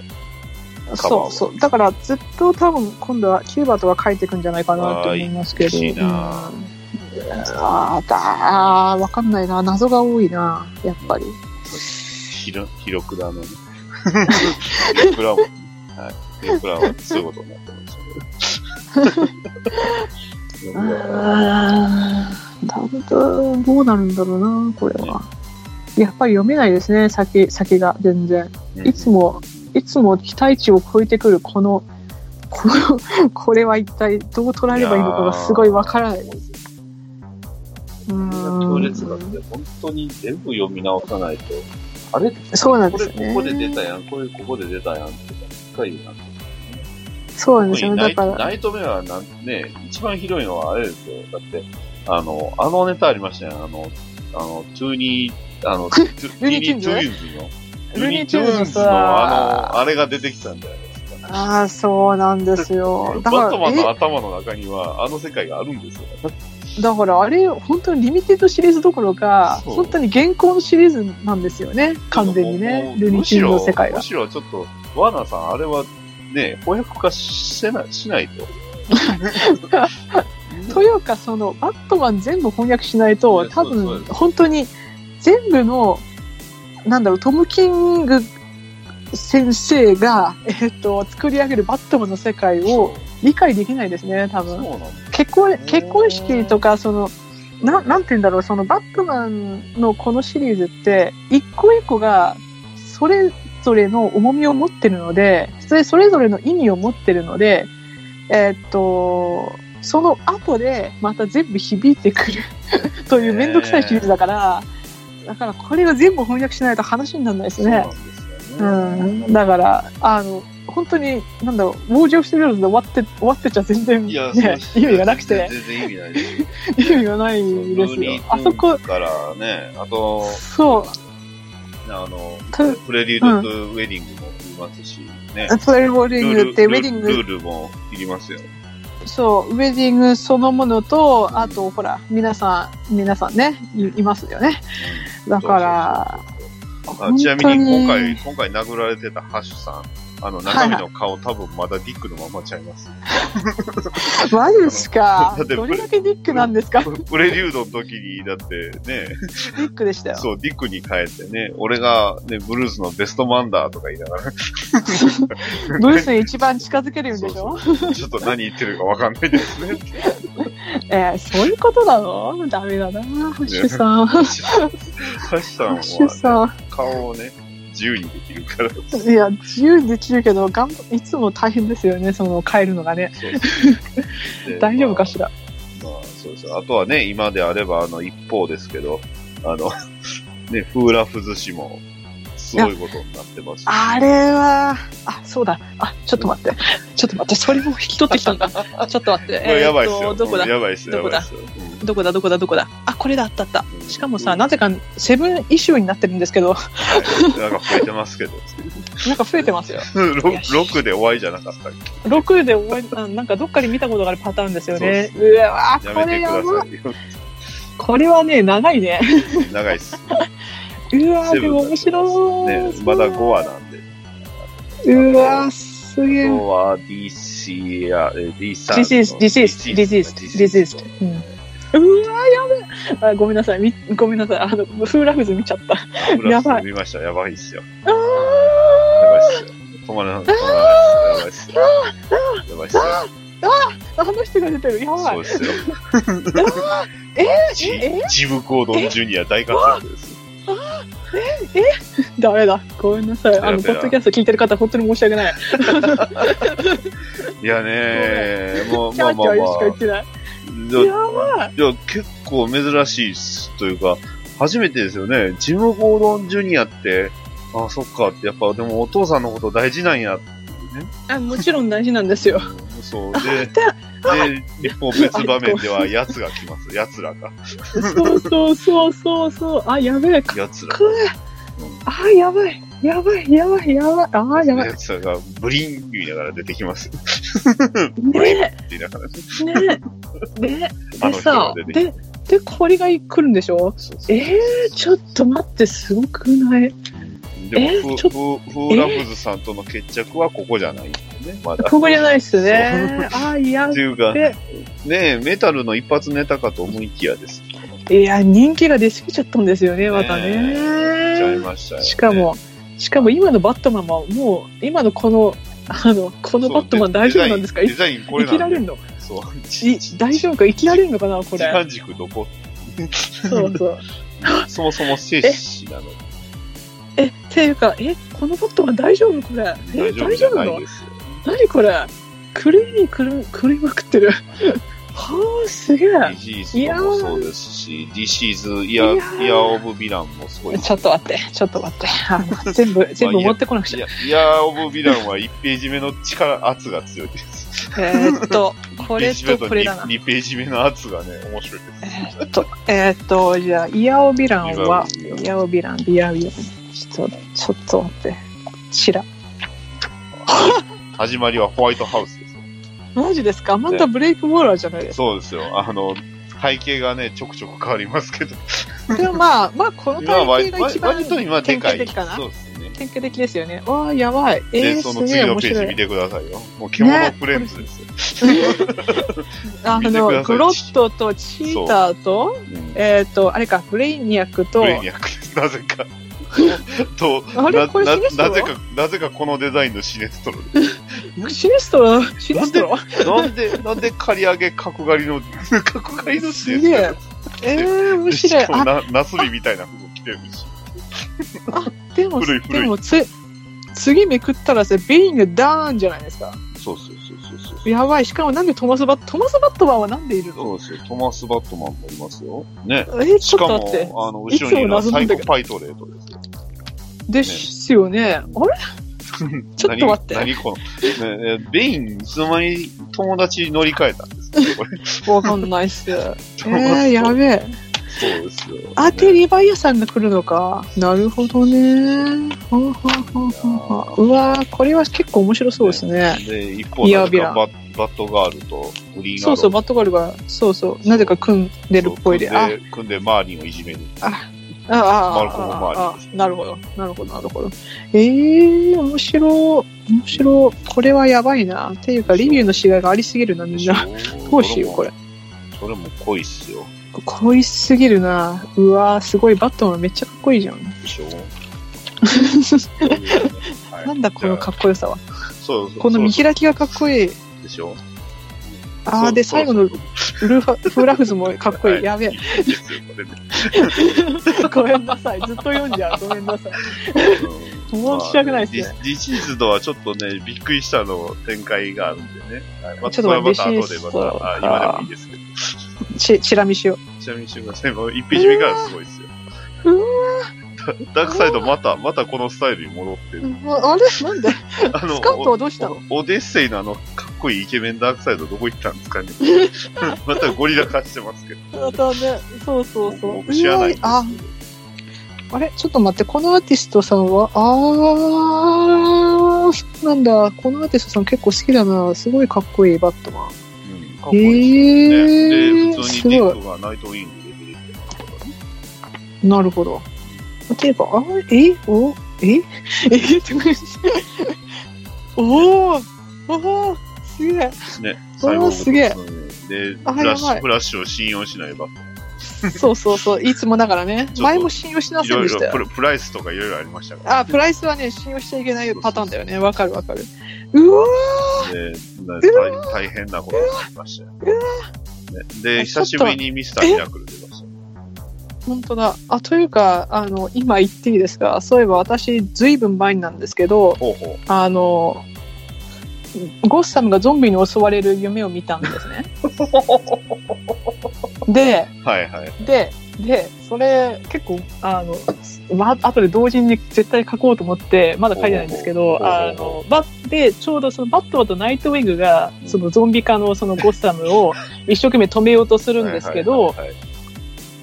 Speaker 4: れバーは
Speaker 5: そうそう、だからずっと多分今度はキューバとは書いていくんじゃないかなと思いますけ
Speaker 4: あ
Speaker 5: ど。
Speaker 4: ーいい
Speaker 5: うん
Speaker 4: な
Speaker 5: あーだーわかんないな謎が多いなやっぱり
Speaker 4: ひろ、ひろくら のね。ひろくらも、はい。ひろくらはそういうことになってましたけどいや
Speaker 5: あーだんだんどうなるんだろうなこれはやっぱり読めないですね先先が全然
Speaker 4: ー。
Speaker 5: いつも、いつも期待値を超えてくるこの、この、これは一体どう捉えればいいのかがすごいわからない。う
Speaker 4: 強烈だっ
Speaker 5: ーん。
Speaker 4: て、本当に全部読み直さないと、あれ
Speaker 5: そうなんですよね
Speaker 4: これここで出たやん、これここで出たやんってばっかりなんですよね
Speaker 5: そうなんで
Speaker 4: 特
Speaker 5: すよ
Speaker 4: に
Speaker 5: ね。
Speaker 4: ナ
Speaker 5: だ
Speaker 4: イ
Speaker 5: から、
Speaker 4: ナイトメアはなん、ね、一番ひどいのはあれですよ。だって、あの、あのネタありましたよ。あの、あの、トゥーニー、 あの、トゥ
Speaker 5: ルーニーチューンズ
Speaker 4: トゥーニーチューンズの。トゥ
Speaker 5: ル
Speaker 4: ーニ
Speaker 5: ーニ
Speaker 4: ー
Speaker 5: ー
Speaker 4: チ
Speaker 5: チ
Speaker 4: ュ
Speaker 5: ュ
Speaker 4: ーン
Speaker 5: ーン
Speaker 4: ズ
Speaker 5: ズ
Speaker 4: の
Speaker 5: さ
Speaker 4: あの、あれが出てきたんだよね。
Speaker 5: ああ、そうなんです よ。だ
Speaker 4: バッ
Speaker 5: か
Speaker 4: トマン
Speaker 5: ら
Speaker 4: の、頭の中には、あの世界があるんですよ。
Speaker 5: えだからあれ、本当にリミテッドシリーズどころか、
Speaker 4: そう
Speaker 5: 本当に現行のシリーズなんですよね。完全に
Speaker 4: も
Speaker 5: ね
Speaker 4: う。
Speaker 5: ルーニーチューンズの世界が
Speaker 4: む。しろむしろちょっと、ワーナーさん、あれはね、翻訳化してない、しない と。
Speaker 5: というかそのバットマン全部翻訳しないと
Speaker 4: ね
Speaker 5: 多
Speaker 4: そう
Speaker 5: 分
Speaker 4: です
Speaker 5: 本当に全部のなんだろうトム・キング先生が、えっと作り上げるバットマンの世界を理解できないですね
Speaker 4: そ
Speaker 5: 多
Speaker 4: う
Speaker 5: 分
Speaker 4: なんだ。
Speaker 5: 結婚結婚式とかそのななんて言うんだろうそのバットマンのこのシリーズって一個一個がそれぞれの重みを持ってるのでそれそれぞれの意味を持ってるのでえーっとその後でまた全部響いてくるという面倒くさいシリーズだから、だからこれが全部翻訳しないと話にならないです
Speaker 4: そうな
Speaker 5: ね
Speaker 4: ん。ですよ
Speaker 5: う
Speaker 4: ね。
Speaker 5: ん、だからあの本当に、なんだろう、傍聴してるので終わって、終わってちゃ全然、
Speaker 4: い
Speaker 5: ね
Speaker 4: や、、
Speaker 5: 意味がなくて、
Speaker 4: 全然意味ないですよ。
Speaker 5: 意味がないです
Speaker 4: ルー
Speaker 5: よ
Speaker 4: ニ。
Speaker 5: あそ
Speaker 4: ー
Speaker 5: こ、
Speaker 4: プからね、あと、
Speaker 5: そう、
Speaker 4: あの、
Speaker 5: た
Speaker 4: プレリュード・トゥ・ウェディングもいりますし、ね。
Speaker 5: トレイルボーディングって、ウェディン
Speaker 4: ルー
Speaker 5: グ、
Speaker 4: ルもいりますよ。
Speaker 5: そう、ウェディングそのものと、あと、ほら、皆さん、皆さんね、いいますよね。だから、
Speaker 4: あちなみに今回、
Speaker 5: 本
Speaker 4: 今回殴られてたハッシュさん、あの、中身の顔多分まだディックのままちゃい ます。
Speaker 5: 当にマジですか
Speaker 4: だって
Speaker 5: どれだけディックなんですかデ
Speaker 4: プレリュードの時に、だってね、
Speaker 5: ィックでしたよ。
Speaker 4: そう、ディックに変えてね、俺がね、ブルースのベストマンダーとか言いながら、
Speaker 5: ブースに一番近づけるんでしょ
Speaker 4: そうそうちょっと何言ってるかわかんないですね。
Speaker 5: えーそういうことなのダメだな、ハッシュさん。ハ
Speaker 4: ハッシ
Speaker 5: ッシ
Speaker 4: ュ
Speaker 5: ュ
Speaker 4: さんは、
Speaker 5: さん。
Speaker 4: 顔をね、自由にできるから。
Speaker 5: いや、自由にできるけど、頑張いつも大変ですよね、その変えるのがね。
Speaker 4: で
Speaker 5: 大丈夫かしら。
Speaker 4: まあ、まあそうですよあとはね、今であれば、あの、一方ですけど、あの、 ね、フーラフ寿司も、すごいことになってますし。
Speaker 5: あれは、あ、そうだ。あ、ちょっと待って。ちょっと待って、それも引き取ってきた んだ。ちょっと待って。
Speaker 4: これやばいっす
Speaker 5: えー
Speaker 4: よ。
Speaker 5: っとどこだ
Speaker 4: うんやばいっすよ。
Speaker 5: どこだ
Speaker 4: やばいっすようん
Speaker 5: どこだどこだどこだあ、これだあったあった。しかもさ、
Speaker 4: うん
Speaker 5: なぜかセブンイシューになってるんですけど、
Speaker 4: はいなんか増えてますけど。
Speaker 5: なんか増えてますよ。
Speaker 4: 6で終わりじゃなかったっけ
Speaker 5: 6で終わり、なんかどっかで見たことがあるパターンですよね。
Speaker 4: そう
Speaker 5: うわー
Speaker 4: や
Speaker 5: こ
Speaker 4: め
Speaker 5: れ
Speaker 4: てく
Speaker 5: や
Speaker 4: だ
Speaker 5: ば
Speaker 4: さ
Speaker 5: い。
Speaker 4: いよ。
Speaker 5: これはね、長いね。
Speaker 4: 長いっす。
Speaker 5: うわー
Speaker 4: セ
Speaker 5: で
Speaker 4: ブン
Speaker 5: も面白そう。
Speaker 4: ね、まだ5話なんで。
Speaker 5: うわーすげえ。
Speaker 4: 今日は DC や、えー D3。
Speaker 5: Diseased, diseased, diseased, diseased. うんうわーやべえあごめんなさいみごめんなさいあのフーラフズ見ちゃった
Speaker 4: や
Speaker 5: や
Speaker 4: ば
Speaker 5: ば
Speaker 4: い。
Speaker 5: い
Speaker 4: 見ました。やばいっすよ。や
Speaker 5: あ
Speaker 4: ばいっすよ。止まらない。止まらないっす。やばいっすよ。や
Speaker 5: ーあの人が出てるやば
Speaker 4: ばい
Speaker 5: い
Speaker 4: っすよ。そうですよ。ジ
Speaker 5: え
Speaker 4: ジムコードンジュニア大活躍です。
Speaker 5: ダメだごめんなさいあ
Speaker 4: や
Speaker 5: の
Speaker 4: べ
Speaker 5: ポ
Speaker 4: えな
Speaker 5: ッドキャスト聞いてる方本当に申し訳ない
Speaker 4: いやねー、もう
Speaker 5: キ
Speaker 4: ま
Speaker 5: ャ
Speaker 4: あまあ
Speaker 5: ーキャー
Speaker 4: ま
Speaker 5: 言うし
Speaker 4: あ
Speaker 5: か言っ。てない
Speaker 4: じゃ
Speaker 5: やばい
Speaker 4: いや、結構珍しいっすというか、初めてですよね。ジム・ゴードン・ジュニアって、あそっかって、やっぱでもお父さんのこと大事なんやっていうね。
Speaker 5: あもちろん大事な んですよ
Speaker 4: そう。
Speaker 5: あ
Speaker 4: で、
Speaker 5: だ
Speaker 4: で、一方別場面では、奴が来ます。奴らが。
Speaker 5: そうそうそうそうそうあやべえかっ
Speaker 4: 奴ら
Speaker 5: こいいあやばいやばいやばいやばいあやばい
Speaker 4: 奴らが、ブリン言いながら出てきます。ブリンって
Speaker 5: ね
Speaker 4: 言いながら。
Speaker 5: ねね
Speaker 4: あの人
Speaker 5: で
Speaker 4: が
Speaker 5: さ
Speaker 4: 出てき
Speaker 5: ででこれが来るんでしょ
Speaker 4: そうそう
Speaker 5: えー、ちょっと待って、すごくない
Speaker 4: で
Speaker 5: え
Speaker 4: も、
Speaker 5: ちょ
Speaker 4: フフフーラフズさんとの決着はここじゃないんですね、まだ。
Speaker 5: ここじゃないっすね。あー、いや
Speaker 4: って、いうか、ね
Speaker 5: で
Speaker 4: えメタルの一発ネタかと思いきやです。
Speaker 5: いや、人気が出すぎちゃったんですよね、ま
Speaker 4: ち
Speaker 5: た
Speaker 4: ゃい
Speaker 5: ね。
Speaker 4: ましたよね
Speaker 5: しかも、しかも今のバットマンはもう、今のこの、あの、この
Speaker 4: そう
Speaker 5: バットマン大丈夫なんですか
Speaker 4: デ
Speaker 5: い
Speaker 4: ザインデザインこれなんで
Speaker 5: 生きられんの
Speaker 4: そう。
Speaker 5: い大丈夫か生きられんのかなこ
Speaker 4: 時
Speaker 5: れ。
Speaker 4: 間軸ど こ
Speaker 5: そうそう。
Speaker 4: そもそも静止なの。
Speaker 5: え、っていうか、え、このバットマン大丈夫これ。え、大
Speaker 4: じ
Speaker 5: 丈
Speaker 4: ゃ
Speaker 5: 夫
Speaker 4: な
Speaker 5: ないの
Speaker 4: ですよ。
Speaker 5: 何これ狂いに狂い狂いまくってる。 はあ、すげえ。
Speaker 4: ディジーズもそうですし、ディシーズ、イヤ
Speaker 5: いや
Speaker 4: ー、イヤーオブヴィランもすごいです。
Speaker 5: ちょっと待って、ちょっと待って。あの全部、全部持ってこなく
Speaker 4: い
Speaker 5: ちゃ。
Speaker 4: やイヤーオブヴィランは1ページ目の力、圧が強いです。
Speaker 5: えーっ と、これとこれだな。
Speaker 4: 2ページ目の圧がね、面白いです。
Speaker 5: えーっと、えーっと、じゃあ、イヤオビランは、
Speaker 4: イヤオビラン
Speaker 5: イヤオビラン、ビアビラン。ちょっと、ちょっと待って。ちら。
Speaker 4: 始まりはホワイトハウスです。
Speaker 5: マジですかアマンダ・ブレイク・ウォーラーじゃないですか。
Speaker 4: そうですよ。あの、体型がね、ちょくちょく変わりますけど。
Speaker 5: でもまあ、まあ、この
Speaker 4: 今は割
Speaker 5: 体型が一番
Speaker 4: 割と今で
Speaker 5: 典
Speaker 4: か
Speaker 5: 型
Speaker 4: い。
Speaker 5: 的かな
Speaker 4: そうですね。
Speaker 5: 典型的ですよね。わあ、やばい。え
Speaker 4: で、
Speaker 5: ー、
Speaker 4: そ
Speaker 5: す
Speaker 4: の
Speaker 5: げ
Speaker 4: 次
Speaker 5: え
Speaker 4: の
Speaker 5: 面
Speaker 4: ページ
Speaker 5: 白
Speaker 4: 見
Speaker 5: い。
Speaker 4: てくださいよ。もう獣フレンズですよ。
Speaker 5: あ
Speaker 4: 見てくださ
Speaker 5: の、
Speaker 4: い
Speaker 5: グロットとチーターと、
Speaker 4: うん
Speaker 5: えーっと、あれか、ブレイニアクと、
Speaker 4: ブレイニャックです。なぜか。と、
Speaker 5: あれ
Speaker 4: な、
Speaker 5: これ
Speaker 4: な
Speaker 5: シネスト
Speaker 4: な
Speaker 5: ロ
Speaker 4: ぜか、なぜかこのデザインのシネストロで
Speaker 5: シネストロ、シネストロ
Speaker 4: す。なんで、 なんで刈り上げ角刈りの、角刈りのシネス
Speaker 5: すげ
Speaker 4: ト
Speaker 5: え
Speaker 4: ロ。
Speaker 5: えー、面
Speaker 4: し
Speaker 5: 白い。
Speaker 4: かも
Speaker 5: あ、
Speaker 4: な、ナスビみたいな服着てるし。
Speaker 5: でも、
Speaker 4: 古い古い
Speaker 5: でも、つ、次めくったらさ、ベインがダーンじゃないですか。
Speaker 4: そうそうそうそうそう。
Speaker 5: やばい。しかもなんでトマスバット、トマスバットマンはなんでいるの
Speaker 4: そうですよ。トマス・バットマンもいますよ。ね
Speaker 5: え。ー、ち
Speaker 4: し
Speaker 5: ょっ
Speaker 4: か
Speaker 5: と
Speaker 4: も
Speaker 5: 待って。、
Speaker 4: あの、後ろにいるのはサイコパイトレートですよ。
Speaker 5: ですよね。あれちょっと待って
Speaker 4: 何何この、ねえベイン、いつの間に友達に乗り換えたんですかこれ。
Speaker 5: わかんない っす。えー、
Speaker 4: そう
Speaker 5: やべえ。
Speaker 4: そうですよ、
Speaker 5: あ、てリヴァイアさんが来るのか。なるほどね。ほうほうほうほうほううわーこれは結構面白そうですね。
Speaker 4: で、一方
Speaker 5: い
Speaker 4: な
Speaker 5: や
Speaker 4: ん
Speaker 5: ビ
Speaker 4: か
Speaker 5: ラ
Speaker 4: ババットガールとグリーン
Speaker 5: そうそう、
Speaker 4: バッ
Speaker 5: バットガールが、そうそう、なぜか組んでるっぽいで。あ、あ、
Speaker 4: 組んで、組んでマーリンをいじめる。
Speaker 5: あ、あ
Speaker 4: マルコムもあり
Speaker 5: あ、あ、なるほど、なるほど、なるほど。ええー、面白、面白。これはやばいな。っていうか、リビューの違いがありすぎるな、みんな。どうしよう、これ。
Speaker 4: それも濃いっすよ。
Speaker 5: 恋しすぎるな。うわーすごい、バットマンめっちゃかっこいい じゃん。
Speaker 4: でしょはい
Speaker 5: なんだ、このかっこよさは。
Speaker 4: そうそう
Speaker 5: この見
Speaker 4: そう
Speaker 5: 開きがかっこいい。
Speaker 4: でしょ
Speaker 5: あ
Speaker 4: そ
Speaker 5: あ、
Speaker 4: う
Speaker 5: で、
Speaker 4: そう
Speaker 5: 最後のルー ファ、フラフズもかっこいい。やべえ。
Speaker 4: いいですよ、これね。
Speaker 5: ごめんなさい。ずっと読んじゃう。ごめんなさい。
Speaker 4: うん
Speaker 5: もう聞きたくないっすね
Speaker 4: まあディディシーズドはちょっとね、びっくりしたの展開があるんでね。はいまあ
Speaker 5: ちょっと待って
Speaker 4: それはまた
Speaker 5: ディシーズ
Speaker 4: 後で
Speaker 5: ド
Speaker 4: また、あ今でもいいですけど。
Speaker 5: ち、チラ見しよ
Speaker 4: ちなみにすみません、もう一ページ目からすごいですよ。
Speaker 5: う
Speaker 4: ダダークサイドまた、またこのスタイルに戻って
Speaker 5: う。
Speaker 4: る。
Speaker 5: ああれなん で
Speaker 4: あの
Speaker 5: スカウトはどうしたの
Speaker 4: おオデッセイのあの、かっこいいイケメンダークサイドどこ行ったんですかね またゴリラ化してますけど。
Speaker 5: またね、そうそうそう。
Speaker 4: 僕知らないんです
Speaker 5: うわあ、あれちょっと待って、このアーティストさんは、あー、そうなんだ。このアーティストさん結構好きだな。すごいかっこいい、バットマン。
Speaker 4: うん、かっ
Speaker 5: え
Speaker 4: ねで、
Speaker 5: ー、
Speaker 4: 普
Speaker 5: す
Speaker 4: 通にディ
Speaker 5: ご
Speaker 4: ックがナイトウィングで出てきてますからね。
Speaker 5: い。なるほど。例えば、あえおえ えって感じ。おーおーすげえ。
Speaker 4: ね、
Speaker 5: うわーすげえ
Speaker 4: サイボーグとで、
Speaker 5: あ
Speaker 4: フラッシ
Speaker 5: やば
Speaker 4: ュ、
Speaker 5: い
Speaker 4: フラッシュを信用しないバット。
Speaker 5: そうそうそう。いつもだからね
Speaker 4: っ。と
Speaker 5: 前も信用しないさい
Speaker 4: ろ
Speaker 5: で
Speaker 4: い
Speaker 5: し
Speaker 4: ろ
Speaker 5: たよ
Speaker 4: プ。ラ、プライスとかいろいろありましたから。
Speaker 5: あ、プライスはね、信用しちゃいけないパターンだよね。わかるわかる。うわ
Speaker 4: で、な大大変なことになりましたよ。ねで、
Speaker 5: ちょ
Speaker 4: 久
Speaker 5: っと
Speaker 4: しぶりにミスターミラクル出ました。
Speaker 5: ー本当だ。あ、というか、あの、今言っていいですかそういえば私、ずいぶん前になんですけど、
Speaker 4: ほうほ
Speaker 5: あの、ゴッサムがゾンビに襲われる夢を見たんです ね。で、
Speaker 4: う。はいはい。
Speaker 5: で、で、それ結構、あの、ま、後で同時に絶対書こうと思って、まだ書いてないんですけ
Speaker 4: おうおう
Speaker 5: ど、あ
Speaker 4: お
Speaker 5: の、バで、ちょうどそのバットマンとナイトウィングが、そのゾンビ化のそのゴッサム を一生懸命止めようとするんですけど、
Speaker 4: はいはいはいはい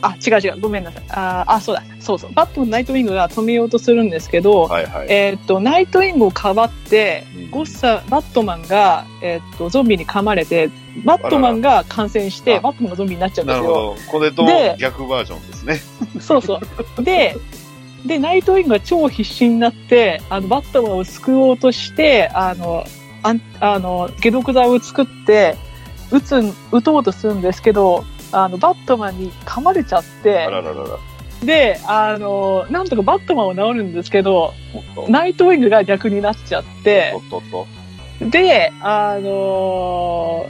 Speaker 5: あ、違う違う、ごめんなさい。あ、あそうだ、そうそう。バットマンとナイトウィングが止めようとするんですけど、
Speaker 4: はいはい。
Speaker 5: えーっと、ナイトウィングをかばって
Speaker 4: うん、
Speaker 5: ゴッサ、バットマンが、えーっと、ゾンビに噛まれて、バットマンが感染し
Speaker 4: あら
Speaker 5: て、
Speaker 4: ら
Speaker 5: バットマンがゾンビになっちゃうんで
Speaker 4: な
Speaker 5: す
Speaker 4: る
Speaker 5: よ。
Speaker 4: ほど。これと
Speaker 5: で
Speaker 4: 逆バージョンですね。
Speaker 5: そうそう。で、で、ナイトウィングが超必死になって、あの、バットマンを救おうとして、あの、あんあの、解毒剤を作って、撃つん、撃とうとするんですけど、あの、バットマンに噛まれちゃっ
Speaker 4: あ
Speaker 5: て、
Speaker 4: らららら。
Speaker 5: で、あの、なんとかバットマンを治るんですけど、
Speaker 4: おっと。
Speaker 5: ナイトウィングが逆になっちゃって
Speaker 4: お、っとっと。
Speaker 5: で、あの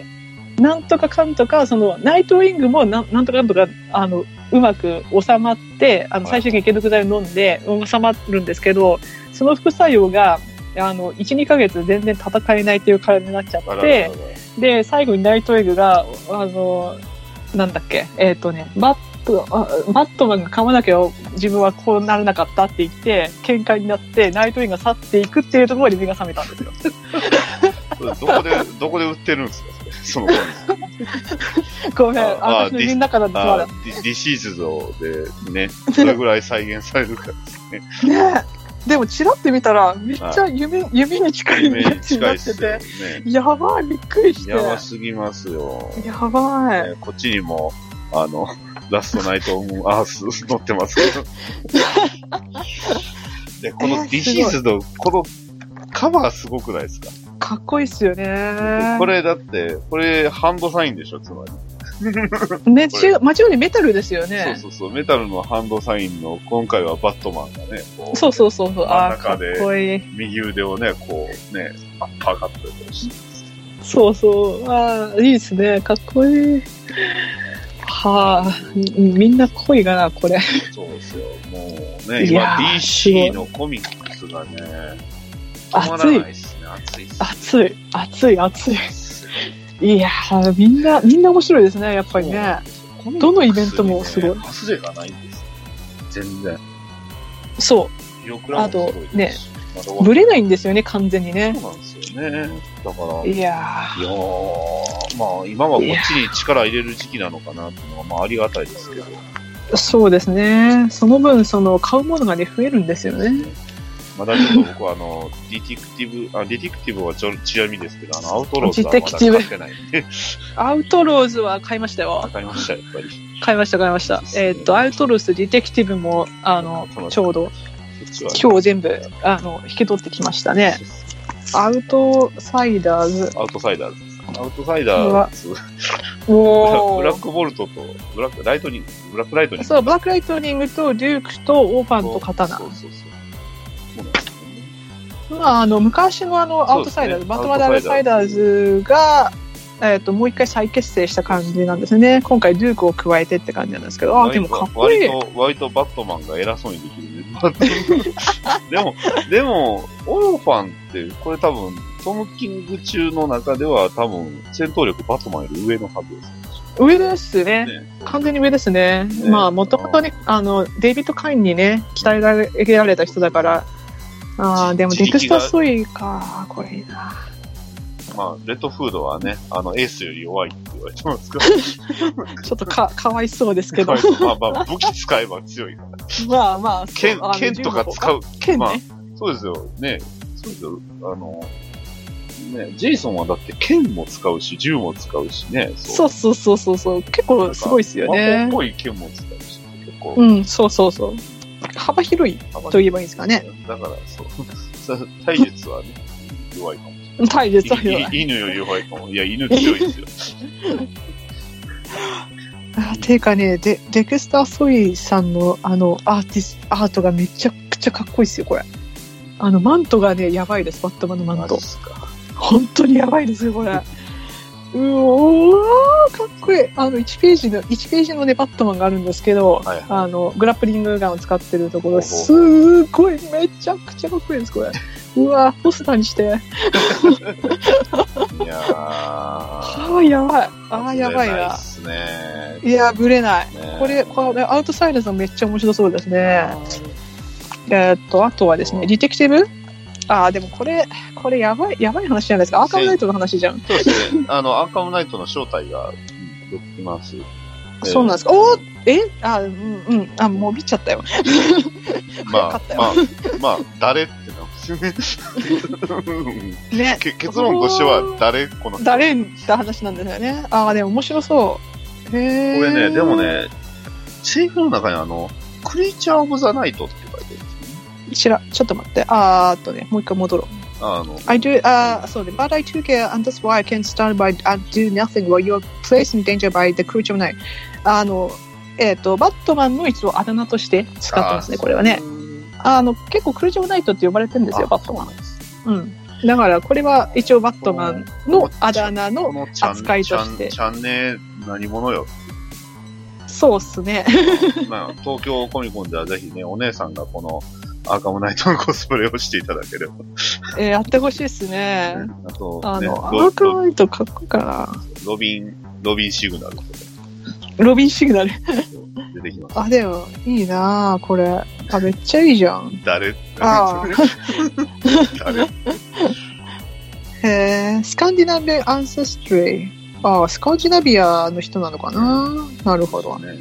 Speaker 5: ーなんとかかんとか、その、ナイトウィングもなんなんとかかんとか、あの、うまく収まって、あの、
Speaker 4: はい
Speaker 5: 最終的に解毒剤を飲んで、収まるんですけど、その副作用が、あの、1、2ヶ月全然戦えないという体になっちゃ
Speaker 4: あ
Speaker 5: っ
Speaker 4: ららら
Speaker 5: て
Speaker 4: ら、。
Speaker 5: で、最後にナイトウィングが、あのーなんだっけ、えっ、とね、バット、あバットマンが噛まなきゃ自分はこうならなかったって言って、喧嘩になって、ナイトウィングが去っていくっていうところで目が覚めたんですよ。
Speaker 4: どこで、どこで売ってるんですかその本。
Speaker 5: ごめん、
Speaker 4: ああ
Speaker 5: 私の家の中なんですま
Speaker 4: あ
Speaker 5: だ。
Speaker 4: ーディディシーズドでね、どれぐらい再現されるかですね。
Speaker 5: ねえでも、チラって見たら、めっちゃ夢、夢に近い
Speaker 4: 夢
Speaker 5: や
Speaker 4: に
Speaker 5: つに
Speaker 4: 近い
Speaker 5: な
Speaker 4: っ
Speaker 5: って
Speaker 4: すよ
Speaker 5: て。
Speaker 4: ね。
Speaker 5: やばい、びっくりして。
Speaker 4: やば
Speaker 5: や
Speaker 4: すぎますよ。
Speaker 5: ばい。
Speaker 4: ねこっちにも、あの、ラストナイ ト・オン・アース載ってますけど。で、このディシーズド、このカバーすごくないですか
Speaker 5: かっこいいっすよね。
Speaker 4: これだって、これハンドサインでしょ、つまり。
Speaker 5: ね、
Speaker 4: これ
Speaker 5: ち間違いにメタルですよ
Speaker 4: そう
Speaker 5: ね。
Speaker 4: そうそう、メタルのハンドサインの、今回はバットマンがね、こう、
Speaker 5: そうそうそうそう。あ
Speaker 4: 真
Speaker 5: ーか
Speaker 4: ん中
Speaker 5: っ
Speaker 4: で
Speaker 5: こいい。
Speaker 4: 右腕をね、こうね、パーカッとして、
Speaker 5: そうそう。あーいいっすね。かっこいい。はあ、みみんな濃いかな、これ。
Speaker 4: そうですよ。もうね、
Speaker 5: いや
Speaker 4: 今
Speaker 5: ーすご
Speaker 4: DC
Speaker 5: い
Speaker 4: のコミックスがね、止まら
Speaker 5: 熱
Speaker 4: ないい。ですね、熱いっす
Speaker 5: 熱い、熱い、熱い。いやー、みんな、みんな面白いですね、やっぱりね。どのイベントもすごい
Speaker 4: コミックスにね外れがないんですよ。全然。
Speaker 5: そう。
Speaker 4: ビオクラもすごいですしまだ
Speaker 5: ぶれないんですよね、完全にね
Speaker 4: そ。うなんですよね。だから、い
Speaker 5: いや
Speaker 4: やーまあ今はこっちに力入れる時期なのかなっていうのは、まあありがたいですけど。
Speaker 5: ー、そうですね。その分、その、買うものがね、増えるんですよね。
Speaker 4: まだちょっと僕はあの、ディティクティブ、あ、ディティクティブはちょちなみですけど、あの、アウトローズはまだ買ってないんで、
Speaker 5: アウトローズは買いました
Speaker 4: わ
Speaker 5: よ。
Speaker 4: かりました、やっぱ り。
Speaker 5: 買いました、買いました。えーっと、アウトローズ、ディテクティブも、あの、ちょうど、
Speaker 4: こっちは
Speaker 5: 今日全部、あの、引き取ってきましたね。アウトサイダーズ。
Speaker 4: アウトサイダーズ。アウトサイダーズ、
Speaker 5: お
Speaker 4: ブラックボルトと、ブラックライトニング、ブラックライトニング。
Speaker 5: そう、ブラックライトニングと、デュークと、オーファンと刀
Speaker 4: そ。うそうそう。そうなんですよね
Speaker 5: まあ、あの昔のあのアウトサイダー
Speaker 4: そ
Speaker 5: ズ、
Speaker 4: うですね
Speaker 5: バトラダールサイダーズが、えっともう一回再結成した感じなんですね。今回、デュークを加えてって感じなんですけど、あーでもかっこいい。
Speaker 4: 割と、割とバットマンが偉そうにできるね。 でも、でも、オーファンって、これ多分、トム・キング中の中では多分、戦闘力バットマンより上のはずです。
Speaker 5: 上ですね。
Speaker 4: ね
Speaker 5: 完全に上ですね。
Speaker 4: ね
Speaker 5: まあ、もともとね、あの、デイビッド・カインにね、鍛えられ得られた人だから、ああ、でも、
Speaker 4: 地
Speaker 5: デ
Speaker 4: 力が
Speaker 5: クスター・ソイか、これいい な。
Speaker 4: まあ、レッドフードはね、あの、エースより弱いって言われてます か
Speaker 5: ちょっとか、かわいそうですけ
Speaker 4: ら、
Speaker 5: ど
Speaker 4: ま。あまあまあ、武器使えば強いから。
Speaker 5: まあまあ、そう
Speaker 4: 剣
Speaker 5: あの、
Speaker 4: 剣とか使う。
Speaker 5: 剣
Speaker 4: まあ
Speaker 5: ね。、
Speaker 4: そうですよ。ね、そうですよ。あの、ね、ジェイソンはだって剣も使うし、銃も使うしね。
Speaker 5: そうそうそうそうそう。結構すごいですよ
Speaker 4: 魔法
Speaker 5: ね
Speaker 4: っ。ぽい剣も使うし、結構。
Speaker 5: うん、そうそうそう。幅広いと言えばいいんですかね。
Speaker 4: だから、そう。 さ体術はね、弱いかもし
Speaker 5: 体術
Speaker 4: れ
Speaker 5: は
Speaker 4: ない
Speaker 5: 広い。
Speaker 4: い。犬より弱いかも。いや、犬強いです よ。
Speaker 5: あていうかね、デデクスター・ソイさんのあのアーティスアートがめちゃくちゃかっこいいですよ、これ。あの、マントがね、やばいです、バットマンのマント
Speaker 4: っ。すか。
Speaker 5: 本当にやばいですよ、これ。うおー、かっこいい。あの、1ページの、1ページのね、バットマンがあるんですけど、
Speaker 4: はいはい
Speaker 5: あの、グラップリングガンを使ってるとこ
Speaker 4: ほうほ
Speaker 5: ろ、
Speaker 4: う
Speaker 5: すーごい、めちゃくちゃかっこいいです、これ。うわー、ポスターにして。
Speaker 4: いやー。
Speaker 5: あー、やばい。あー、やばい
Speaker 4: 釣れな
Speaker 5: な
Speaker 4: っ。すね。
Speaker 5: いや、ぶれない。
Speaker 4: ね
Speaker 5: これ、これ、アウトサイダーズもめっちゃ面白そうですね。えーっと、あとはですね、ディテクティブああ、でもこれ、これやばい、やばい話じゃないですか。アーカムナイトの話じゃん。
Speaker 4: そうですね。あの、アーカムナイトの正体が出てきます。
Speaker 5: そうなんですか。おーえあー、うん、うん。あ、もう見ちゃったよ。
Speaker 4: ま
Speaker 5: か
Speaker 4: あ
Speaker 5: った、よ
Speaker 4: まあ、まあ、誰ってなんですよね。うん
Speaker 5: ね。
Speaker 4: け結論としては、誰この人
Speaker 5: 誰って話なんですよね。ああ、でも面白そう。へえ。
Speaker 4: これね、でも。ね、セリフの中にあの、クリーチャー・オブ・ザ・ナイトって書いてあるんですよね。
Speaker 5: ちら、ちょっと待って。あーっとね、もう一回戻ろう。
Speaker 4: あの、
Speaker 5: I do, uh, sorry, but I took care, and that's why I can't stand by and do nothing while you're placed in danger by the creature of night. あの、えっ、と、バットマンの一応あだ名として使ってますね、これはね。あの、結構クルージョブナイトって呼ばれてるんですよ、バットマン。うん。だから、これは一応バットマンのあだ名
Speaker 4: こ
Speaker 5: の、
Speaker 4: のチャン
Speaker 5: 扱いとして
Speaker 4: チャンチャンネル何者よ。
Speaker 5: そうっすね。
Speaker 4: まあ、東京コミコンではぜひね、お姉さんがこのアーカムナイトのコスプレをしていただければ。
Speaker 5: えーやってほしいっすね。
Speaker 4: あと、
Speaker 5: あ
Speaker 4: ね、
Speaker 5: の、ア
Speaker 4: ロ
Speaker 5: ークナイトかっこいいか
Speaker 4: ロビン、ロビンシグナルとか
Speaker 5: な。ロビンシグナル。
Speaker 4: 出てきます。
Speaker 5: あ、でも、いいなあこれ。あ、めっちゃいいじゃん。
Speaker 4: 誰って
Speaker 5: あ
Speaker 4: 誰
Speaker 5: へえ、スカンディナビア・アンセストリー。ああ、スカンディナビアの人なのかな。なるほど。
Speaker 4: ね。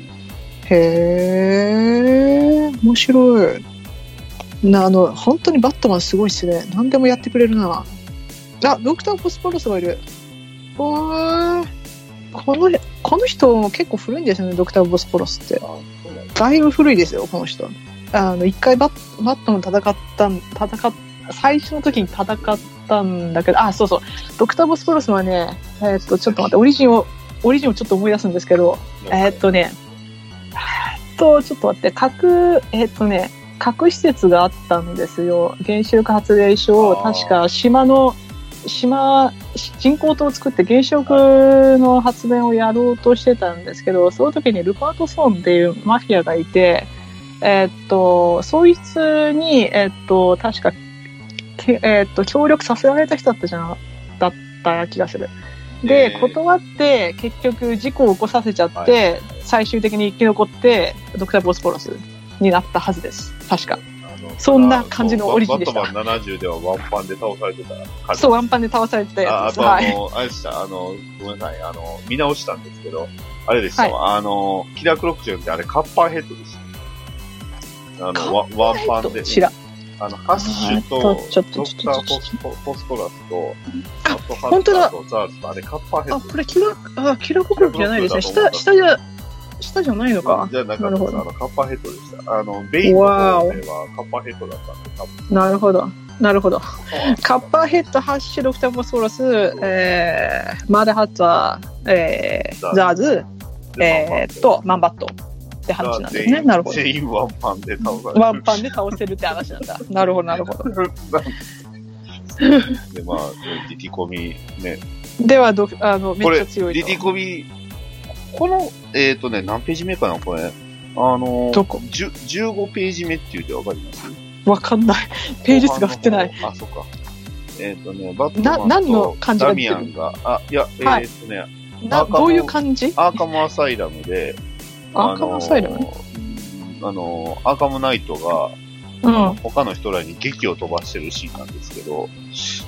Speaker 5: へえ、面白い。な、あの、本当にバットマンすごいっすね。何でもやってくれるな。あ、ドクター・ポスポロスがいる。おーい。この、この人も結構古いんですよね、ドクター・ボスポロスって。だいぶ古いですよ、この人。あの、一回バッバットマン戦ったん、戦っ、最初の時に戦ったんだけど、あ、そうそう。ドクター・ボスポロスはね、えーっと、ちょっと待って、オリジンを、オリジンをちょっと思い出すんですけど、えーっとね、えーっと、ちょっと待って、核、えーっとね、核施設があったんですよ。原子力発電所を、
Speaker 4: あー
Speaker 5: 確か島の、島、人工島を作って原子力の発電をやろうとしてたんですけど、その時にルパート・ソーンっていうマフィアがいて、えーっと、そいつに、えーっと、確か、けえーっと、協力させられた人だったじゃん、だった気がする。で、
Speaker 4: えー
Speaker 5: 断って、結局事故を起こさせちゃって、最終的に生き残って、ドクター・ボスポロスになったはずです。確か。
Speaker 4: あの
Speaker 5: そんな感じのオリジンでした
Speaker 4: バットマン70ではワンパンで倒されてた感じ。
Speaker 5: そう、ワンパンで倒されてた
Speaker 4: あ
Speaker 5: や
Speaker 4: あ
Speaker 5: つ。
Speaker 4: とあ
Speaker 5: はい。
Speaker 4: の、あれでした、あの、ごめんなさい、あの、見直したんですけど、あれでしたわ、あの、キラークロックじゃなくて、あれ、カッパーヘッドでした。あの、ワワンパンで、
Speaker 5: 知らん。
Speaker 4: あの、ハッシュと、
Speaker 5: あーっとちょっと
Speaker 4: ドクターフォスコフォスコラスと、
Speaker 5: あ
Speaker 4: アットハ
Speaker 5: 本
Speaker 4: ンタ
Speaker 5: 当だ
Speaker 4: ーとザーズと、あれ、カッパーヘッ
Speaker 5: あ、
Speaker 4: ド
Speaker 5: これ、キラ、あ、キラコクロックじゃないですね。
Speaker 4: キラ
Speaker 5: 下、
Speaker 4: コ
Speaker 5: 下じゃ、下じゃないのか。
Speaker 4: じゃなかった
Speaker 5: なる
Speaker 4: で
Speaker 5: ほ
Speaker 4: す。
Speaker 5: ど
Speaker 4: あの、カッパーヘッドでした。あの、ベインの方ではカッパーヘッドだったんで、カッ
Speaker 5: なるほど。なるほど。
Speaker 4: パー
Speaker 5: カッパーヘッド、ハッシュ、ドクターフォスソーラス、えー、マーダハッザー、えー、ザーズ、えーっと、マンバットって話なんですね。なるほど。
Speaker 4: 全員ワンパンで倒されてる
Speaker 5: ワンパンで倒せるって話なんだ。 なるほど、なるほど。
Speaker 4: で、まあ、リティコミ、ね。
Speaker 5: では、ど、あの、め
Speaker 4: こ
Speaker 5: っ
Speaker 4: れ、
Speaker 5: ちゃ
Speaker 4: リ
Speaker 5: 強い
Speaker 4: ティ
Speaker 5: と。
Speaker 4: コミ、この、えっ、とね、何ページ目かな、これ。あの
Speaker 5: どこ
Speaker 4: じゅ15ページ目って言うてわかります
Speaker 5: わかんない。ページ数が振ってない。。
Speaker 4: 後半の方あ、そっか。えっ、とね、バット
Speaker 5: な
Speaker 4: マン
Speaker 5: 何の
Speaker 4: と
Speaker 5: 漢字
Speaker 4: ダ
Speaker 5: が出
Speaker 4: ミ
Speaker 5: て
Speaker 4: ア
Speaker 5: る
Speaker 4: ンが、あ、いや、えっ、
Speaker 5: はい
Speaker 4: とね、
Speaker 5: な、どういう感じ
Speaker 4: アーカムアサイラムで、
Speaker 5: アーカムアサイラム
Speaker 4: あのーあのーアーカムナイトが、
Speaker 5: うん。
Speaker 4: 他の人らに劇を飛ばしてるシーンなんですけど、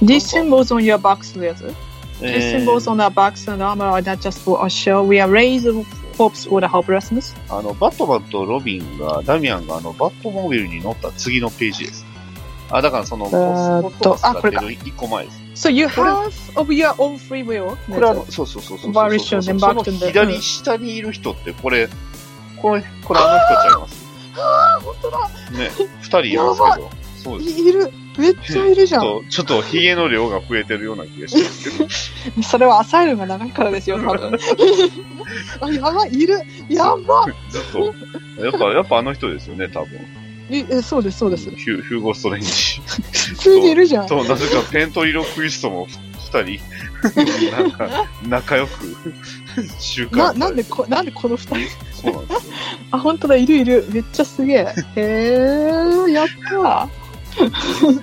Speaker 5: This symbols on your box のやつ。This
Speaker 4: えー
Speaker 5: symbols on our box and armor are not just for our show. We are raised hopes for the helplessness.
Speaker 4: あの、バットマンとロビンが、ダミアンがあの、バットモービルに乗った次のページです。あ、だからその、
Speaker 5: えーっと
Speaker 4: ポス
Speaker 5: あこれか
Speaker 4: ポスが出る一個前です。
Speaker 5: So you have of your own free will.
Speaker 4: これあの、そうそうそうそうそう。
Speaker 5: バリッシュ
Speaker 4: そ
Speaker 5: の
Speaker 4: の
Speaker 5: バットンでう
Speaker 4: 左
Speaker 5: ん
Speaker 4: 下にいる人って、これ、これ、これあの人ちゃいます
Speaker 5: ああ、本当だ。
Speaker 4: ね、二人いますけど。そうです。
Speaker 5: いいる。めっちゃいるじ
Speaker 4: ち
Speaker 5: ゃ
Speaker 4: ょ
Speaker 5: ん。
Speaker 4: っと、ちょっと、ヒゲの量が増えてるような気がしますけど。
Speaker 5: それはアサイルが長いからですよ、多分。 あ、やばい、いる。やば
Speaker 4: ずっと、やっぱ、やっぱあの人ですよね、多分。
Speaker 5: い。え、そうです、そうです。
Speaker 4: ヒュヒューゴ・ストレンジ。
Speaker 5: 普通にいるじゃん。
Speaker 4: と、なぜかペントリロクイストも二人、なんか、仲良く、習慣
Speaker 5: な、なんでこ、なんでこの二人。
Speaker 4: そうなんですよ。
Speaker 5: あ、本当だ、いるいる。めっちゃすげえ。へえ、やった。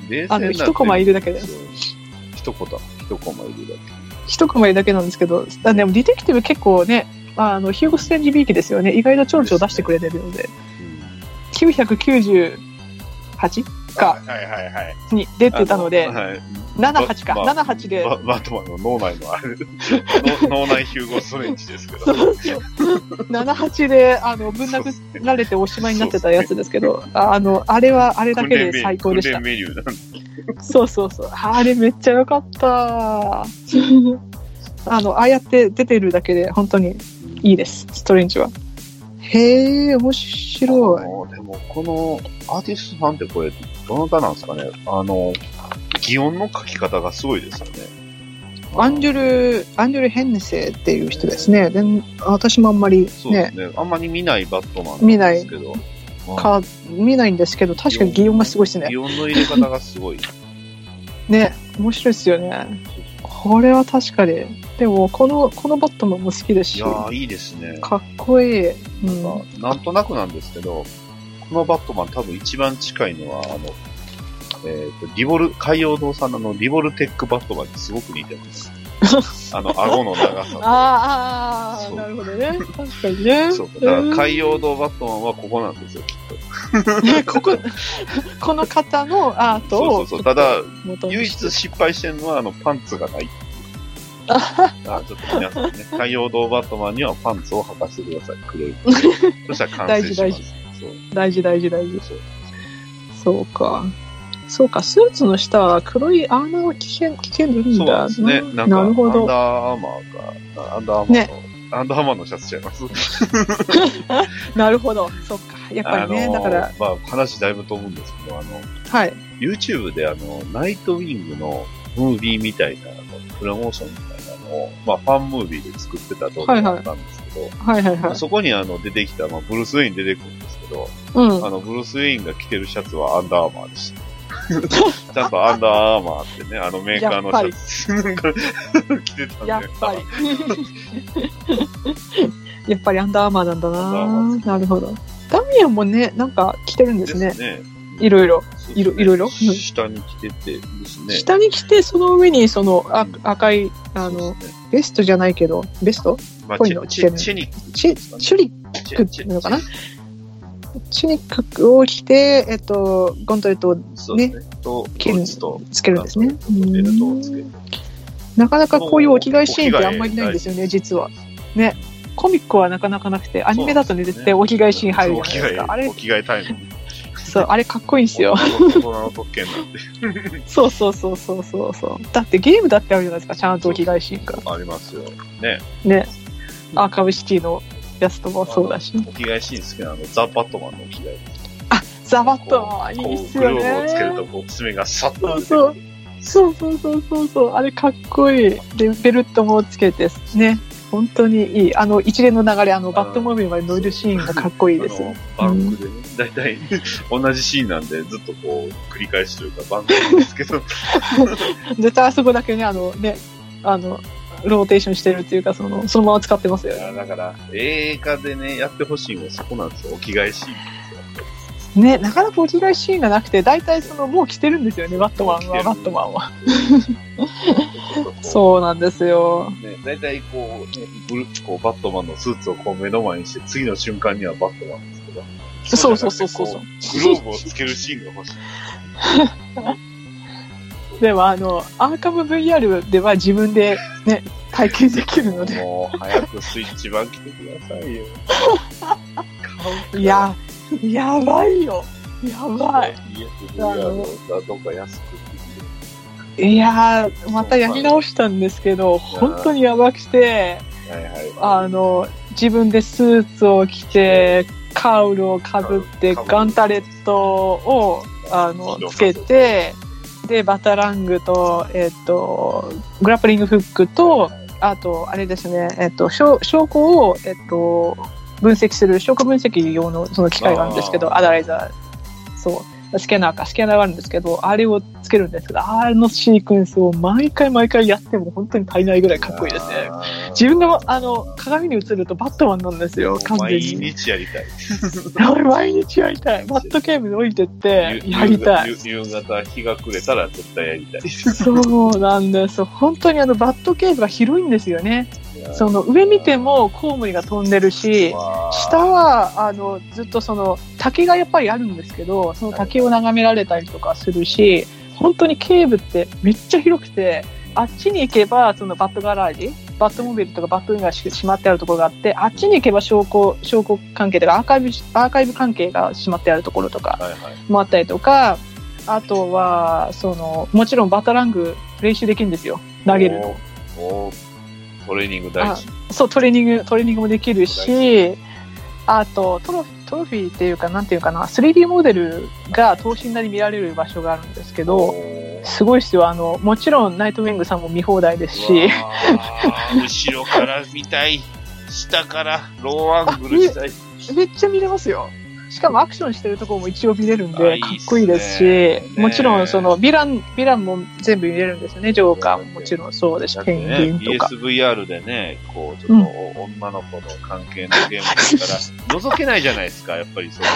Speaker 4: 冷静な
Speaker 5: あの、一コマいるだけで。
Speaker 4: そう一コマ、一コマいるだ
Speaker 5: 一コマいるだけなんですけど、あでもディテクティブ結構ね、あの、ヒューゴステンジビーキですよね。意外とちょろちょろ出してくれてるので、
Speaker 4: け。うん
Speaker 5: 998か、
Speaker 4: はいはいはいはい。
Speaker 5: に出てたので
Speaker 4: あ、はい
Speaker 5: 78か、
Speaker 4: ま
Speaker 5: 78で
Speaker 4: ババットマンの脳内のあれ、脳脳内ヒューゴ・ストレンジですけど。
Speaker 5: 78で、あの、ぶん殴られておしまいになってたやつですけど、ああの、あれは、あれだけで最高でした
Speaker 4: 訓。練メニューなんで
Speaker 5: そうそうそう。あれめっちゃ良か った。あの、ああやって出てるだけで本当にいいです、ストレンジは。へえ、面白い。
Speaker 4: もうでも、このアーティストさんってこれ、どなたなんですかねあの、擬音の書き方がすごいですよね。
Speaker 5: アンジュル、アンジュル・ヘンネセっていう人ですね。で私もあんまり
Speaker 4: そうで
Speaker 5: ね
Speaker 4: す、ね。あんまり見ないバットマン
Speaker 5: 見
Speaker 4: なん
Speaker 5: ない
Speaker 4: ですけど。まあ
Speaker 5: か見ないんですけど、確かに擬音がすごいですね
Speaker 4: 擬。音の入れ方が すごい。
Speaker 5: ね、面白いですよね。これは確かに。でも、この、このバットマンも好きです
Speaker 4: い
Speaker 5: し
Speaker 4: や、ー、いいですね。
Speaker 5: かっこいい。うん
Speaker 4: なんかなんとなくなんですけど、このバットマン多分一番近いのは、あの、えっ、と、リボル、海洋堂さんのあのリボルテックバットマンにすごく似て ます。あの、顎の長さと。
Speaker 5: あーあ
Speaker 4: そ
Speaker 5: ー、
Speaker 4: う
Speaker 5: なるほどね。確かにね。
Speaker 4: そう。だから、
Speaker 5: うん
Speaker 4: 海洋堂バットマンはここなんですよ、きっと。
Speaker 5: ねここ、この方のアートを
Speaker 4: そうそうそう。ただ、
Speaker 5: 元に
Speaker 4: 唯
Speaker 5: して、
Speaker 4: 一失敗してるのは、あの、パンツがないっていう。あちょっと皆さん ね、海洋堂バットマンにはパンツを履かせてください、くれる。そしたら完成します。
Speaker 5: 大事
Speaker 4: そう
Speaker 5: 大事大事大事。
Speaker 4: そう
Speaker 5: そうか。そうか、スーツの下は黒い穴を聞け聞けるん
Speaker 4: そうな
Speaker 5: だ
Speaker 4: んですね。なんか、
Speaker 5: なるほ
Speaker 4: アン
Speaker 5: ど。
Speaker 4: ダーアーマーが、あアンダーアーマーの、
Speaker 5: ね
Speaker 4: アンダーアーマーのシャツちゃいます。
Speaker 5: なるほど。そっか。やっぱりね、
Speaker 4: あの
Speaker 5: だから、
Speaker 4: まあ、話だいぶ飛ぶんですけど、あの、
Speaker 5: はい。
Speaker 4: YouTube であの、ナイトウィングのムービーみたいな、あのプロモーションみたいなのを、まあ、ファンムービーで作ってた動画だったんですけど、
Speaker 5: はいはい
Speaker 4: ま
Speaker 5: は
Speaker 4: あ
Speaker 5: い。
Speaker 4: そこにあの、出てきた、まあ、ブルース・ウェイン出てくるんですけど、
Speaker 5: うん。
Speaker 4: あの、ブルース・ウェインが着てるシャツはアンダーアーマーで した。ちゃんとアンダーアーマーってね、あのメーカーのシャツ着てたんで。
Speaker 5: やっぱり。 やっぱりアンダーアーマーなんだ
Speaker 4: アンダーアーマー
Speaker 5: な
Speaker 4: で。
Speaker 5: なるほど。ダミアンもね、なんか着てるんで
Speaker 4: ですす
Speaker 5: ね。
Speaker 4: ね。
Speaker 5: いろいろ。
Speaker 4: そうですね
Speaker 5: いろいろいろうん
Speaker 4: 下に着ててですね。
Speaker 5: 下に着て、その上にそのあ赤い、
Speaker 4: そ
Speaker 5: あの
Speaker 4: う、ですね
Speaker 5: ベストじゃないけど、ベスト
Speaker 4: まあ、
Speaker 5: こうい
Speaker 4: チ
Speaker 5: うの
Speaker 4: ェ
Speaker 5: 着
Speaker 4: チ
Speaker 5: て
Speaker 4: ェ
Speaker 5: る
Speaker 4: チェニック
Speaker 5: チュチュリッ
Speaker 4: チ
Speaker 5: クっていうのかなチュニックを着て、えっと、ゴントレットを
Speaker 4: そうですね。と、
Speaker 5: 切る
Speaker 4: トーチと、
Speaker 5: つけるんですね。
Speaker 4: ベルトをつける。
Speaker 5: なかなかこういうお着替えシーンってあんまりないんですよね、実は。ね。コミックはなかなかなくて、アニメだとね、絶対お着替えシーン入るじゃないですか。あ
Speaker 4: お
Speaker 5: れ、
Speaker 4: 着替えタイム。
Speaker 5: そう、あれかっこいいんで すよ。
Speaker 4: 大人の特権なんで。
Speaker 5: そうそうそうそうそうそう。だってゲームだってあるじゃないですか、ちゃんとお着替えシーンが。
Speaker 4: ありますよ。
Speaker 5: ね。アーカムシティのやつともそうだし。
Speaker 4: お着替えシーン好きなの、ザ・バットマンのお着替え。
Speaker 5: ザバットマン、いいっす
Speaker 4: グ
Speaker 5: よ
Speaker 4: ローブをつける
Speaker 5: ね。
Speaker 4: と、こう、爪がシャッと
Speaker 5: そう
Speaker 4: 出てく
Speaker 5: そう
Speaker 4: る。。
Speaker 5: そうそうそうそうそう。あれかっこいい。で、ベルトもつけて、ね。本当にいい。あの、一連の流れ、あの、バットモービルまで乗るシーンがかっこいいです。
Speaker 4: あの、バンクでね、大体、同じシーンなんで、ずっとこう、繰り返しというか、バンクなんですけ ど、
Speaker 5: 絶対あそこだけね、あの、ね、あの、ローテーションしてるっていうか、その、そのまま使ってますよ
Speaker 4: い
Speaker 5: ね。
Speaker 4: やだから、映画でね、やってほしいのはそこなんですよ。お着替えシーン ですよ。
Speaker 5: ね、なかなかお着替えシーンがなくて、大体その、もう着てるんですよね、バットマンは、バットマンは。
Speaker 4: う。
Speaker 5: そうなんですよ。
Speaker 4: ね、大体こう、ね、ぐるっとこう、バットマンのスーツをこう目の前にして、次の瞬間にはバットマンですけど。
Speaker 5: そうそうそうそうそう。
Speaker 4: グローブをつけるシーンが欲しい。
Speaker 5: でも、あの、アーカム VR では自分でね、体験できるので。
Speaker 4: もう、早くスイッチ版来てくださいよ。
Speaker 5: いや、やばいよ。やばい。
Speaker 4: EFVR だとか安くて
Speaker 5: いやー、またやり直したんですけど、本当にやばくて、
Speaker 4: はいはい。
Speaker 5: あの、自分でスーツを着て、カウルをかぶって、
Speaker 4: カウル
Speaker 5: ガンタレットを、あの、つけて、で、バタラングと、えっと、グラップリングフックと、あと、あれですね、えっと、証証拠を、えっと、分析する、証拠分析用のその機械があるんですけど、
Speaker 4: あー
Speaker 5: アダライザー、そう、スキャナーか、スキャナーがあるんですけど、あれをつけるんですけど、あのシークエンスを毎回毎回やっても本当に足りないぐらいかっこいいですね。
Speaker 4: あー。
Speaker 5: 自分があの鏡に映るとバットマンなんですよ、完全
Speaker 4: 毎
Speaker 5: に。
Speaker 4: 日やりたい。
Speaker 5: 毎日やりたい。バットゲームに置いてって、
Speaker 4: ゆ
Speaker 5: やりたい。
Speaker 4: ゆ夕方、日が暮れたら絶対やりたい。
Speaker 5: そうなんです。本当にあのバットゲームが広いんですよね。 その上見てもコウモリが飛んでるし、下はあのずっとその滝がやっぱりあるんですけど、その滝を眺められたりとかするし、本当に警部ってめっちゃ広くて、あっちに行けばそのバットガラージ、バットモビルとかバットウィンがしまってあるところがあって、あっちに行けば証拠証拠関係とかアーカイブアーカイブ関係がしまってあるところとか
Speaker 4: はいはい。
Speaker 5: もあったりとか、あとはそのもちろんバタラング練習できるんですよ、投げる。
Speaker 4: おー。おートレーニング大事。
Speaker 5: そう、トレーニング、トレーニングもできるし、あと、トロフィー、トロフィーっていうか、なんていうかな、3D モデルが等身大に見られる場所があるんですけ
Speaker 4: お
Speaker 5: ど、
Speaker 4: ー
Speaker 5: すごいですよ。あの、もちろん、ナイトウィングさんも見放題です
Speaker 4: うわ
Speaker 5: し、
Speaker 4: ー後ろから見たい。下からローアングルしたい。
Speaker 5: めっちゃ見れますよ。しかもアクションしてるところも一応見れるん
Speaker 4: あいいっ
Speaker 5: で、か
Speaker 4: すね
Speaker 5: っこいいですし、
Speaker 4: ね
Speaker 5: もちろん、その、ヴィラン、ヴィランも全部見れるんですよね。ジョーカーももちろんそうです
Speaker 4: だ
Speaker 5: し、
Speaker 4: って
Speaker 5: ペ
Speaker 4: ね、
Speaker 5: ンギンとか。
Speaker 4: PSVR でね、こう、ちょっとお女の子の関係のゲームだから、覗けないじゃないですか、やっぱりその、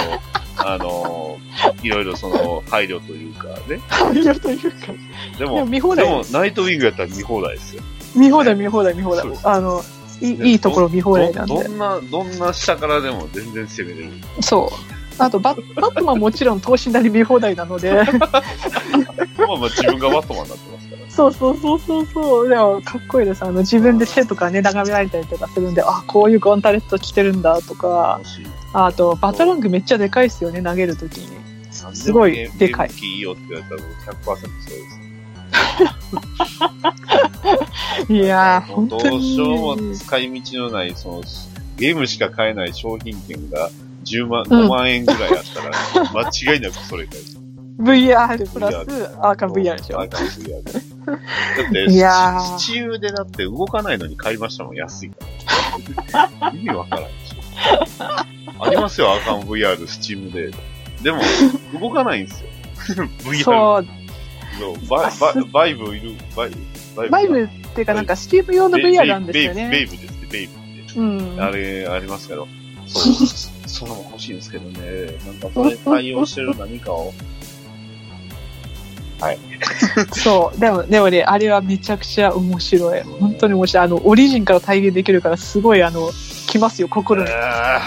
Speaker 4: あの、いろいろその、配慮というかね。
Speaker 5: いやというか、
Speaker 4: で
Speaker 5: でも
Speaker 4: も、
Speaker 5: 見放
Speaker 4: で
Speaker 5: 題
Speaker 4: も
Speaker 5: で、す。
Speaker 4: ナイトウィングやったら見放題ですよ。
Speaker 5: 見放題、見放題、見放題
Speaker 4: そうで。す
Speaker 5: あの、いいいいところ見放題なんで
Speaker 4: ど。どんな、どんな下からでも全然攻めれる。
Speaker 5: そう。あとバ、 バットマンもちろん等身大に見放題なの で、
Speaker 4: まあまあ自分がバットマンになってますから。
Speaker 5: そうそうそうそうそう、でもかっこいいです。あの自分で手とかね、眺められたりとかするんで、あ、こういうガンタレット着てるんだとか、
Speaker 4: 楽しい
Speaker 5: あと、バタラングめっちゃでかいですよね、投げるときに。
Speaker 4: す
Speaker 5: すごいでかい
Speaker 4: いいよって言われたらもう100%そうです。
Speaker 5: いやー、
Speaker 4: もう
Speaker 5: 本
Speaker 4: ど
Speaker 5: 当
Speaker 4: うしようも
Speaker 5: に。
Speaker 4: 使い道のない、その、ゲームしか買えない商品券が10万、
Speaker 5: うん
Speaker 4: 5万円ぐらいあった ら、間違いなくそれ買い
Speaker 5: VR プラス、アーカム VR でし
Speaker 4: あ
Speaker 5: ょ。
Speaker 4: かん VR だって、
Speaker 5: いやー
Speaker 4: シチューでだって動かないのに買いましたもん、安いから。意味わからんでしょ。ありますよ、アカン VR、スチームで。でも、動かないんですよ。VR
Speaker 5: そう、
Speaker 4: のバイバイバイブいる、バイブ。
Speaker 5: バイブっていうかなんかスティーブ用の VR なんですよ
Speaker 4: ベイ
Speaker 5: ね。
Speaker 4: ブベイブですね、ベイブって。
Speaker 5: うん。
Speaker 4: あれ、あります けど。そう。それも欲しいんですけどね。なんか、それ対応してる何かを。
Speaker 5: そう、でも、でもね、あれはめちゃくちゃ面白い。本当に面白い。あの、オリジンから体現できるから、すごい、あの、来ますよ、心に。
Speaker 4: あ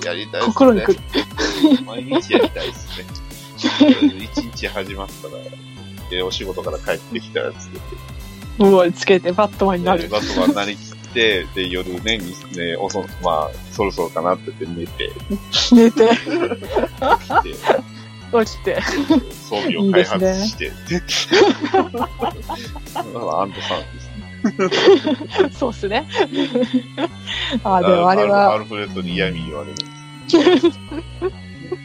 Speaker 4: ーやりたいですね。
Speaker 5: 心に来る。
Speaker 4: 毎日やりたいです ね。一日始まったら、でお仕事から帰ってきたらつけて、
Speaker 5: うわ、つけてバットマンになる。
Speaker 4: バットマンになりきって、で、夜ね、にね、おそ、まあ、そろそろかなって言って寝て、
Speaker 5: 寝て、
Speaker 4: 来て、
Speaker 5: 落ちて。
Speaker 4: 装備を開発して、 だからアントさんですね。
Speaker 5: そうっす ね。あ、でもあれ
Speaker 4: ア
Speaker 5: は、
Speaker 4: ルフレッドに嫌味言われるんで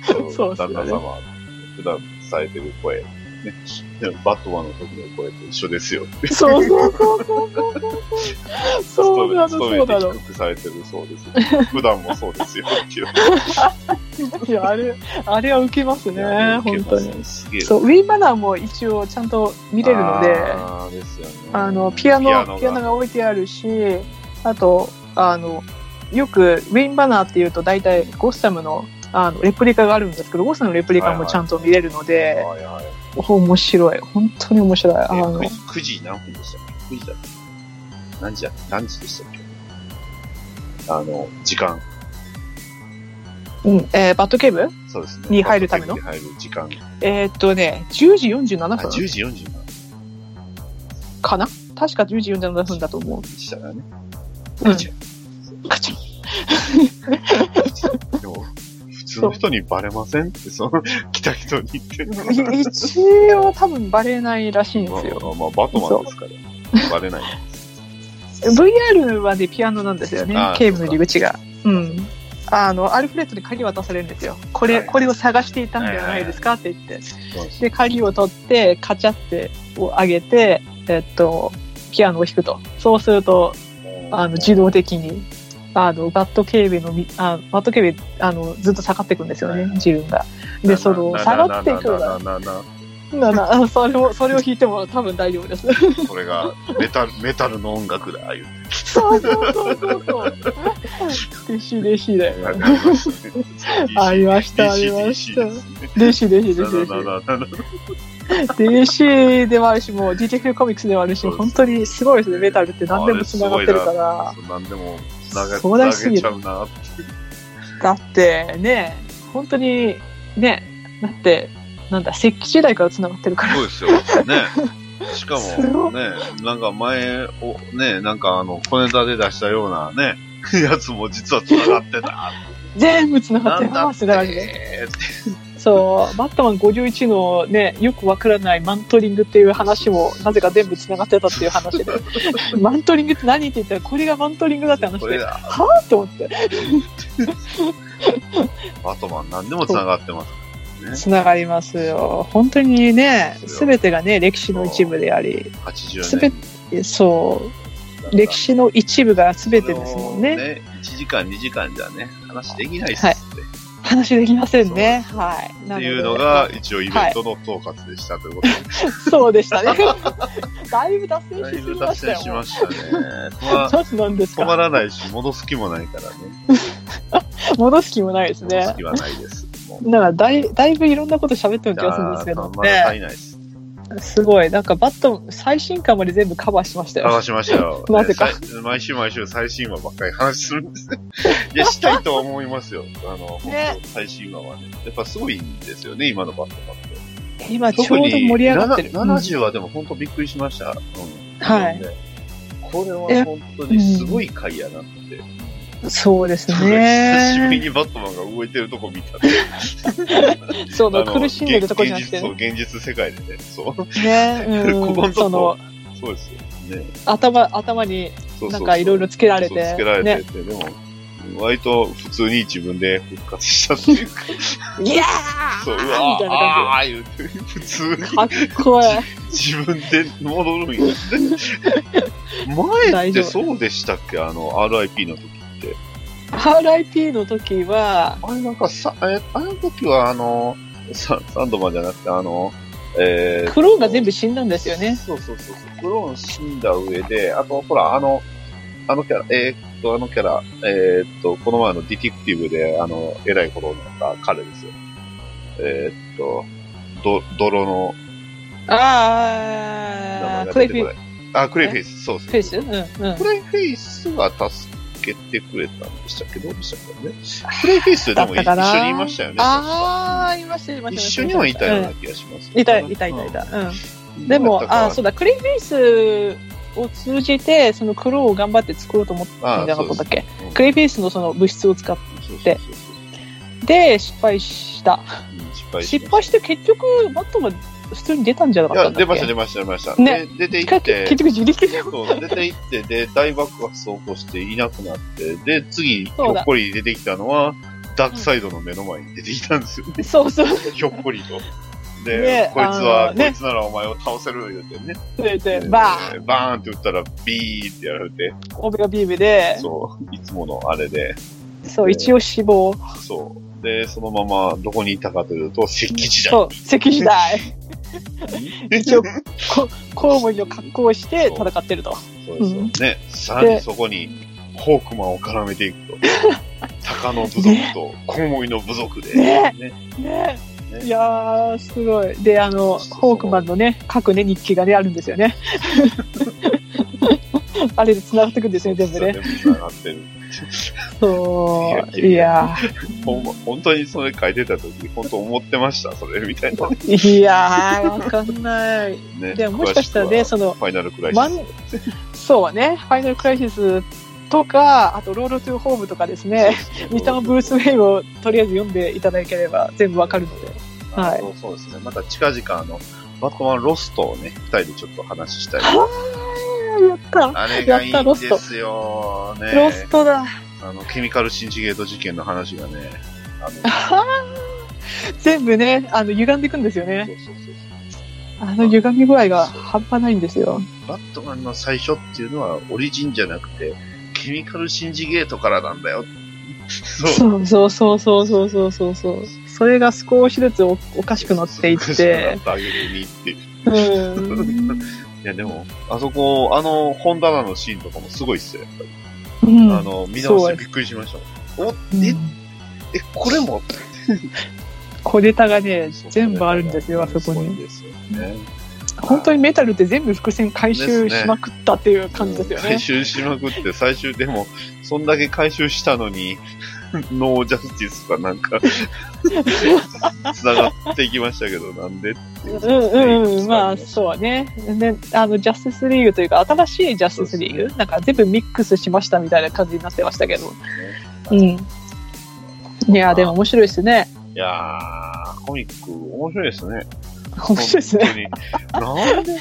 Speaker 4: す
Speaker 5: そうっすよ
Speaker 4: 旦
Speaker 5: ね
Speaker 4: 那様は普段伝えてる声、ね。でもバットマンの時の声と一緒ですよ。
Speaker 5: そうそうそうそうそうそうそう。そうなの、そうな
Speaker 4: 勤
Speaker 5: の
Speaker 4: め。て低くされてるそうです。普段もそうですよ。
Speaker 5: いや、あれ、あれは受けますね、本当に。
Speaker 4: に。すげえ。
Speaker 5: そう、ウィンバナーも一応ちゃんと見れるので、あ
Speaker 4: あーですよね。
Speaker 5: の、ピアノ、ピアノ
Speaker 4: ピアノが
Speaker 5: が置いてあるし、あと、あの、よくウィンバナーっていうと大体ゴッサムのあのレプリカがあるんですけど、ゴッサムのレプリカもちゃんと見れるので、
Speaker 4: はいはい
Speaker 5: 面白い。本当に面白い。あ
Speaker 4: え
Speaker 5: の
Speaker 4: 9、時9時何分でしたっけ ?9 時だった何時だった何時でしたっけあの、時間。
Speaker 5: うん、えーバッドケーブ
Speaker 4: そうですね。
Speaker 5: に入るための
Speaker 4: に入る時間。
Speaker 5: えーっとね、10時47
Speaker 4: あ、
Speaker 5: 分
Speaker 4: 10時47分
Speaker 5: かな確か10時47分だと 思う。
Speaker 4: でしたからね。
Speaker 5: うん
Speaker 4: ガチャ
Speaker 5: ガチ
Speaker 4: ャでも、普通の人にバレませんって、その、 来た人に言ってるのが。
Speaker 5: い一応多分バレないらしいんですよ。
Speaker 4: まあ、まあ、バットマンですから。バレない。
Speaker 5: VR はね、ピアノなんですよね
Speaker 4: あー、
Speaker 5: ケーブルの入り口が。うん。あの、アルフレッドに鍵渡されるんですよ。これ、
Speaker 4: はい
Speaker 5: これを探していたんではないですかって言って。
Speaker 4: そうです
Speaker 5: で、鍵を取って、カチャってを上げて、えっと、ピアノを弾くと。そうすると、あの、自動的に、あの、バット警備のみ、あバット警備、あの、ずっと下がっていくんですよね、自分が。で、その、下がっていくのが、
Speaker 4: ななな
Speaker 5: ななそれを、それを弾いても多分大丈夫 です。
Speaker 4: これが、メタル、メタルの音楽だ、ああいう。
Speaker 5: そうそうそうそうそう。 弟子弟子だ よ。ありました、ありました。弟子弟子弟子弟子。弟子でもあるし、もう DTF コミックスでもあるし、本当にすごいですね、メタルって何でも繋がってるから。
Speaker 4: 何でも繋が
Speaker 5: 壮大
Speaker 4: つ
Speaker 5: す
Speaker 4: なげ
Speaker 5: ぎ
Speaker 4: ちゃ
Speaker 5: る
Speaker 4: うなって。
Speaker 5: だってね、本当にね、だって、なんだ、石器時代から繋がってるから。
Speaker 4: そうですよ。ね。しか
Speaker 5: す
Speaker 4: も、
Speaker 5: ご
Speaker 4: ね、なんか前を、ね、なんかあの、小ネタで出したようなね、やつも実は繋がってた。
Speaker 5: 全部繋が
Speaker 4: な
Speaker 5: って
Speaker 4: んだ
Speaker 5: ま
Speaker 4: って
Speaker 5: す、だらけ。そう、バットマン51のね、よくわからないマントリングっていう話も、なぜか全部繋がってたっていう話 で、マントリングって何って言ったら、これがマントリングだって話
Speaker 4: これ
Speaker 5: で、
Speaker 4: だ。
Speaker 5: はぁと思って、
Speaker 4: バトマン何でも繋がってます。
Speaker 5: 繋がりますよ。本当にね、すべてがね、歴史の一部であり、
Speaker 4: 80
Speaker 5: す
Speaker 4: 年
Speaker 5: べ。て、そう、歴史の一部がすべてですもんね。
Speaker 4: ね。1時間、2時間じゃね、話できないっす
Speaker 5: は
Speaker 4: ね
Speaker 5: い。話できませんね。はい。な
Speaker 4: っ
Speaker 5: の
Speaker 4: て
Speaker 5: で
Speaker 4: いうのが、、一応イベントの統括でしたということで、
Speaker 5: そうでしたね。 だいぶ脱線
Speaker 4: だ
Speaker 5: し
Speaker 4: い
Speaker 5: すぎ
Speaker 4: ぶ
Speaker 5: ま
Speaker 4: 達
Speaker 5: した
Speaker 4: 成
Speaker 5: よ。
Speaker 4: しましたね。止ま
Speaker 5: ちょっとなんです
Speaker 4: 止ま
Speaker 5: か。
Speaker 4: らないし、戻す気もないからね。
Speaker 5: 戻す気もないです
Speaker 4: 戻
Speaker 5: ね
Speaker 4: す。気はないです。もう
Speaker 5: なんかだいだいぶいろんなこと喋ってる気がするんですけ
Speaker 4: あ
Speaker 5: ど
Speaker 4: ーまだ足
Speaker 5: ね。
Speaker 4: りないです。
Speaker 5: すごい。なんかバット、最新刊まで全部カバーしましたよ。
Speaker 4: 探しましたよ。
Speaker 5: なぜか
Speaker 4: ねさい毎週毎週最新話ばっかり話するん ですね。いや、したいとは思いますよ。あの、本
Speaker 5: ね
Speaker 4: 当最新話はね。やっぱすごいんですよね、今のバットマンって。
Speaker 5: 今ちょ
Speaker 4: 特
Speaker 5: うど
Speaker 4: に
Speaker 5: 盛り上がってる。
Speaker 4: な
Speaker 5: うん
Speaker 4: 70はでも本当びっくりしました。うん。
Speaker 5: はい。
Speaker 4: これは本当にすごい回やなって。
Speaker 5: そうです
Speaker 4: 久しぶり
Speaker 5: ね。
Speaker 4: にバットマンが動いてるとこ見 たんで。
Speaker 5: その
Speaker 4: あの
Speaker 5: 苦しんでるとこじゃなく
Speaker 4: 現
Speaker 5: て
Speaker 4: 現実そう、現実世界でね。そう。
Speaker 5: ね。
Speaker 4: ここ
Speaker 5: う
Speaker 4: のとこ
Speaker 5: ん。その
Speaker 4: そうですよ。ね。
Speaker 5: 頭頭に
Speaker 4: そうそうそう
Speaker 5: なんかいろいろつけられ
Speaker 4: そう
Speaker 5: て
Speaker 4: つけられて
Speaker 5: ね。
Speaker 4: て、でも、割と普通に自分で復活したっていうか、
Speaker 5: いや
Speaker 4: そう、う
Speaker 5: ーみ
Speaker 4: わ
Speaker 5: たい
Speaker 4: ー、
Speaker 5: な感
Speaker 4: あー言うて、普通に
Speaker 5: じ。かっこいい。
Speaker 4: 自分で戻るんや。前
Speaker 5: 大
Speaker 4: っ
Speaker 5: 丈
Speaker 4: て
Speaker 5: 夫
Speaker 4: そうでしたっけあの、RIP の時って。
Speaker 5: RIP の時は、
Speaker 4: あれなんかさ、え、あの時はあの、ササンドマンじゃなくて、あの、えー
Speaker 5: クローンが全部死んだんですよね。
Speaker 4: そうそうそうそう。クローン死んだ上で、あと、ほら、あの、あのキャラ、えーっと、あのキャラ、えーっと、この前のディティクティブで、あの、偉いことになった彼ですよ。えーっと、ど、泥の名前
Speaker 5: ああ、
Speaker 4: が
Speaker 5: クレ
Speaker 4: 出て
Speaker 5: イフィ
Speaker 4: こない。あ、クレイフェイス、そう
Speaker 5: フェ
Speaker 4: そう
Speaker 5: イスうんうん
Speaker 4: ク。レイフェイスが助助けてくれたんでしたっけどうでしたっけね。プレイフェイスで
Speaker 5: だ
Speaker 4: で
Speaker 5: っ
Speaker 4: も
Speaker 5: たかな
Speaker 4: 一緒にいましたよね。
Speaker 5: ああ、いました、いました。
Speaker 4: 一緒にはいたよう
Speaker 5: う
Speaker 4: なん気がします。
Speaker 5: いた、いた、いた、いた。うん。
Speaker 4: うん。
Speaker 5: でも、あーそう
Speaker 4: う
Speaker 5: だ、クレイフェイスを通じて、そのクローを頑張って作ろうと思ったんじゃなかったっけ
Speaker 4: だったか
Speaker 5: クレイフェイスのその物質を使っ
Speaker 4: うんそうそうそう
Speaker 5: てて失敗した。
Speaker 4: うん失敗し
Speaker 5: 失
Speaker 4: ま
Speaker 5: 敗して結局、バットが普通に出たんじゃなか
Speaker 4: し。
Speaker 5: った
Speaker 4: い
Speaker 5: た
Speaker 4: や、
Speaker 5: んだっけ
Speaker 4: 出ました、出ました、出ました。
Speaker 5: ね
Speaker 4: で出て行
Speaker 5: 結
Speaker 4: って、
Speaker 5: 結局自力で。
Speaker 4: そう、出て行って、で、大爆発を起こしていなくなって、で、次、ひ
Speaker 5: そ
Speaker 4: ょ
Speaker 5: うだ
Speaker 4: っこり出てきたのは、ダークサイドの目の前に出てきたん ですよ。
Speaker 5: そうそう。
Speaker 4: ひょっこりと。で、
Speaker 5: ね
Speaker 4: こいつ
Speaker 5: あ
Speaker 4: は、
Speaker 5: のね
Speaker 4: こいつならお前を倒せる言うてね。
Speaker 5: で、で、バーン
Speaker 4: ーンバーンって打ったら、ビーってやられて、
Speaker 5: オベガビームで、
Speaker 4: そう、いつものあれで、
Speaker 5: そう、一応死亡。
Speaker 4: そう。で、そのまま、どこにいたかというと、石器時代。
Speaker 5: そう、石時代。一応、こコウモリの格好をして戦ってると。
Speaker 4: そうですよ
Speaker 5: うん
Speaker 4: ね。さらにそこに、ホークマンを絡めていくと。鷹の部族と、コウモリの部族で。
Speaker 5: ね
Speaker 4: ね
Speaker 5: ね
Speaker 4: ね
Speaker 5: いやー、すごい。で、あの、ホークマンのね、各ね、日記がね、あるんですよね。 あれで繋がってくんですよね、全部ね。
Speaker 4: 全部繋がってる。
Speaker 5: そう。
Speaker 4: い
Speaker 5: い
Speaker 4: や
Speaker 5: や
Speaker 4: ほんま本当にそれ書いてた時、本当思ってました、それ、みたいな。
Speaker 5: ー、いやー、わかんない。
Speaker 4: ね。
Speaker 5: でももしかしたらね、
Speaker 4: 詳く
Speaker 5: その
Speaker 4: は、ファイナルくらい
Speaker 5: マン、そうね、ファイナルクライシスとか、あと、ロードトゥーホームとかですね、ミタンブルース・ウェインをとりあえず読んでいただければ全部わかるので。はい
Speaker 4: そうそうですね。また近々、あの、バットマンロストをね、二人でちょっと話したい。
Speaker 5: はー、やった。
Speaker 4: あれがいい
Speaker 5: やった
Speaker 4: ん
Speaker 5: ロスト
Speaker 4: ですよね。
Speaker 5: ロストだ。
Speaker 4: あの、ケミカルシンジゲート事件の話がね、あの、
Speaker 5: 全部ね、あの、歪んでいくんですよ
Speaker 4: そ
Speaker 5: ね。
Speaker 4: うそうそうそう
Speaker 5: あの歪み具合が半端ないんですよ。
Speaker 4: バットマンの最初っていうのはオリジンじゃなくて、ケミカルシンジゲートからなんだよ。そう。
Speaker 5: そうそうそうそうそうそうそうそう。それが少しずつおおかしくなっていっ
Speaker 4: 少しくな
Speaker 5: て
Speaker 4: っ。てあげるにっていう。
Speaker 5: うん。
Speaker 4: いや、でも、あそこ、あの、本棚のシーンとかもすごいっすよ、やっぱり。
Speaker 5: うん
Speaker 4: あの、見直し
Speaker 5: そう
Speaker 4: て
Speaker 5: です
Speaker 4: びっくりしましたもん。お、
Speaker 5: う
Speaker 4: え、
Speaker 5: ん
Speaker 4: え、これも
Speaker 5: 小ネタがね、全部あるんですよ、あそこ
Speaker 4: すごい
Speaker 5: に。
Speaker 4: ですよね。
Speaker 5: 本当にメタルって全部伏線回収しまくったっていう感じですよね
Speaker 4: 回。収しまくって、最終、でも、そんだけ回収したのに、ノージャスティスかなんか、繋がっていきましたけど、なんでっていう。
Speaker 5: うんうんうん、まあ
Speaker 4: う。
Speaker 5: そうね。で、あの、ジャスティスリーグというか、新しいジャスティスリ
Speaker 4: そう
Speaker 5: ーグなんか全部ミックスしましたみたいな感じになってましたけど。うん。いや、でも面白いですね。
Speaker 4: いやー、コミック面白いですね。
Speaker 5: 面白いですね。
Speaker 4: 本当に。なんで、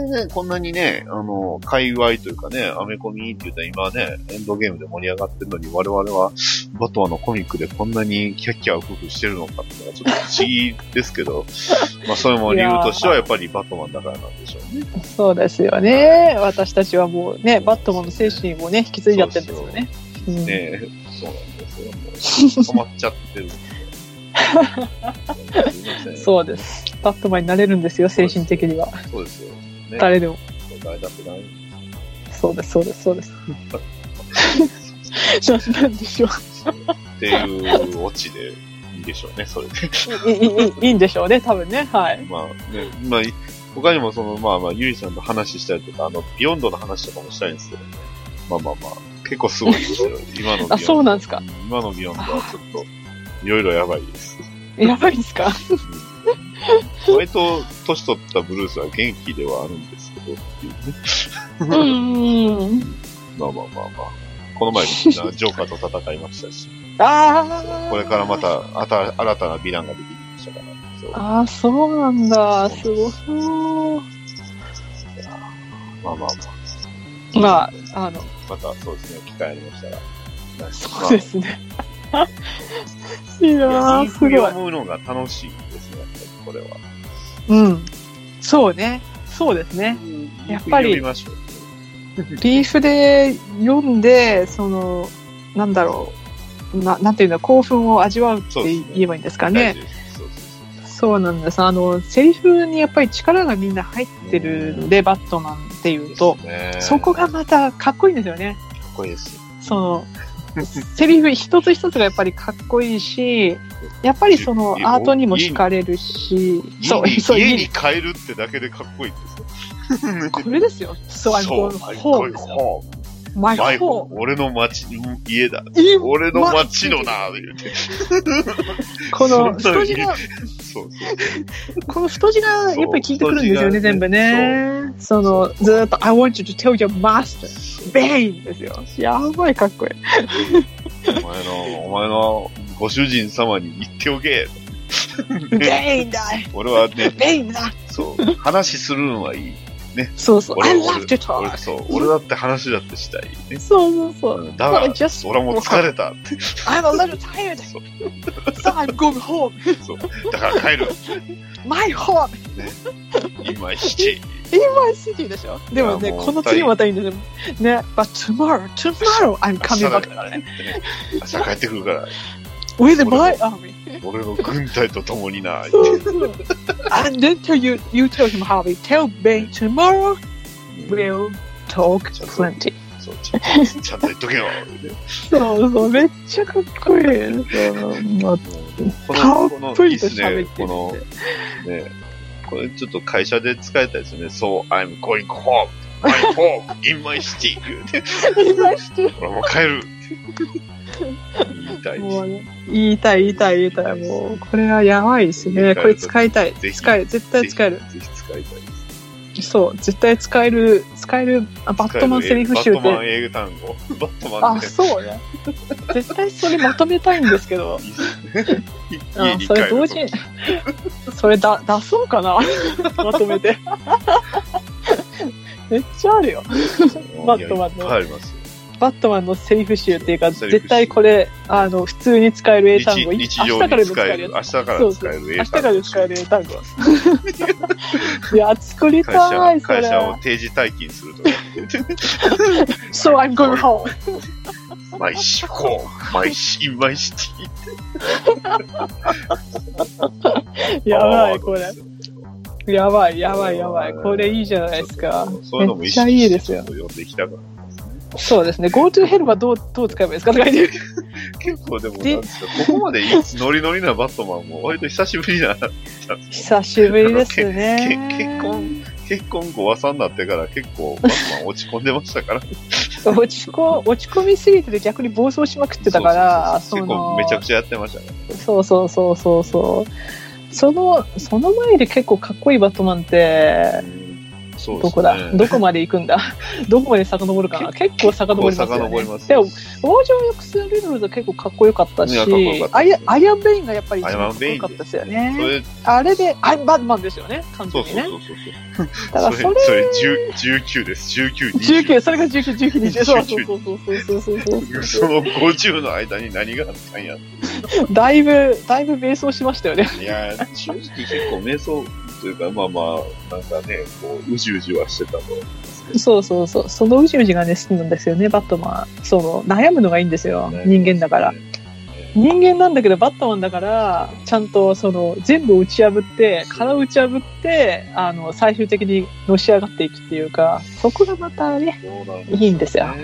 Speaker 4: なんでね、こんなにね、あの、界隈というかね、アメコミって言ったら今ね、エンドゲームで盛り上がってるのに、我々は、バトアのコミックでこんなにキャッキャウフフしてるのかっていうのはちょっと不思議ですけ ど、まあ、それも理由としてはやっぱりバットマンだからなんでしょ うね。
Speaker 5: そうですよね。私たちはもうね、バットマンの精神をね、引き継いじゃってるんですよね。うん
Speaker 4: ねえ、そうなんですよ。もう、止まっちゃって るんですよ。すいません
Speaker 5: そうで。す。バットマンになれるんですよ、精神的には。
Speaker 4: そうですよ。ね、
Speaker 5: 誰でも。
Speaker 4: 誰だってない。
Speaker 5: そうです、そうです、そうです。 ななんでしょ
Speaker 4: っていうオチでいいでしょうね、それで。
Speaker 5: う。いいいいいいんでしょうね、多分ね。はい。
Speaker 4: まあね、まあ、他にもその、まあまあ、ゆいさんと話したりとか、あの、ビヨンドの話とかもしたいんですけどね。まあまあまあ、結構すごいです よ。今のビヨンド。
Speaker 5: あ、そうなんですか。
Speaker 4: 今のビヨンドはちょっと、いろいろやばい です。
Speaker 5: やばいんですか。
Speaker 4: うん割と、年取ったブルースは元気ではあるんですけど、っていうね。
Speaker 5: うーん。
Speaker 4: まあまあまあまあ。この前みんなジョーカーと戦いましたし、
Speaker 5: ああ。
Speaker 4: これからま。た、あた、新たなヴィランが出てきましたから。そう
Speaker 5: ああ、そうなんだ。すごそう。
Speaker 4: まあまあまあ。
Speaker 5: まあ、あの、
Speaker 4: またそうですね、機会ありましたら。
Speaker 5: そうですね。い
Speaker 4: まあ
Speaker 5: や
Speaker 4: い
Speaker 5: ー、
Speaker 4: い
Speaker 5: す
Speaker 4: 振りを
Speaker 5: ごい。
Speaker 4: 思うのが楽しいですね、やっぱりこれは。
Speaker 5: うん。そうね。そうですね。やっぱり
Speaker 4: いい振を見ましょう
Speaker 5: リーフで読んで、その、なんだろう。ななんていうんだ興奮を味わうって言えばいいんですか
Speaker 4: 大
Speaker 5: ね
Speaker 4: 事。ですそうそうそう
Speaker 5: そうなんです。あの、セリフにやっぱり力がみんな入ってるので、バットマンっていうと、
Speaker 4: ね
Speaker 5: そこがまたかっこいいんですよね。
Speaker 4: かっこいいです。
Speaker 5: その、 セリフ一つ一つがやっぱりかっこいいし、やっぱりその
Speaker 4: いいよ
Speaker 5: アートにも惹かれるし、そう、
Speaker 4: 家
Speaker 5: そう、
Speaker 4: に家
Speaker 5: い
Speaker 4: に
Speaker 5: い
Speaker 4: 帰るってだけでかっこいいですよ。
Speaker 5: これですよ。そう、あの、
Speaker 4: そう
Speaker 5: この本
Speaker 4: あ
Speaker 5: で
Speaker 4: れ
Speaker 5: す
Speaker 4: こ
Speaker 5: よ。
Speaker 4: う
Speaker 5: マイ
Speaker 4: マイ
Speaker 5: ホ
Speaker 4: ホ
Speaker 5: ー
Speaker 4: ー
Speaker 5: ム
Speaker 4: ム、俺の町、家だ。
Speaker 5: え
Speaker 4: 俺の
Speaker 5: マ
Speaker 4: 町のな、言うて。
Speaker 5: こ
Speaker 4: そ
Speaker 5: の
Speaker 4: の通
Speaker 5: 太
Speaker 4: り
Speaker 5: 字が、
Speaker 4: そうそう。
Speaker 5: この太字がやっぱり効いてくるんですよ
Speaker 4: そ
Speaker 5: ね、
Speaker 4: う
Speaker 5: 全部ね。その、ずーっと、I want you to tell your master, Bane ですよ。やばい、かっこいい。
Speaker 4: お前の、お前のご主人様に言ってお け。
Speaker 5: Bane だ
Speaker 4: 俺はね、
Speaker 5: !Bane だ
Speaker 4: そう、話するんはいい。
Speaker 5: そうそう、
Speaker 4: 俺
Speaker 5: I
Speaker 4: は
Speaker 5: love to
Speaker 4: 俺
Speaker 5: talk!
Speaker 4: そう、俺だって話だってしたい。ね、
Speaker 5: そうそうそう。
Speaker 4: だが
Speaker 5: But I、just,
Speaker 4: 俺はもう 疲れ た。
Speaker 5: I'm a little tired,
Speaker 4: そう
Speaker 5: so I'm going home,
Speaker 4: だから帰る。
Speaker 5: my home!
Speaker 4: 今7。
Speaker 5: 今シティでしょでも
Speaker 4: い
Speaker 5: ね、
Speaker 4: やもう
Speaker 5: この次またいいんですよ。ね、but tomorrow, tomorrow I'm
Speaker 4: 明日
Speaker 5: coming
Speaker 4: だ
Speaker 5: back
Speaker 4: からね。朝帰ってくるから、
Speaker 5: with my army.
Speaker 4: 俺の軍隊と共に な。
Speaker 5: and then tell you, you tell him, Harvey, tell Bane tomorrow we'll talk plenty.
Speaker 4: そうちゃんとちゃんと言っとけよ。
Speaker 5: そうそう、 めっちゃかっこいい。そう
Speaker 4: こ
Speaker 5: た
Speaker 4: の、
Speaker 5: っ
Speaker 4: こ
Speaker 5: ぷ
Speaker 4: の、いい
Speaker 5: り
Speaker 4: っ
Speaker 5: と
Speaker 4: すね
Speaker 5: 喋っ。て
Speaker 4: この
Speaker 5: る、んで。
Speaker 4: ね、これちょっと会社で使えたですよね。そう、I'm going home. I'm home in my city.
Speaker 5: 今して
Speaker 4: 俺もう帰 る。言いたい
Speaker 5: もう
Speaker 4: し。
Speaker 5: ね言いたい言いたい言いたい。もう、これはやばいですね。これ使いたい。
Speaker 4: ぜひ
Speaker 5: 使え、絶対使える。
Speaker 4: ぜひ使いたい。
Speaker 5: そう、絶対使える、使える、あバットマンセリフ集
Speaker 4: バットマン
Speaker 5: で。
Speaker 4: 英語単語。バットマン
Speaker 5: あ、
Speaker 4: ね。
Speaker 5: そうね。絶対それまとめたいんですけど。
Speaker 4: 家
Speaker 5: あ
Speaker 4: に帰る
Speaker 5: それ同時 に、それだ出そうかなまとめて。めっちゃあるよ。バットマンの
Speaker 4: いやいっぱいありますよ。
Speaker 5: バットマンのセリフ集っていうか、
Speaker 4: セリフ集
Speaker 5: 絶対これ、あの、普通に使える英単語、
Speaker 4: 日
Speaker 5: 明
Speaker 4: 日
Speaker 5: 日
Speaker 4: 常
Speaker 5: からで
Speaker 4: に
Speaker 5: も
Speaker 4: 使
Speaker 5: 使
Speaker 4: え
Speaker 5: え
Speaker 4: る。
Speaker 5: るや
Speaker 4: 明日から
Speaker 5: そう
Speaker 4: 使える
Speaker 5: つ。
Speaker 4: 英
Speaker 5: 明日
Speaker 4: 単語
Speaker 5: からでも使える英単語。いや、作り
Speaker 4: 会社
Speaker 5: たい、そ
Speaker 4: 会
Speaker 5: れ。
Speaker 4: 社を定時退勤するとか。
Speaker 5: So I'm going home.
Speaker 4: マイシコー、マイシ、マイシティ。
Speaker 5: やばい、こ
Speaker 4: あ
Speaker 5: れ。
Speaker 4: ー
Speaker 5: やばい、やばい、やばい。これいいじゃないですか。
Speaker 4: そういうのも
Speaker 5: めっちゃいいですよ
Speaker 4: 読んでいきたかっ
Speaker 5: そうですね。GoToHell はどう、どう使えばいいですかとか言って
Speaker 4: た。結構でも、なん
Speaker 5: で
Speaker 4: ですか、ここまでノリノリなバットマンも割と久しぶりじゃなかったです
Speaker 5: 久しぶりです
Speaker 4: け結
Speaker 5: ね。
Speaker 4: 婚、結婚後噂になってから結構バットマン落ち込んでましたから。
Speaker 5: 落ちこ落ち込みすぎてて逆に暴走しまくってたから、
Speaker 4: そうそうそう
Speaker 5: そ
Speaker 4: 結
Speaker 5: の
Speaker 4: 構めちゃくちゃやってましたね。
Speaker 5: そうそうそうそうそう。その、その前で結構かっこいいバットマンって、
Speaker 4: そうですね。
Speaker 5: どこだ、どこまで行くんだ どこまで遡るかな結構遡りますよ、
Speaker 4: 遡
Speaker 5: ね。
Speaker 4: ります
Speaker 5: で
Speaker 4: よ
Speaker 5: も、王女役スレノルズは結構かっこよかったし、
Speaker 4: いやかっこよかった
Speaker 5: アイアンアイアンベインがやっぱり一
Speaker 4: アイ
Speaker 5: 番
Speaker 4: ア
Speaker 5: か
Speaker 4: ン
Speaker 5: っこ
Speaker 4: ベイ
Speaker 5: よ
Speaker 4: ン
Speaker 5: かったですよ
Speaker 4: そ
Speaker 5: ね。
Speaker 4: れ、
Speaker 5: あれで、アイバットマンですよね、完
Speaker 4: そ
Speaker 5: 全
Speaker 4: うそう
Speaker 5: に
Speaker 4: そう
Speaker 5: ね。
Speaker 4: そうそう。
Speaker 5: だからそれ
Speaker 4: それ、それ10 19です。19、20。
Speaker 5: 19、それが19、19、20。そうそうそうそうそうそうそうそう。
Speaker 4: その50の間に何があったんや。い
Speaker 5: だいぶ、だいぶ迷走しましたよね。
Speaker 4: やー、正直結構瞑想というか、まあまあ、なんかね、こう、うじうじはしてたと。
Speaker 5: そうそうそう。そのうじうじがね、好きなんですよね、バットマン。その、悩むのがいいんですよ、人間だから。人間なんだけど、バットマンだから、ちゃんと、その、全部打ち破って、殻を打ち破って、あの、最終的にのし上がっていくっていうか、そこがまたね、
Speaker 4: そうなんですよね
Speaker 5: いいんですよ。
Speaker 4: こん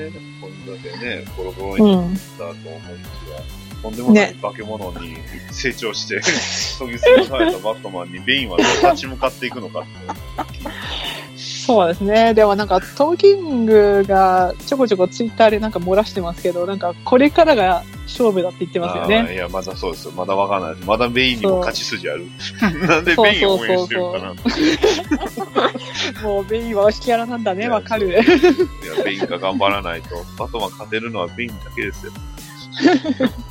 Speaker 4: だけね、ボロボロ
Speaker 5: う
Speaker 4: に
Speaker 5: ん。
Speaker 4: なったと思いきや、とんでもない
Speaker 5: ね
Speaker 4: 化け物に成長して、 研ぎ澄まされたバットマンにベインはどう立ち向かっていくのかって。
Speaker 5: そうですね。でもなんか、トーキングがちょこちょこツイッターでなんか漏らしてますけど、なんか、これからが勝負だって言ってますよ
Speaker 4: あ
Speaker 5: ね。
Speaker 4: ーいや、まだそうですよ。まだわかんないです。まだベインにも勝ち筋ある。 なんでベインを応援してるかな
Speaker 5: もう、ベインはおしきやらなんだね、わかる。
Speaker 4: いや、ベインが頑張らないと、バトマン勝てるのはベインだけですよ。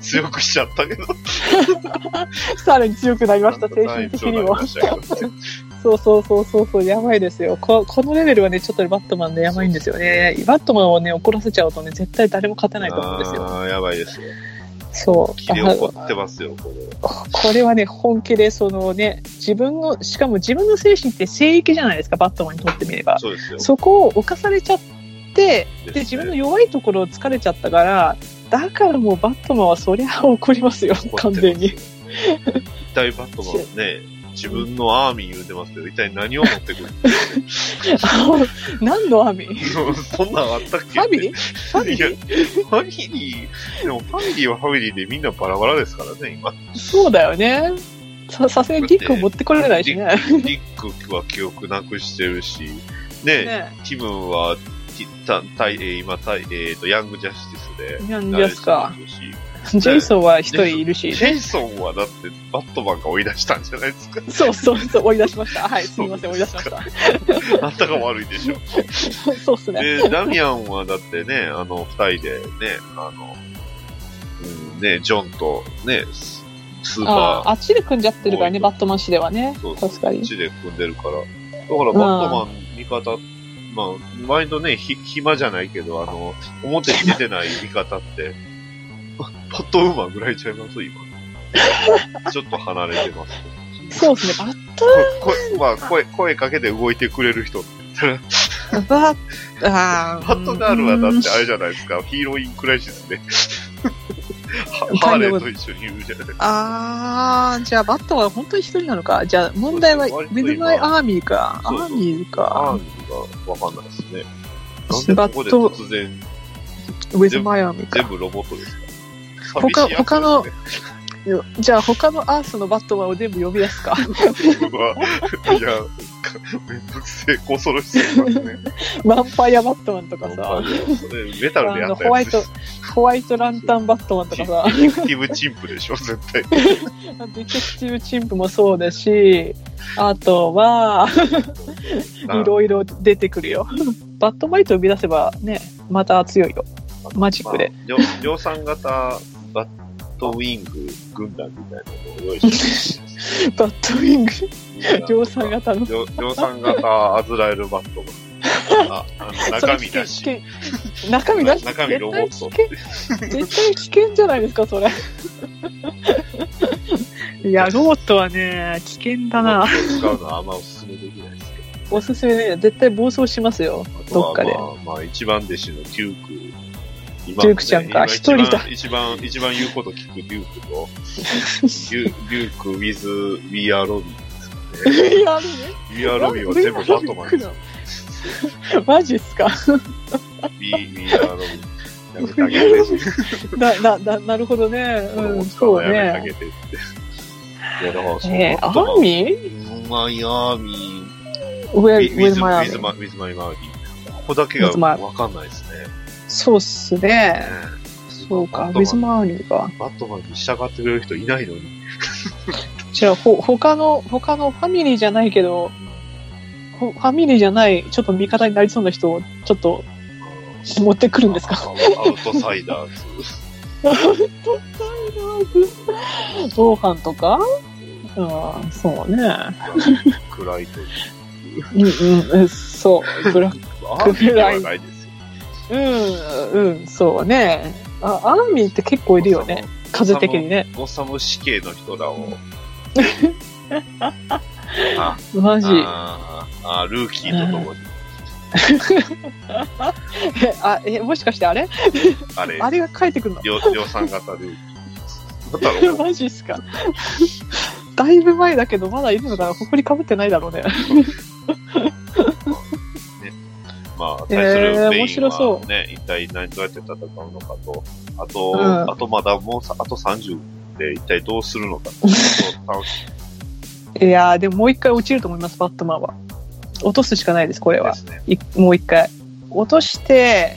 Speaker 4: 強くしちゃったけど。
Speaker 5: さらに強くなりました、精神的にも
Speaker 4: は。いそうなりましたけど
Speaker 5: そうそうそうそうそう、やばいですよこ。このレベルはね、ちょっとバットマンでやばいんですよね。バットマンをね、怒らせちゃうとね、絶対誰も勝てないと思うんですよ。
Speaker 4: あーやばいですよ。
Speaker 5: そう。
Speaker 4: 切
Speaker 5: だ
Speaker 4: れ
Speaker 5: から
Speaker 4: 怒ってますよ、これ。
Speaker 5: これはね、本気で、そのね、自分の、しかも自分の精神って聖域じゃないですか、バットマンにとってみれば。
Speaker 4: そうですよ。
Speaker 5: そこを犯されちゃって、
Speaker 4: う
Speaker 5: で、自分の弱いところを疲れちゃったから、だからもうバットマンはそりゃ怒りますよ、完全に。。
Speaker 4: 一体バットマンはね、自分のアーミー言うてますけど、一体何を持ってくる
Speaker 5: あの何の網フ
Speaker 4: そんなんあったっけ
Speaker 5: ァミリーファミ
Speaker 4: いや
Speaker 5: リー
Speaker 4: ファミリー、でもファミリーはファミリーでみんなバラバラですからね、今。
Speaker 5: そうだよね。ささすがにディックを持ってこられないしね。
Speaker 4: リックは記憶なくしてるし、ね、
Speaker 5: ね
Speaker 4: ティムはき、た対えー今、対えっと、ヤングジャスティスで。
Speaker 5: ヤングジャスか
Speaker 4: ナレーションも
Speaker 5: ジェイソンは一人いる
Speaker 4: いる
Speaker 5: し
Speaker 4: し。ジ。ェイソンはだって、バットマンが追い出したんじゃない ですか。
Speaker 5: そうそうそう、追い出しました。はい、すみません、追い出しました。
Speaker 4: あんたが悪いでしょ。
Speaker 5: そうっすね。
Speaker 4: で、ダミアンはだってね、あの、二人でね、あの、うん、ね、ジョンとね、ススー
Speaker 5: あ
Speaker 4: パ
Speaker 5: ああっちで組んじゃってるからね、バットマン誌ではね
Speaker 4: そう。そう
Speaker 5: 確か
Speaker 4: ー、
Speaker 5: に。
Speaker 4: 地で組んでるから。だから、バットマン味方、まあ、毎度ね、ひ、暇じゃないけど、あの、表に出てない味方って、 パットウーマンぐらいちゃいます今。 ちょっと離れてます。
Speaker 5: そうっすね、バッ
Speaker 4: こ声、まあ、声、声かけて動いてくれる人って言ったら
Speaker 5: ト、バッ、あ
Speaker 4: バットガールはだってあれ
Speaker 5: じ
Speaker 4: じゃないですか、ヒーローインクライシスで。ハーレーと一緒にいるじゃないですか。
Speaker 5: あー、じゃあバットは本当に一人なのか。じゃあ問題は、ウ
Speaker 4: そうです
Speaker 5: ィ
Speaker 4: ね
Speaker 5: ズマイアーミーか。ア
Speaker 4: そうそう
Speaker 5: ーミ
Speaker 4: アー
Speaker 5: ーか。
Speaker 4: ミーがわかんないですね。なんでここで突然、
Speaker 5: ウィズマイアーミー
Speaker 4: 全
Speaker 5: か。
Speaker 4: 部ロボットですか寂
Speaker 5: 他
Speaker 4: しいやつ
Speaker 5: 他の
Speaker 4: ですね
Speaker 5: じゃあ他のアースのバットマンを全部呼び出すか。
Speaker 4: うわいや、めんどくせえ、恐ろしすぎますね。
Speaker 5: ワンパイアバットマンとか
Speaker 4: ほんま
Speaker 5: さ。
Speaker 4: にそれメタルで
Speaker 5: あ
Speaker 4: や
Speaker 5: の
Speaker 4: った
Speaker 5: ホワ
Speaker 4: や
Speaker 5: イ
Speaker 4: つで
Speaker 5: ト
Speaker 4: す。、
Speaker 5: ホワイトランタンバットマンとかさ。
Speaker 4: ディテクティブチンプでしょ、絶 対。
Speaker 5: ディテクティブチンプもそうだし、あとは、いろいろ出てくるよ。バットマイトを生み出せばね、また強いよ。マジックで。
Speaker 4: まあ量量産型バットウィング軍団みたいなのを用意してます
Speaker 5: バットウィング、 量産型の。
Speaker 4: 量量産型アズラエルバットがあ あの中身だし
Speaker 5: それ危険危険中身だし。
Speaker 4: 中身ロボット
Speaker 5: 絶対危険。絶対危険じゃないですか、それ。 いや、ロボットはね、危険だな。
Speaker 4: 使うのはあんまおすすめできないですけ
Speaker 5: おすすめね、絶対暴走しますよ。
Speaker 4: ど
Speaker 5: どっかで
Speaker 4: まあまあ、まあ一番弟子のデューク今
Speaker 5: デュークちゃんか
Speaker 4: 今一番
Speaker 5: 一人だ
Speaker 4: 一番一番言うこと聞くデュークと デュデューク with We are Robin
Speaker 5: いや、あるね。
Speaker 4: We are Robin は全部バットマンです
Speaker 5: マジっすか
Speaker 4: We, we are Robin やめてあげて
Speaker 5: な、な、な、なるほどね。う、
Speaker 4: うんん、
Speaker 5: そう
Speaker 4: やめ
Speaker 5: ね
Speaker 4: てあ。げてって。いや、だからそう、
Speaker 5: えー、ア
Speaker 4: バットマン
Speaker 5: ーミー
Speaker 4: うんマイアーミー。
Speaker 5: ウ
Speaker 4: ウ
Speaker 5: ェ
Speaker 4: ィ
Speaker 5: ル、ウェルマイアー
Speaker 4: ズ
Speaker 5: ミー。
Speaker 4: マイアーミー。ウィズマイアーミー。ここだけが
Speaker 5: With my-
Speaker 4: わかんないですね。
Speaker 5: そうっす
Speaker 4: ね
Speaker 5: ね。そうか、ウ
Speaker 4: バッ
Speaker 5: ィズ
Speaker 4: トマン
Speaker 5: マーミーか。
Speaker 4: バットマンに従ってくれる人いないのに。
Speaker 5: じゃあ、ほ、他の、他のファミリーじゃないけど、ほファミリーじゃない、ちょっと味方になりそうな人を、ちょっと持ってくるんですか
Speaker 4: アウアウトサイダーズ。
Speaker 5: 同伴とかああ、そうね。
Speaker 4: クライト。
Speaker 5: うんうんうん、そう。ブラッ
Speaker 4: アーミーではないですよ。
Speaker 5: ク。うん、うん、そうね。あ、アーミーって結構いるよね。数的にね。
Speaker 4: ゴッサム死刑の人らを。
Speaker 5: マジ。
Speaker 4: あーあー、ルーキーとともに。
Speaker 5: えあえもしかしてあれ
Speaker 4: あれ、
Speaker 5: あれが帰ってくる
Speaker 4: 量量産型ルーキー。だったら
Speaker 5: の マジっすかだいぶ前だけどまだいるのかなほこりかぶってないだろうね
Speaker 4: まあ、対す
Speaker 5: えー
Speaker 4: るメ
Speaker 5: 面
Speaker 4: イン
Speaker 5: 白そ
Speaker 4: はね、一体何どうやって戦うのかと、あと、
Speaker 5: うん
Speaker 4: あとまだもうさあと30で一体どうするのかと、楽し
Speaker 5: いやーでももう一回落ちると思いますバットマンは落とすしかない ですこれ
Speaker 4: みで
Speaker 5: は
Speaker 4: すね。
Speaker 5: いもう一回落として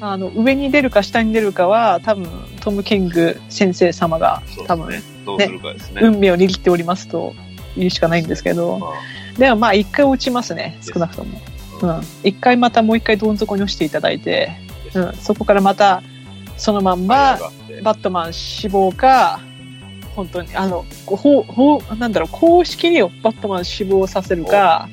Speaker 5: あの上に出るか下に出るかは多分トム・キング先生様が
Speaker 4: そう
Speaker 5: 多
Speaker 4: ですね。ど
Speaker 5: 分、
Speaker 4: うするかですね。
Speaker 5: 運命を握っておりますと言うしかないんですけど
Speaker 4: まあ、
Speaker 5: でもまあ一回落ちますね少なくともうん一回またもう一回どん底に落ちていただいて、うん、そこからまたそのまんま
Speaker 4: 上がって
Speaker 5: バットマン死亡か本当にあのほうほうなんだろう公式にバットマン死亡させるか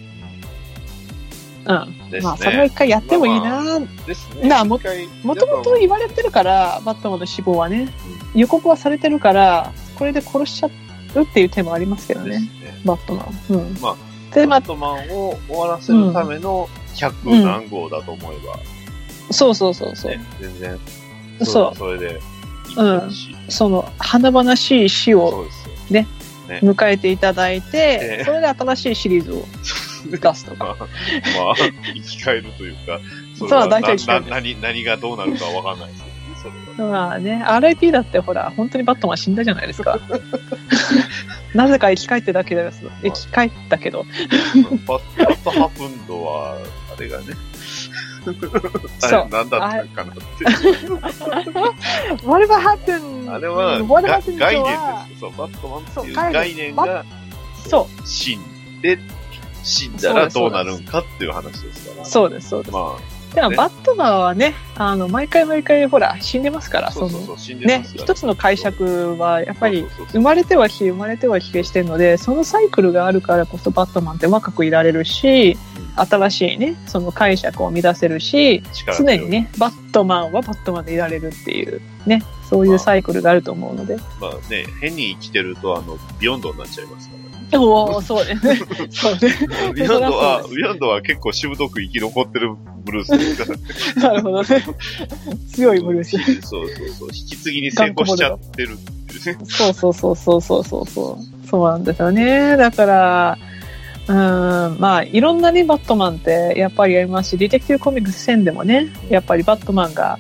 Speaker 5: う
Speaker 4: で
Speaker 5: ん
Speaker 4: すね
Speaker 5: まあそれは一回やってもいいな、
Speaker 4: ですね。
Speaker 5: なあも
Speaker 4: 一回
Speaker 5: もともと言われてるからバットマンの死亡はね予告はされてるからこれで殺しちゃうっていう手もありますけど
Speaker 4: です
Speaker 5: ね
Speaker 4: ね。
Speaker 5: バットマン、うん
Speaker 4: ま
Speaker 5: でま
Speaker 4: バ
Speaker 5: あ
Speaker 4: ットマンを終わらせるための100何号だと思えば、
Speaker 5: そうそうそうそう、
Speaker 4: ね、全然、
Speaker 5: そう
Speaker 4: それでいいし、
Speaker 5: その華々しい死を
Speaker 4: そうですよ。
Speaker 5: 迎えていただいて、
Speaker 4: ええ
Speaker 5: それで新しいシリーズを出すと
Speaker 4: ま あ、
Speaker 5: か。
Speaker 4: まあ、生き返るというか、そ
Speaker 5: そう大体生き返
Speaker 4: な
Speaker 5: る
Speaker 4: な何何がどうなるかわかんないですよね、それは
Speaker 5: まあね、RIP だってほら、本当にバットマン死んだじゃないです か。なぜか生き返ってだけです。生き返ったけど。
Speaker 4: バッバットハプンドは、あれがね、あ
Speaker 5: そ
Speaker 4: れ、
Speaker 5: う
Speaker 4: なんだったかなって。
Speaker 5: What about happen?
Speaker 4: あれは、
Speaker 5: What
Speaker 4: が
Speaker 5: happen
Speaker 4: 概
Speaker 5: to
Speaker 4: 念
Speaker 5: は
Speaker 4: です。そう、バットマンっていう
Speaker 5: そう概念
Speaker 4: 概念が
Speaker 5: そ
Speaker 4: 死んで、死んだらどうなるんかっていう話ですから。
Speaker 5: う、そうです、そうです。
Speaker 4: ま
Speaker 5: でも、
Speaker 4: ね
Speaker 5: バットマンはね、あの、毎回毎回、ほら、死んでますか
Speaker 4: あ、
Speaker 5: ら、
Speaker 4: そ
Speaker 5: そう
Speaker 4: そうそ
Speaker 5: の、
Speaker 4: う、死んでま
Speaker 5: ね、
Speaker 4: すから
Speaker 5: 一つの解釈は、やっぱり、、
Speaker 4: そうそうそ
Speaker 5: 生
Speaker 4: う
Speaker 5: まれては否定生まれては否定してるのでそのサイクルがあるからこそバットマンって若くいられるし新しいねその解釈を生み出せるし
Speaker 4: 力強
Speaker 5: 常
Speaker 4: い
Speaker 5: にねバットマンはバットマンでいられるっていうねそういうサイクルがあると思う ので、
Speaker 4: まあね、変に生きてると、あの、ビヨンドになっちゃいますからね。
Speaker 5: おおそうね そう ね
Speaker 4: ビヨンドは、
Speaker 5: そりゃそうです
Speaker 4: ビヨンドは結構しぶとく生き残ってるブルースです から。
Speaker 5: なるほ どね強いブルース
Speaker 4: そうそうそう。引き継ぎに成功しちゃってるっていうね。
Speaker 5: そうそうそうそうそうそうそう。そうなんですよね。だから、うーん、まあ、いろんなね、バットマンってやっぱりありますし、ディテクティブコミックス1000でもね、やっぱりバットマンが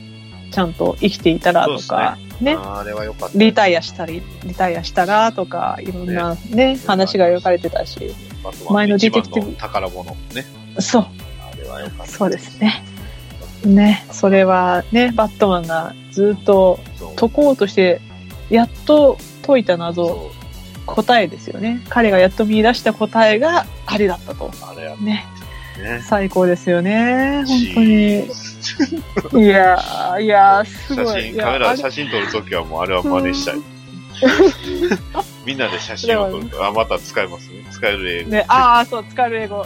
Speaker 5: ちゃんと生きていたらとか、ね
Speaker 4: あーあれは良かった。
Speaker 5: リタイアしたり、リタイアしたらとか、いろんなね、話が描かれてたし、
Speaker 4: バットマ
Speaker 5: 前
Speaker 4: ンの
Speaker 5: の
Speaker 4: 一
Speaker 5: ディテ
Speaker 4: 番
Speaker 5: クティブ
Speaker 4: の宝物。ね。
Speaker 5: そう、
Speaker 4: あれは良かった。
Speaker 5: そうですね。ね、それはね、バットマンがずっと
Speaker 4: そう。
Speaker 5: 解こうとして、やっと解いた謎を
Speaker 4: そ
Speaker 5: 答えですよね彼がやっと見出した答えがあれだったと
Speaker 4: う。あれは
Speaker 5: ね
Speaker 4: ね。
Speaker 5: 最高ですよね本当
Speaker 4: し
Speaker 5: にいやーいやーす
Speaker 4: 写
Speaker 5: ごいい
Speaker 4: 真、
Speaker 5: や
Speaker 4: カメラ
Speaker 5: あ
Speaker 4: で
Speaker 5: れ
Speaker 4: 写真撮るときはもうあれは真似したい。 みんなで写真を撮ると、あ、また使えますね。使える映画。
Speaker 5: ねああそう使える英語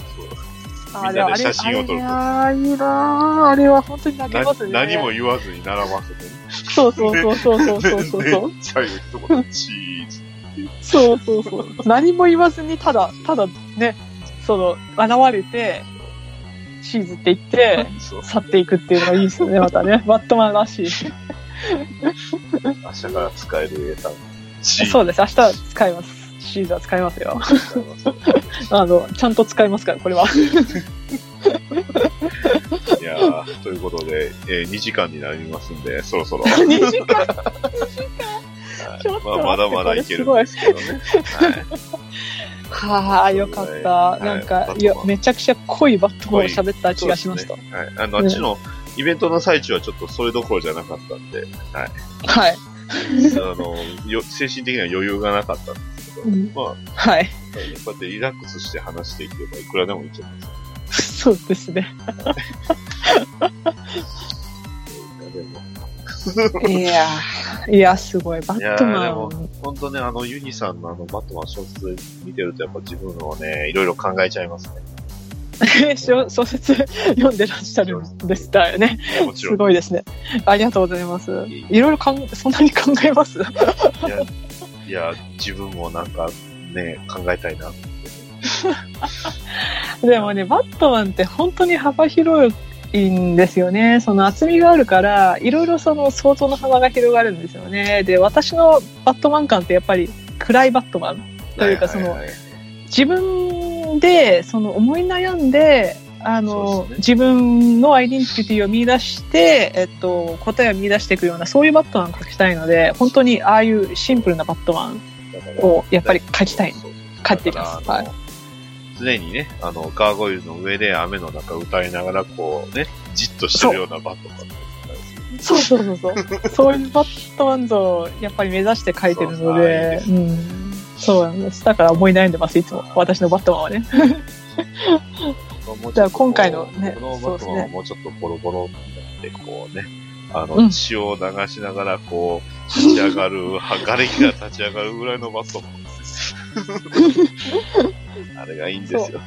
Speaker 5: あ
Speaker 4: みんなで
Speaker 5: あれ
Speaker 4: 写真を撮ると
Speaker 5: あれいやーいいなーあれは本当に泣けますね
Speaker 4: な何も言わずに並ばせてね。
Speaker 5: そうそうそうそうそうそうそ うそう
Speaker 4: めっちゃ言う一言、チーズ。
Speaker 5: そうそうそう何も言わずにただただねその現れてシーズって言って
Speaker 4: そう。
Speaker 5: 去っていくっていうのがいいですよねまたねバットマンらしい
Speaker 4: 明日から使える映画。チーズ。
Speaker 5: そうです。明日使います。シーザー使いますよ。
Speaker 4: 使えます
Speaker 5: あの、ちゃんと使いますから、これは。
Speaker 4: いやーということで、えー、2時間になりますんで、そろ そろ。
Speaker 5: 2時間、ちょっと待って
Speaker 4: まあ、まだまだいけるんですけどね。はい。
Speaker 5: はあ、よかった。
Speaker 4: はい
Speaker 5: なん
Speaker 4: はいバット
Speaker 5: か
Speaker 4: マ、ン
Speaker 5: いや、めちゃくちゃ濃いバットマンを喋った 気がしました。
Speaker 4: そうですねはい。あの、あっちのイベントの最中はちょっとそれどころじゃなかったん で、
Speaker 5: はい。
Speaker 4: あの、よ精神的には余裕がなかったんですけど、
Speaker 5: うん
Speaker 4: まあ、
Speaker 5: はい。
Speaker 4: こうやってリラックスして話していけばいくらでもいけます。
Speaker 5: そうですね。
Speaker 4: いやでも
Speaker 5: いやー、いや、すごい。バ
Speaker 4: やー
Speaker 5: ットマ
Speaker 4: でも
Speaker 5: ン。
Speaker 4: 本当ね、あの、ユニさんのあの、バットマン小説見てるとやっぱ自分をね、いろいろ考えちゃいますね。
Speaker 5: 小小説読んでらっしゃるんでしたよね。
Speaker 4: もち
Speaker 5: す
Speaker 4: ろん。
Speaker 5: ごいですね。ありがとうございます。いろいろかん、そんなに考えます
Speaker 4: いや、いや、自分もなんかね、考えたいなって。
Speaker 5: でもね、バットマンって本当に幅広いんですよね。その厚みがあるから、いろいろその想像の幅が広がるんですよね。で、私のバットマン感ってやっぱり暗いバットマン。というかその
Speaker 4: はいはいはい
Speaker 5: 自分で、その思い悩んで、あ
Speaker 4: そう
Speaker 5: の、
Speaker 4: ですね
Speaker 5: 自分のアイデンティティを見出して、えっと、答えを見出していくような、そういうバットマンを描きたいので、本当にああいうシンプルなバットマン
Speaker 4: だから
Speaker 5: をやっぱり描きたい。
Speaker 4: そうそうそう
Speaker 5: 帰ってきます
Speaker 4: だからあ
Speaker 5: は
Speaker 4: の常にね、あの、ガーゴイルの上で雨の中歌いながら、こうね、じっとしてるようなバットマンですね
Speaker 5: そうそうそうそう。そういうバットマン像をやっぱり目指して書いてるので、
Speaker 4: そうう
Speaker 5: うん、そうなんです。だから思い悩んでます、いつも。私のバットマンはね。
Speaker 4: もうちょっとこう
Speaker 5: だから今回のね
Speaker 4: この
Speaker 5: そ
Speaker 4: バ
Speaker 5: う
Speaker 4: ット
Speaker 5: です
Speaker 4: マ
Speaker 5: ね
Speaker 4: ンはもうちょっとボロボロになって、こうね、あ
Speaker 5: う
Speaker 4: の、
Speaker 5: ん
Speaker 4: 血を流しながら、こう、立ち上がる、 はがれきが立ち上がるぐらいのバットマン です。あれがいいんですよ。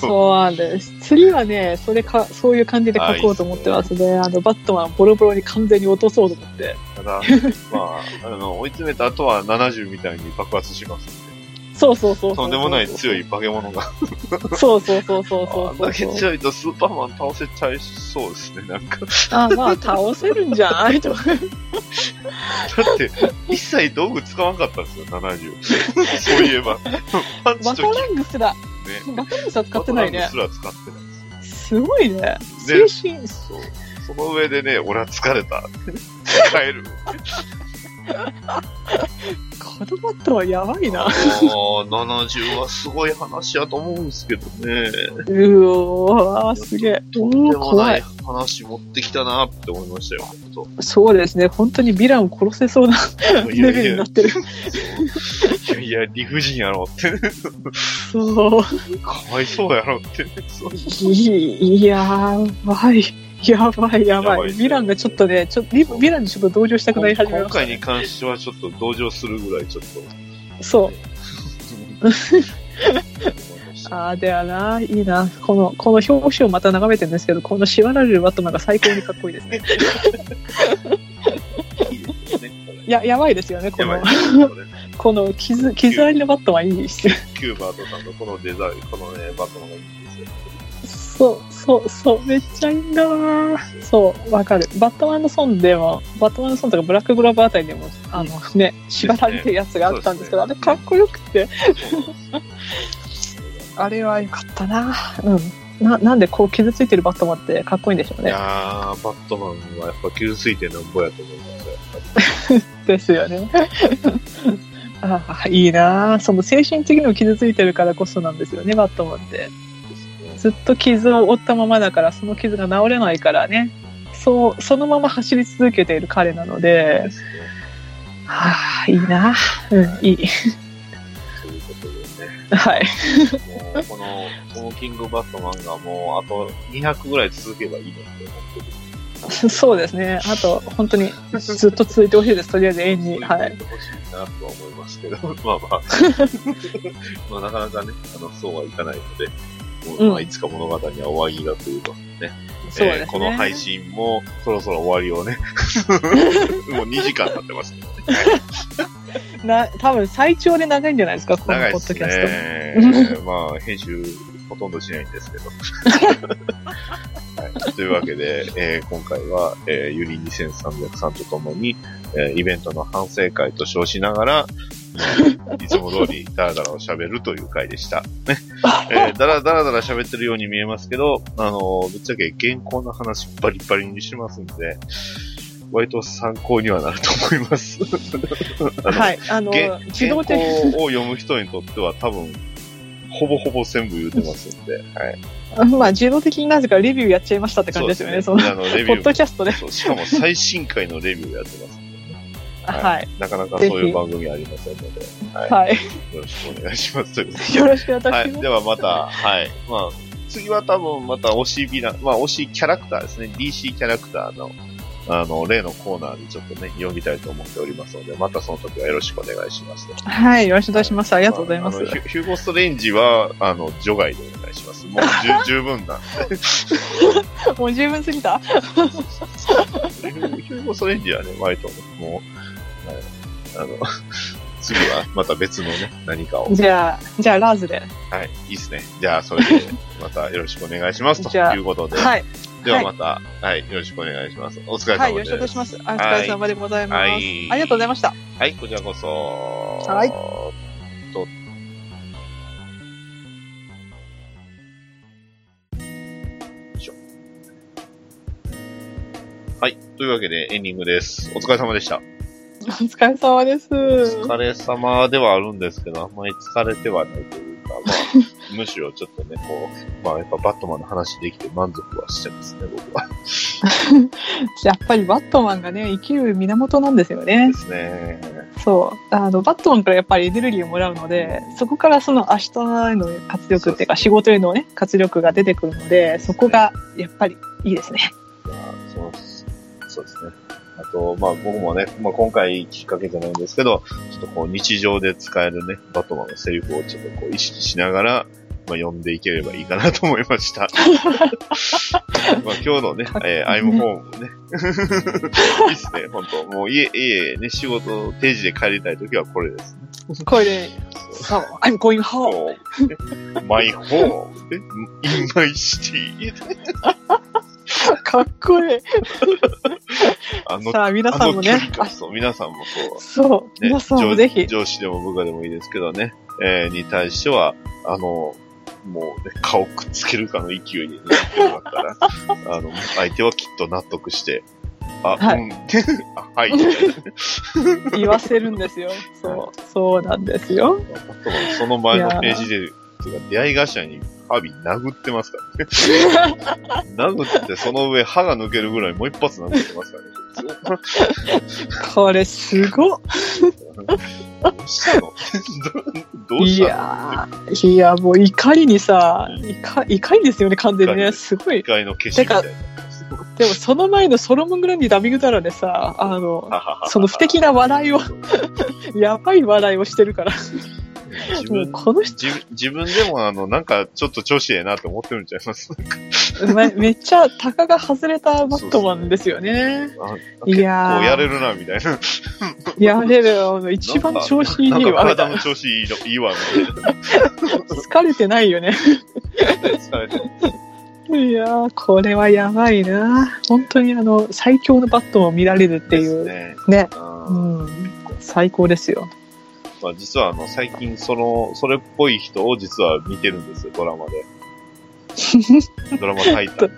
Speaker 5: そうなんです。次はね、それか、そういう感じで書こうと思ってますね。あの、バットマンをボロボロに完全に落とそうと思って。
Speaker 4: た だ、まあ、あの、追い詰めた後は70みたいに爆発しますんで
Speaker 5: そうそうそうそ
Speaker 4: と
Speaker 5: う。
Speaker 4: んでもない強い。化け物が
Speaker 5: そうそうそうそうそ
Speaker 4: あ
Speaker 5: うんそ
Speaker 4: だ
Speaker 5: う
Speaker 4: け
Speaker 5: そう。
Speaker 4: 強いとスーパーマン倒せちゃいそうですね、なんか。だ
Speaker 5: あ、まあ、倒せるんじゃない と。
Speaker 4: って、一切道具使わなかったんですよ、70。そう いえば。パンチ
Speaker 5: バ
Speaker 4: と
Speaker 5: ト
Speaker 4: キック
Speaker 5: ラングすら、
Speaker 4: ね。
Speaker 5: バトラングすら使ってないね
Speaker 4: バ。トラングすら使ってないです
Speaker 5: ごいね。
Speaker 4: ね
Speaker 5: 精神、
Speaker 4: す。そう。その上でね、俺は疲れた。帰る。
Speaker 5: 子供とはやばいな。
Speaker 4: あー70はすごい話やと思うんですけどね。
Speaker 5: うおー、すげえ。お
Speaker 4: とんで
Speaker 5: ー、
Speaker 4: も
Speaker 5: 怖
Speaker 4: ない
Speaker 5: い。
Speaker 4: 話持ってきたなって思いましたよ、本当。
Speaker 5: そうですね、本当にヴィランを殺せそうな
Speaker 4: いやいや
Speaker 5: レベルになってる。
Speaker 4: そういやいや、理不尽やろって。
Speaker 5: そう。
Speaker 4: かわいそうやろって。そう
Speaker 5: いやばい。やばい、やば
Speaker 4: やばい
Speaker 5: い。ヴィランがちょっとね、ちょヴィヴィランにちょっと同情したくなり始め
Speaker 4: 今
Speaker 5: ました
Speaker 4: 回に関してはちょっと同情するぐらいちょっと。
Speaker 5: そう。
Speaker 4: 思いました
Speaker 5: ああ、ではな、いいな。この、この表紙をまた眺めてるんですけど、この縛られるバットマンが最高にかっこいいですね。
Speaker 4: いいですね
Speaker 5: いや、やばいですよね、こ
Speaker 4: やばい
Speaker 5: の
Speaker 4: で、すねこれね
Speaker 5: この傷、傷ありのバットマンいいですよ。
Speaker 4: キューバートさんのこのデザイン、このね、バットマンがいいんですよ。
Speaker 5: そう、そう、そう、めっちゃいいんだなそう、わかる。バットマンの孫でも、バットマンの孫とかブラックグラブあたりでも、あのね、縛られてるやつがあったんですけど、
Speaker 4: そう
Speaker 5: あ
Speaker 4: で
Speaker 5: れ
Speaker 4: すね
Speaker 5: かっこよくて、あれは良かったなうん。な、なんでこう傷ついてるバットマンってかっこいいんでしょう
Speaker 4: い
Speaker 5: ね。
Speaker 4: やー、バットマンはやっぱ傷ついてなんぼやと思いますよ。やっぱり
Speaker 5: ですよね。 ああ、いいなあその精神的にも傷ついてるからこそなんですよね、バットマンって。ずっと傷を負ったままだから、その傷が治れないからね。そう、そのまま走り続けている彼なので、はあ、いいなあうん、いい。
Speaker 4: ということでね。
Speaker 5: はい。
Speaker 4: もう、この、ウォーキングバットマンがもう、あと200ぐらい続けばいいのって思ってる。
Speaker 5: そうですね。あと、本当にずっと続いてほしいです。とりあえず縁に。はい。
Speaker 4: 欲しいなとは思いますけど、 まあまあ、 まあなかなかね、あの、そうはいかないので、もう
Speaker 5: うん
Speaker 4: まあ、いつか物語には終わりだというか、ね、
Speaker 5: そうです
Speaker 4: え
Speaker 5: ね
Speaker 4: ーこの配信もそろそろ終わりを ね、 もう2時間経ってます、ね。
Speaker 5: な、多分最長で長いんじゃないですか、この
Speaker 4: 長い
Speaker 5: ポ
Speaker 4: で
Speaker 5: ッ
Speaker 4: す
Speaker 5: ドキャス
Speaker 4: ね。 まあ、編集ほとんどしないんですけど。はい、というわけで、えー今回は、えーゆり2303とともに、えーイベントの反省会と称しながら、いつも通りダラダラを喋るという回でした。ね。 えー、ダラダラダラ喋ってるように見えますけど、あのーぶっちゃけ原稿の話バリバリにしますんで、割と参考にはなると思い ます。
Speaker 5: ト。はい。あの
Speaker 4: げ、
Speaker 5: 自動的
Speaker 4: 原
Speaker 5: に。
Speaker 4: 稿を読む人にとっては多分、ほぼほぼ全部言うてますんで、はい。
Speaker 5: まあ、自動的になぜかレビューやっちゃいましたって感じですよね、そ
Speaker 4: そう
Speaker 5: の、
Speaker 4: あの、レビ
Speaker 5: ポ
Speaker 4: ュ
Speaker 5: ッド
Speaker 4: ー
Speaker 5: キャストで。
Speaker 4: そうしかも最新回のレビューやってますんでね、
Speaker 5: はい。
Speaker 4: なかなかそういう番組ありませんので、はい。
Speaker 5: はい。
Speaker 4: よろしくお願いし ます。ということで
Speaker 5: よろしく私も。
Speaker 4: はい。ではまた、はい。まあ、次は多分また推しビラン、まあ推しキャラクターですね。DC キャラクターの、あの、例のコーナーにちょっとね、読みたいと思っておりますので、またその時はよろしくお願いします。
Speaker 5: はい、よろしくお願いします。ありがとうございま
Speaker 4: あ
Speaker 5: す
Speaker 4: あの。ヒュヒューゴ・ストレンジは、あの、除外でお願いします。もう十十 分なんで。
Speaker 5: もう十分すぎた
Speaker 4: ヒュヒューゴ・ストレンジはね、割と、もう、はいあの、次はまた別のね、何かを。
Speaker 5: じゃあ、じゃあ、ラーズで。
Speaker 4: はい、いいですね。じゃあ、それで、またよろしくお願いします。と
Speaker 5: じゃあ
Speaker 4: いうことで、
Speaker 5: はい。
Speaker 4: ではまた、はい、よろしくお願いします。お疲れ
Speaker 5: はい、
Speaker 4: 様
Speaker 5: よ
Speaker 4: で
Speaker 5: ろし
Speaker 4: す。
Speaker 5: くお願いします。お疲れ様でございます。
Speaker 4: は
Speaker 5: あ
Speaker 4: い
Speaker 5: りがとうございました。
Speaker 4: はい、こちらこそ。
Speaker 5: はい
Speaker 4: とよいしょはい。というわけで、エンディングです。お疲れ様でした。
Speaker 5: お疲れ様です。
Speaker 4: お疲れ様ではあるんですけど、あんまり疲れてはないというか、まあ、 むしろちょっとね、こう、まあ、やっぱバットマンの話できて満足はしてますね、僕は。
Speaker 5: やっぱりバットマンがね、生きる源なんですよね
Speaker 4: で。すね。
Speaker 5: そう。あの、バットマンからやっぱりエネルギーをもらうので、そこからその明日への活力っていうか、仕事へのね、活力が出てくるので、そこがやっぱりいいですね。
Speaker 4: まあそうそうですね。あと、まあ僕もね、まあ今回きっかけじゃないんですけど、ちょっとこう日常で使えるね、バットマンのセリフをちょっとこう意識しながら、まあ読んでいければいいかなと思いま した。まあ今日のね、えー、アイムホームね。 いいっすね、本当もう家、家へね、仕事定時で帰りたいときはこれですね。
Speaker 5: これで、そう、I'm going home!
Speaker 4: こう、マイホーム、インマイシティ、
Speaker 5: かっこいい。
Speaker 4: あの、
Speaker 5: さあ、皆
Speaker 4: あ
Speaker 5: さんも
Speaker 4: の距
Speaker 5: ね
Speaker 4: 離、
Speaker 5: あ
Speaker 4: 感、そう、皆さんもそう、
Speaker 5: そう、
Speaker 4: ね
Speaker 5: 皆さんもぜひ、
Speaker 4: 上上司でも部下でもいいですけどね、えーに対しては、あの、もう、ね、顔く っつけるかの勢いになってもらったら、あの、相手はきっと納得して、あ、
Speaker 5: はい
Speaker 4: うん。 あはい。みたいな
Speaker 5: 言わせるんですよ。そう、そうなんですよ。
Speaker 4: バットマンその前のページで、てか出会い頭にハビ殴ってます からね。殴って、その上歯が抜けるぐらいもう一発殴ってますから ね。
Speaker 5: これすごっ
Speaker 4: どうしたのどどう
Speaker 5: い
Speaker 4: したの
Speaker 5: やー、いや、もう怒りにさ、怒怒りですよね、完全に
Speaker 4: 怒
Speaker 5: ね。
Speaker 4: り
Speaker 5: すごい
Speaker 4: 一。回の消しみたいな。
Speaker 5: でもその前のソロモン・グランディ・ダビングダラでさ、あの、
Speaker 4: はははは
Speaker 5: その不敵な笑 いを、やばい笑いをしてるから、
Speaker 4: 自
Speaker 5: もう
Speaker 4: 分
Speaker 5: この人、
Speaker 4: 自分自分でもあの、なんかちょっと調子ええなと思ってるんちゃい ます
Speaker 5: めめっちゃタカが外れたバットマンですよね。 いやー
Speaker 4: こうやれるな、みたいな。
Speaker 5: やれる、あの、一番調子いい
Speaker 4: なんか
Speaker 5: わ、みた
Speaker 4: 体
Speaker 5: い
Speaker 4: の
Speaker 5: な。
Speaker 4: 調子いいのいいわ、みたいな。
Speaker 5: 疲れてないよね。
Speaker 4: 疲れてる
Speaker 5: いやー、これはやばいな。本当にあの、最強のバットマンを見られるってい
Speaker 4: です
Speaker 5: う。
Speaker 4: ね。
Speaker 5: ね。
Speaker 4: うん
Speaker 5: うん。最高ですよ。
Speaker 4: まあ、実はあの、最近その、それっぽい人を実は見てるんですよ、ドラ マで。ドラマタイタン。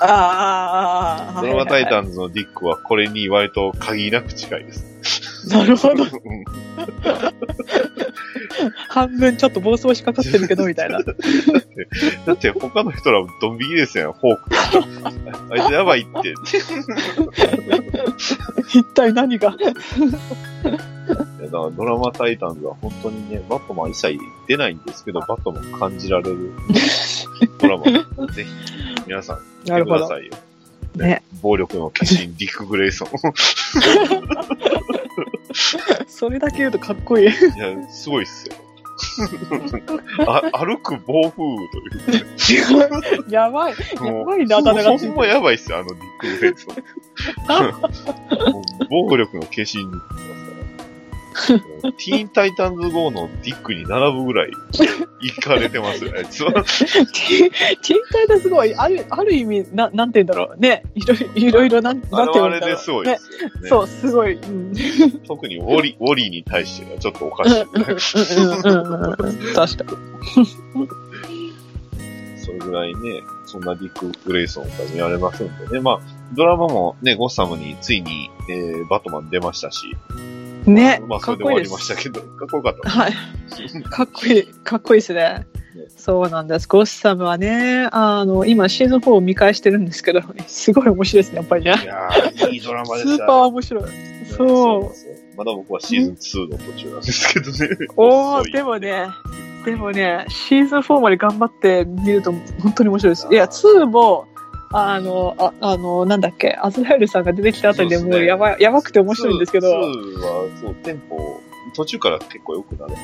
Speaker 5: あーあーあーあー、
Speaker 4: ドラマタイタンズのディックはこれに割と限りなく近いです。
Speaker 5: なるほど。
Speaker 4: うん
Speaker 5: 半分ちょっと暴走しかかってるけど、み たいな。
Speaker 4: だって他の人らドン引きですよ、フォー ク。あいつやばいって。
Speaker 5: 一体何が。
Speaker 4: いやだからドラマタイタンズは本当にね、バットマン一切出ないんですけど、バットマン感じられる ドラマなので、ぜひ皆さん見
Speaker 5: な
Speaker 4: て
Speaker 5: る
Speaker 4: く
Speaker 5: ほ
Speaker 4: だ
Speaker 5: ど。
Speaker 4: さいよ。
Speaker 5: ね。
Speaker 4: 暴力の化身、ディック・グレイ ソン。
Speaker 5: それだけ言うとかっこいい。
Speaker 4: いや、すごいっすよ。 あ歩く暴風雨というね
Speaker 5: やばい。
Speaker 4: も
Speaker 5: や
Speaker 4: う
Speaker 5: ばいな、あだ名がつ
Speaker 4: ほん
Speaker 5: い
Speaker 4: ま
Speaker 5: て。
Speaker 4: やばいっすよ、あのディック・グレイソンもう暴力の化身になってま すから。もうティーン・タイタンズ号のディックに並ぶぐらい、行かれてますよ、あいつは。
Speaker 5: ティティンタイタすごい、ある、ある意味、な、なんて言うんだろう。ね。いろいろ、いろいろなん、なんて言
Speaker 4: あ
Speaker 5: うん
Speaker 4: れ
Speaker 5: だろう。
Speaker 4: ですごいで
Speaker 5: ね。
Speaker 4: すよね。
Speaker 5: そう、すごい。うん。
Speaker 4: 特にウォリ、ウォリーに対してはちょっとおかしいぐらい。
Speaker 5: うんうんうんうん。確か
Speaker 4: それぐらいね、そんなディック・グレイソンが見られますんでね。まあ、ドラマもね、ゴッサムについに、えー、バットマン出ましたし。
Speaker 5: に。ね。
Speaker 4: まあ、そ
Speaker 5: かっ
Speaker 4: れで
Speaker 5: こ
Speaker 4: 終わ
Speaker 5: いいで
Speaker 4: りました
Speaker 5: す。
Speaker 4: けど、かっこよかった。
Speaker 5: はい。かっこいい、かっこいいですね。そうなんです。ゴッサムはね、あの、今シーズン4を見返してるんですけど、すごい面白いですね、やっぱりね。
Speaker 4: いやー、いいドラ
Speaker 5: ス
Speaker 4: マでした。
Speaker 5: ーパーは面白い。そう。
Speaker 4: う。まだ僕はシーズン2の途中なんですけどね。
Speaker 5: お
Speaker 4: 遅
Speaker 5: お
Speaker 4: い
Speaker 5: でもね、でもね、シーズン4まで頑張って見ると本当に面白いです。いや、2も、あの、ああの、なんだっけ、アズラエルさんが出てきたあたりで
Speaker 4: そう
Speaker 5: も
Speaker 4: です
Speaker 5: う
Speaker 4: ね
Speaker 5: やばい、やばくて面白いんですけ
Speaker 4: 2
Speaker 5: ど、
Speaker 4: は、そう、テンポ、途中から結構良くなるは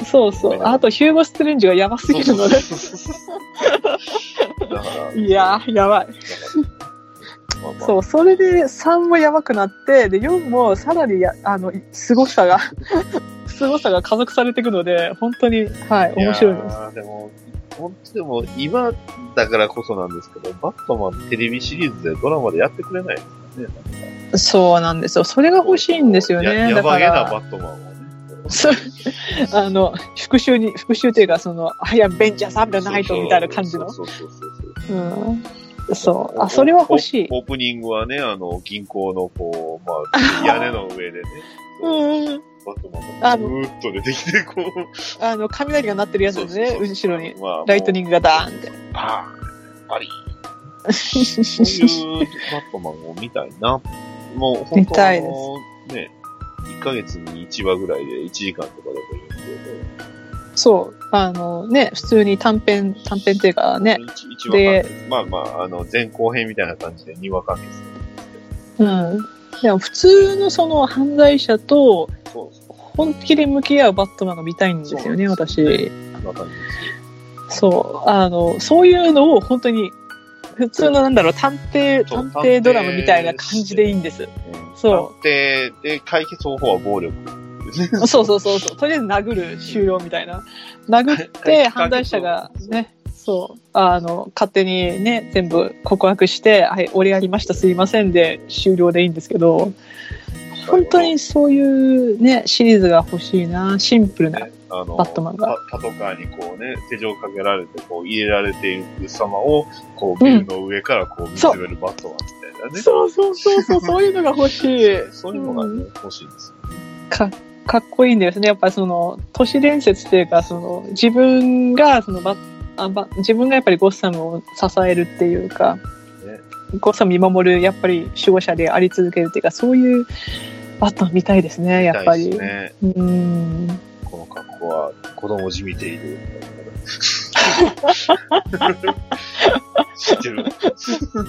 Speaker 4: ず。
Speaker 5: そうそう。あと、ヒューゴ・ストレンジがやばすぎるので、
Speaker 4: だ から、
Speaker 5: いやー、やばい。
Speaker 4: まあまあ、
Speaker 5: そう、それで3もやばくなって、で、4もさらにや、あの、凄さが、 凄さが加速されていくので、本当に、はい、面白いです。
Speaker 4: やーでも、本当でも、今だからこそなんですけど、バットマンテレビシリーズでドラマでやってくれないですかね。
Speaker 5: そうなんですよ。それが欲しいんですよ
Speaker 4: や
Speaker 5: ね。
Speaker 4: や
Speaker 5: だ
Speaker 4: ば
Speaker 5: か
Speaker 4: げな
Speaker 5: ら、
Speaker 4: バットマンをね。
Speaker 5: そうあの、復讐に、復讐というか、その、はや、ベンチャーサンダーナイトみたいな感じの。
Speaker 4: そうそうそうそう
Speaker 5: うん。そう。あ、それは欲しい。
Speaker 4: オープニングはね、あの、銀行の、こう、まあ、屋根の上でね、
Speaker 5: うん。
Speaker 4: バットマン
Speaker 5: あ
Speaker 4: が
Speaker 5: の
Speaker 4: ブーッと出てきて、こう、
Speaker 5: あの、雷が鳴ってるやつで
Speaker 4: そ
Speaker 5: すね。
Speaker 4: うそうそう
Speaker 5: 後ろに。
Speaker 4: まあ
Speaker 5: ライトニングがダーンって。
Speaker 4: バーンバリ ーそういうバットマンを見たいな。もう本
Speaker 5: 見
Speaker 4: 当あ
Speaker 5: たいです
Speaker 4: のね、1ヶ月に1話ぐらいで1時間とかだと言うんで、
Speaker 5: そう。あの、ね、普通に短編、短編っていうかね、
Speaker 4: 1, 話間です。まあまあ、あの、前後編みたいな感じで2話間です。
Speaker 5: うん。でも普通のその犯罪者と
Speaker 4: そうそう。
Speaker 5: 本気で向き合うバットマンが見たいんですよね、
Speaker 4: そうなんです
Speaker 5: 私。
Speaker 4: そんな感じです。
Speaker 5: そう。あの、そういうのを本当に普通のなんだろう、探偵、
Speaker 4: そう。
Speaker 5: 探偵ドラマみたいな感じでいいんです。そう
Speaker 4: で、で、解決方法は暴力ですね。
Speaker 5: そうそうそうそう。とりあえず殴る収容みたいな。殴っ
Speaker 4: 解
Speaker 5: て
Speaker 4: 決
Speaker 5: 犯罪者がね、そう。あの、勝手にね、全部告白して、はい、俺やりました、すいませんで終了でいいんですけど、本当にそういうね、シリーズが欲しいな。シンプルな。
Speaker 4: あの
Speaker 5: バットマンが
Speaker 4: パパトカーにこうね、手錠かけられて、こう入れられていく様を、こうビルの上からこう見つめるバットマンみたいな。だよね。
Speaker 5: そうそうそうそう、そういうのが欲しい。
Speaker 4: そういうのが、
Speaker 5: う
Speaker 4: ね
Speaker 5: ん、
Speaker 4: 欲しいんですよ。
Speaker 5: かかっこいいんですね。やっぱりその、都市伝説っていうか、その、自分が、そのバあバ、自分がやっぱりゴッサムを支えるっていうか、ゴッサム見守る、やっぱり守護者であり続けるっていうか、そういうバット見たいですね、やっぱ
Speaker 4: 見た
Speaker 5: り。
Speaker 4: いですね。
Speaker 5: うん。
Speaker 4: この格好は子供じみてい る。知ってるそ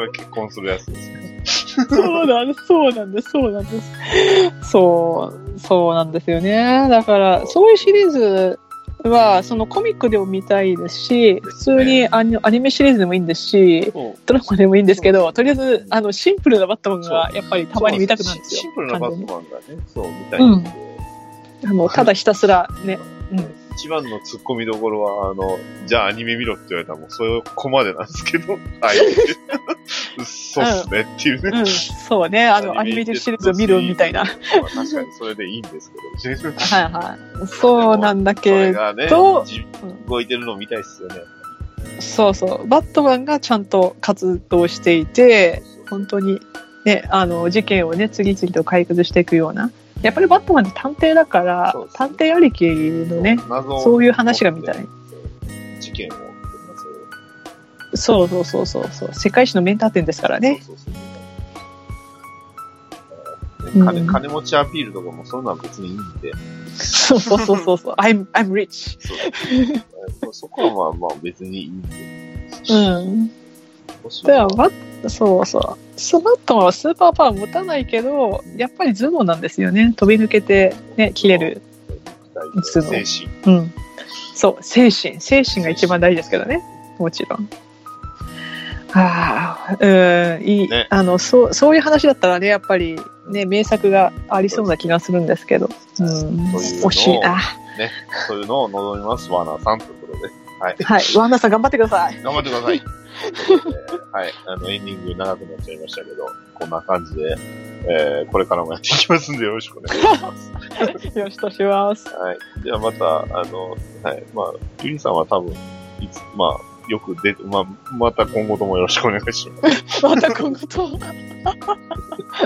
Speaker 4: れ結婚するやつですね。
Speaker 5: そうなんです、そうなんです、そうなんです。そう、そうなんですよね。だから、そういうシリーズは、そのコミックでも見たいですし、普通にアニアニメシリーズでもいいんですし、
Speaker 4: そう
Speaker 5: ドラマでもいいんですけど、とりあえず、あの、シンプルなバットマンが、やっぱりたまに見たくなるんですよ。
Speaker 4: シンプルなバットマンがね、そう、見たいんで。
Speaker 5: あの、ただひたすら、ね。うん。
Speaker 4: 一番の突っ込みどころは、あの、じゃあアニメ見ろって言われたらもうそこまでなんですけど、 はい。そうっすねっていう
Speaker 5: う
Speaker 4: ね。
Speaker 5: ん、そうね。あの、アニメシリーズを見るみたいな。は
Speaker 4: まあ確かにそれでいいんです けど。
Speaker 5: いはい。そうなんだ
Speaker 4: それ
Speaker 5: け
Speaker 4: がね
Speaker 5: ど、
Speaker 4: じ動いてるのを見たいっすよね。
Speaker 5: そうそう。バットマンがちゃんと活動していて、本当に、ね、あの、事件をね、次々と解決していくような。やっぱりバットマンって探偵だから
Speaker 4: そうで、す
Speaker 5: 探偵ありきのね、
Speaker 4: 謎を
Speaker 5: そういう話が見たい。
Speaker 4: 事件を追ってます
Speaker 5: そうそうそうそうそう。世界史のメンター店ですからね。
Speaker 4: そうそうそう
Speaker 5: う
Speaker 4: 金
Speaker 5: ん
Speaker 4: 金持ちアピールとかもそういうのは別にいいんで、
Speaker 5: そうそうそうそうそう。I'm, I'm rich.
Speaker 4: そう そこはまあまあ別にいいんで。
Speaker 5: うん。
Speaker 4: もしも
Speaker 5: では、バッそうそう。スバットマンはスーパーパワー持たないけど、やっぱり頭脳なんですよね。飛び抜けて、ね、切れる。
Speaker 4: 肉体と精
Speaker 5: うん。そう、精神。精神が一番大事ですけどね。もちろん。ああ、うん、いい、
Speaker 4: ね
Speaker 5: あの、そう、そういう話だったらね、やっぱり、ね、名作がありそうな気がするんですけど。うん、
Speaker 4: そういうのを
Speaker 5: 惜しいな。
Speaker 4: 神、そういうのを望みます、ワーナーさんということで。はい。
Speaker 5: はい、ワンナさん頑張ってください。
Speaker 4: 頑張ってください。ということではい。あの、エンディング長くなっちゃいましたけど、こんな感じで、えー、これからもやっていきますんで、よろしくお願いします。
Speaker 5: よろしくお願いし ます。
Speaker 4: はい。ではまた、あの、はい。まあ、ゆりさんは多分、いつ、まあ、よく出て、まあ、また今後ともよろしくお願いしま
Speaker 5: また今後 と。うん、はい。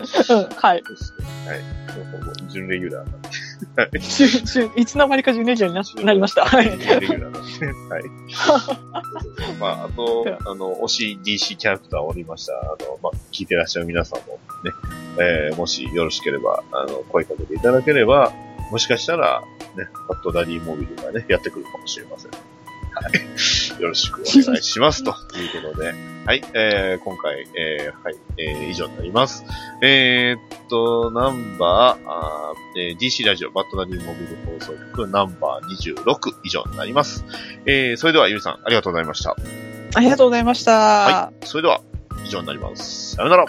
Speaker 4: す。はい。今後、準レギュラーなんで。
Speaker 5: じゅじ ゅいつの間にか準レギュラーにななりました。はい。
Speaker 4: 準レギュラーなんで。 はい。まあ、あと、あの、推し DC キャラクターおりました。あの、まあ、聞いてらっしゃる皆さんもね、えー、もしよろしければ、あの、声かけていただければ、もしかしたら、ね、バットダディモビルがね、やってくるかもしれません。はい。よろしくお願いし ます。ということで、はい、えー、今回、えー、はい、えー、以上になります。えー、っと、ナンバー、あーえー DC ラジオバットダディモビル放送局ナンバー26以上になります。えー、それでは、ゆりさん、ありがとうございました。
Speaker 5: ありがとうございました。
Speaker 4: はい。それでは、以上になります。さよなら。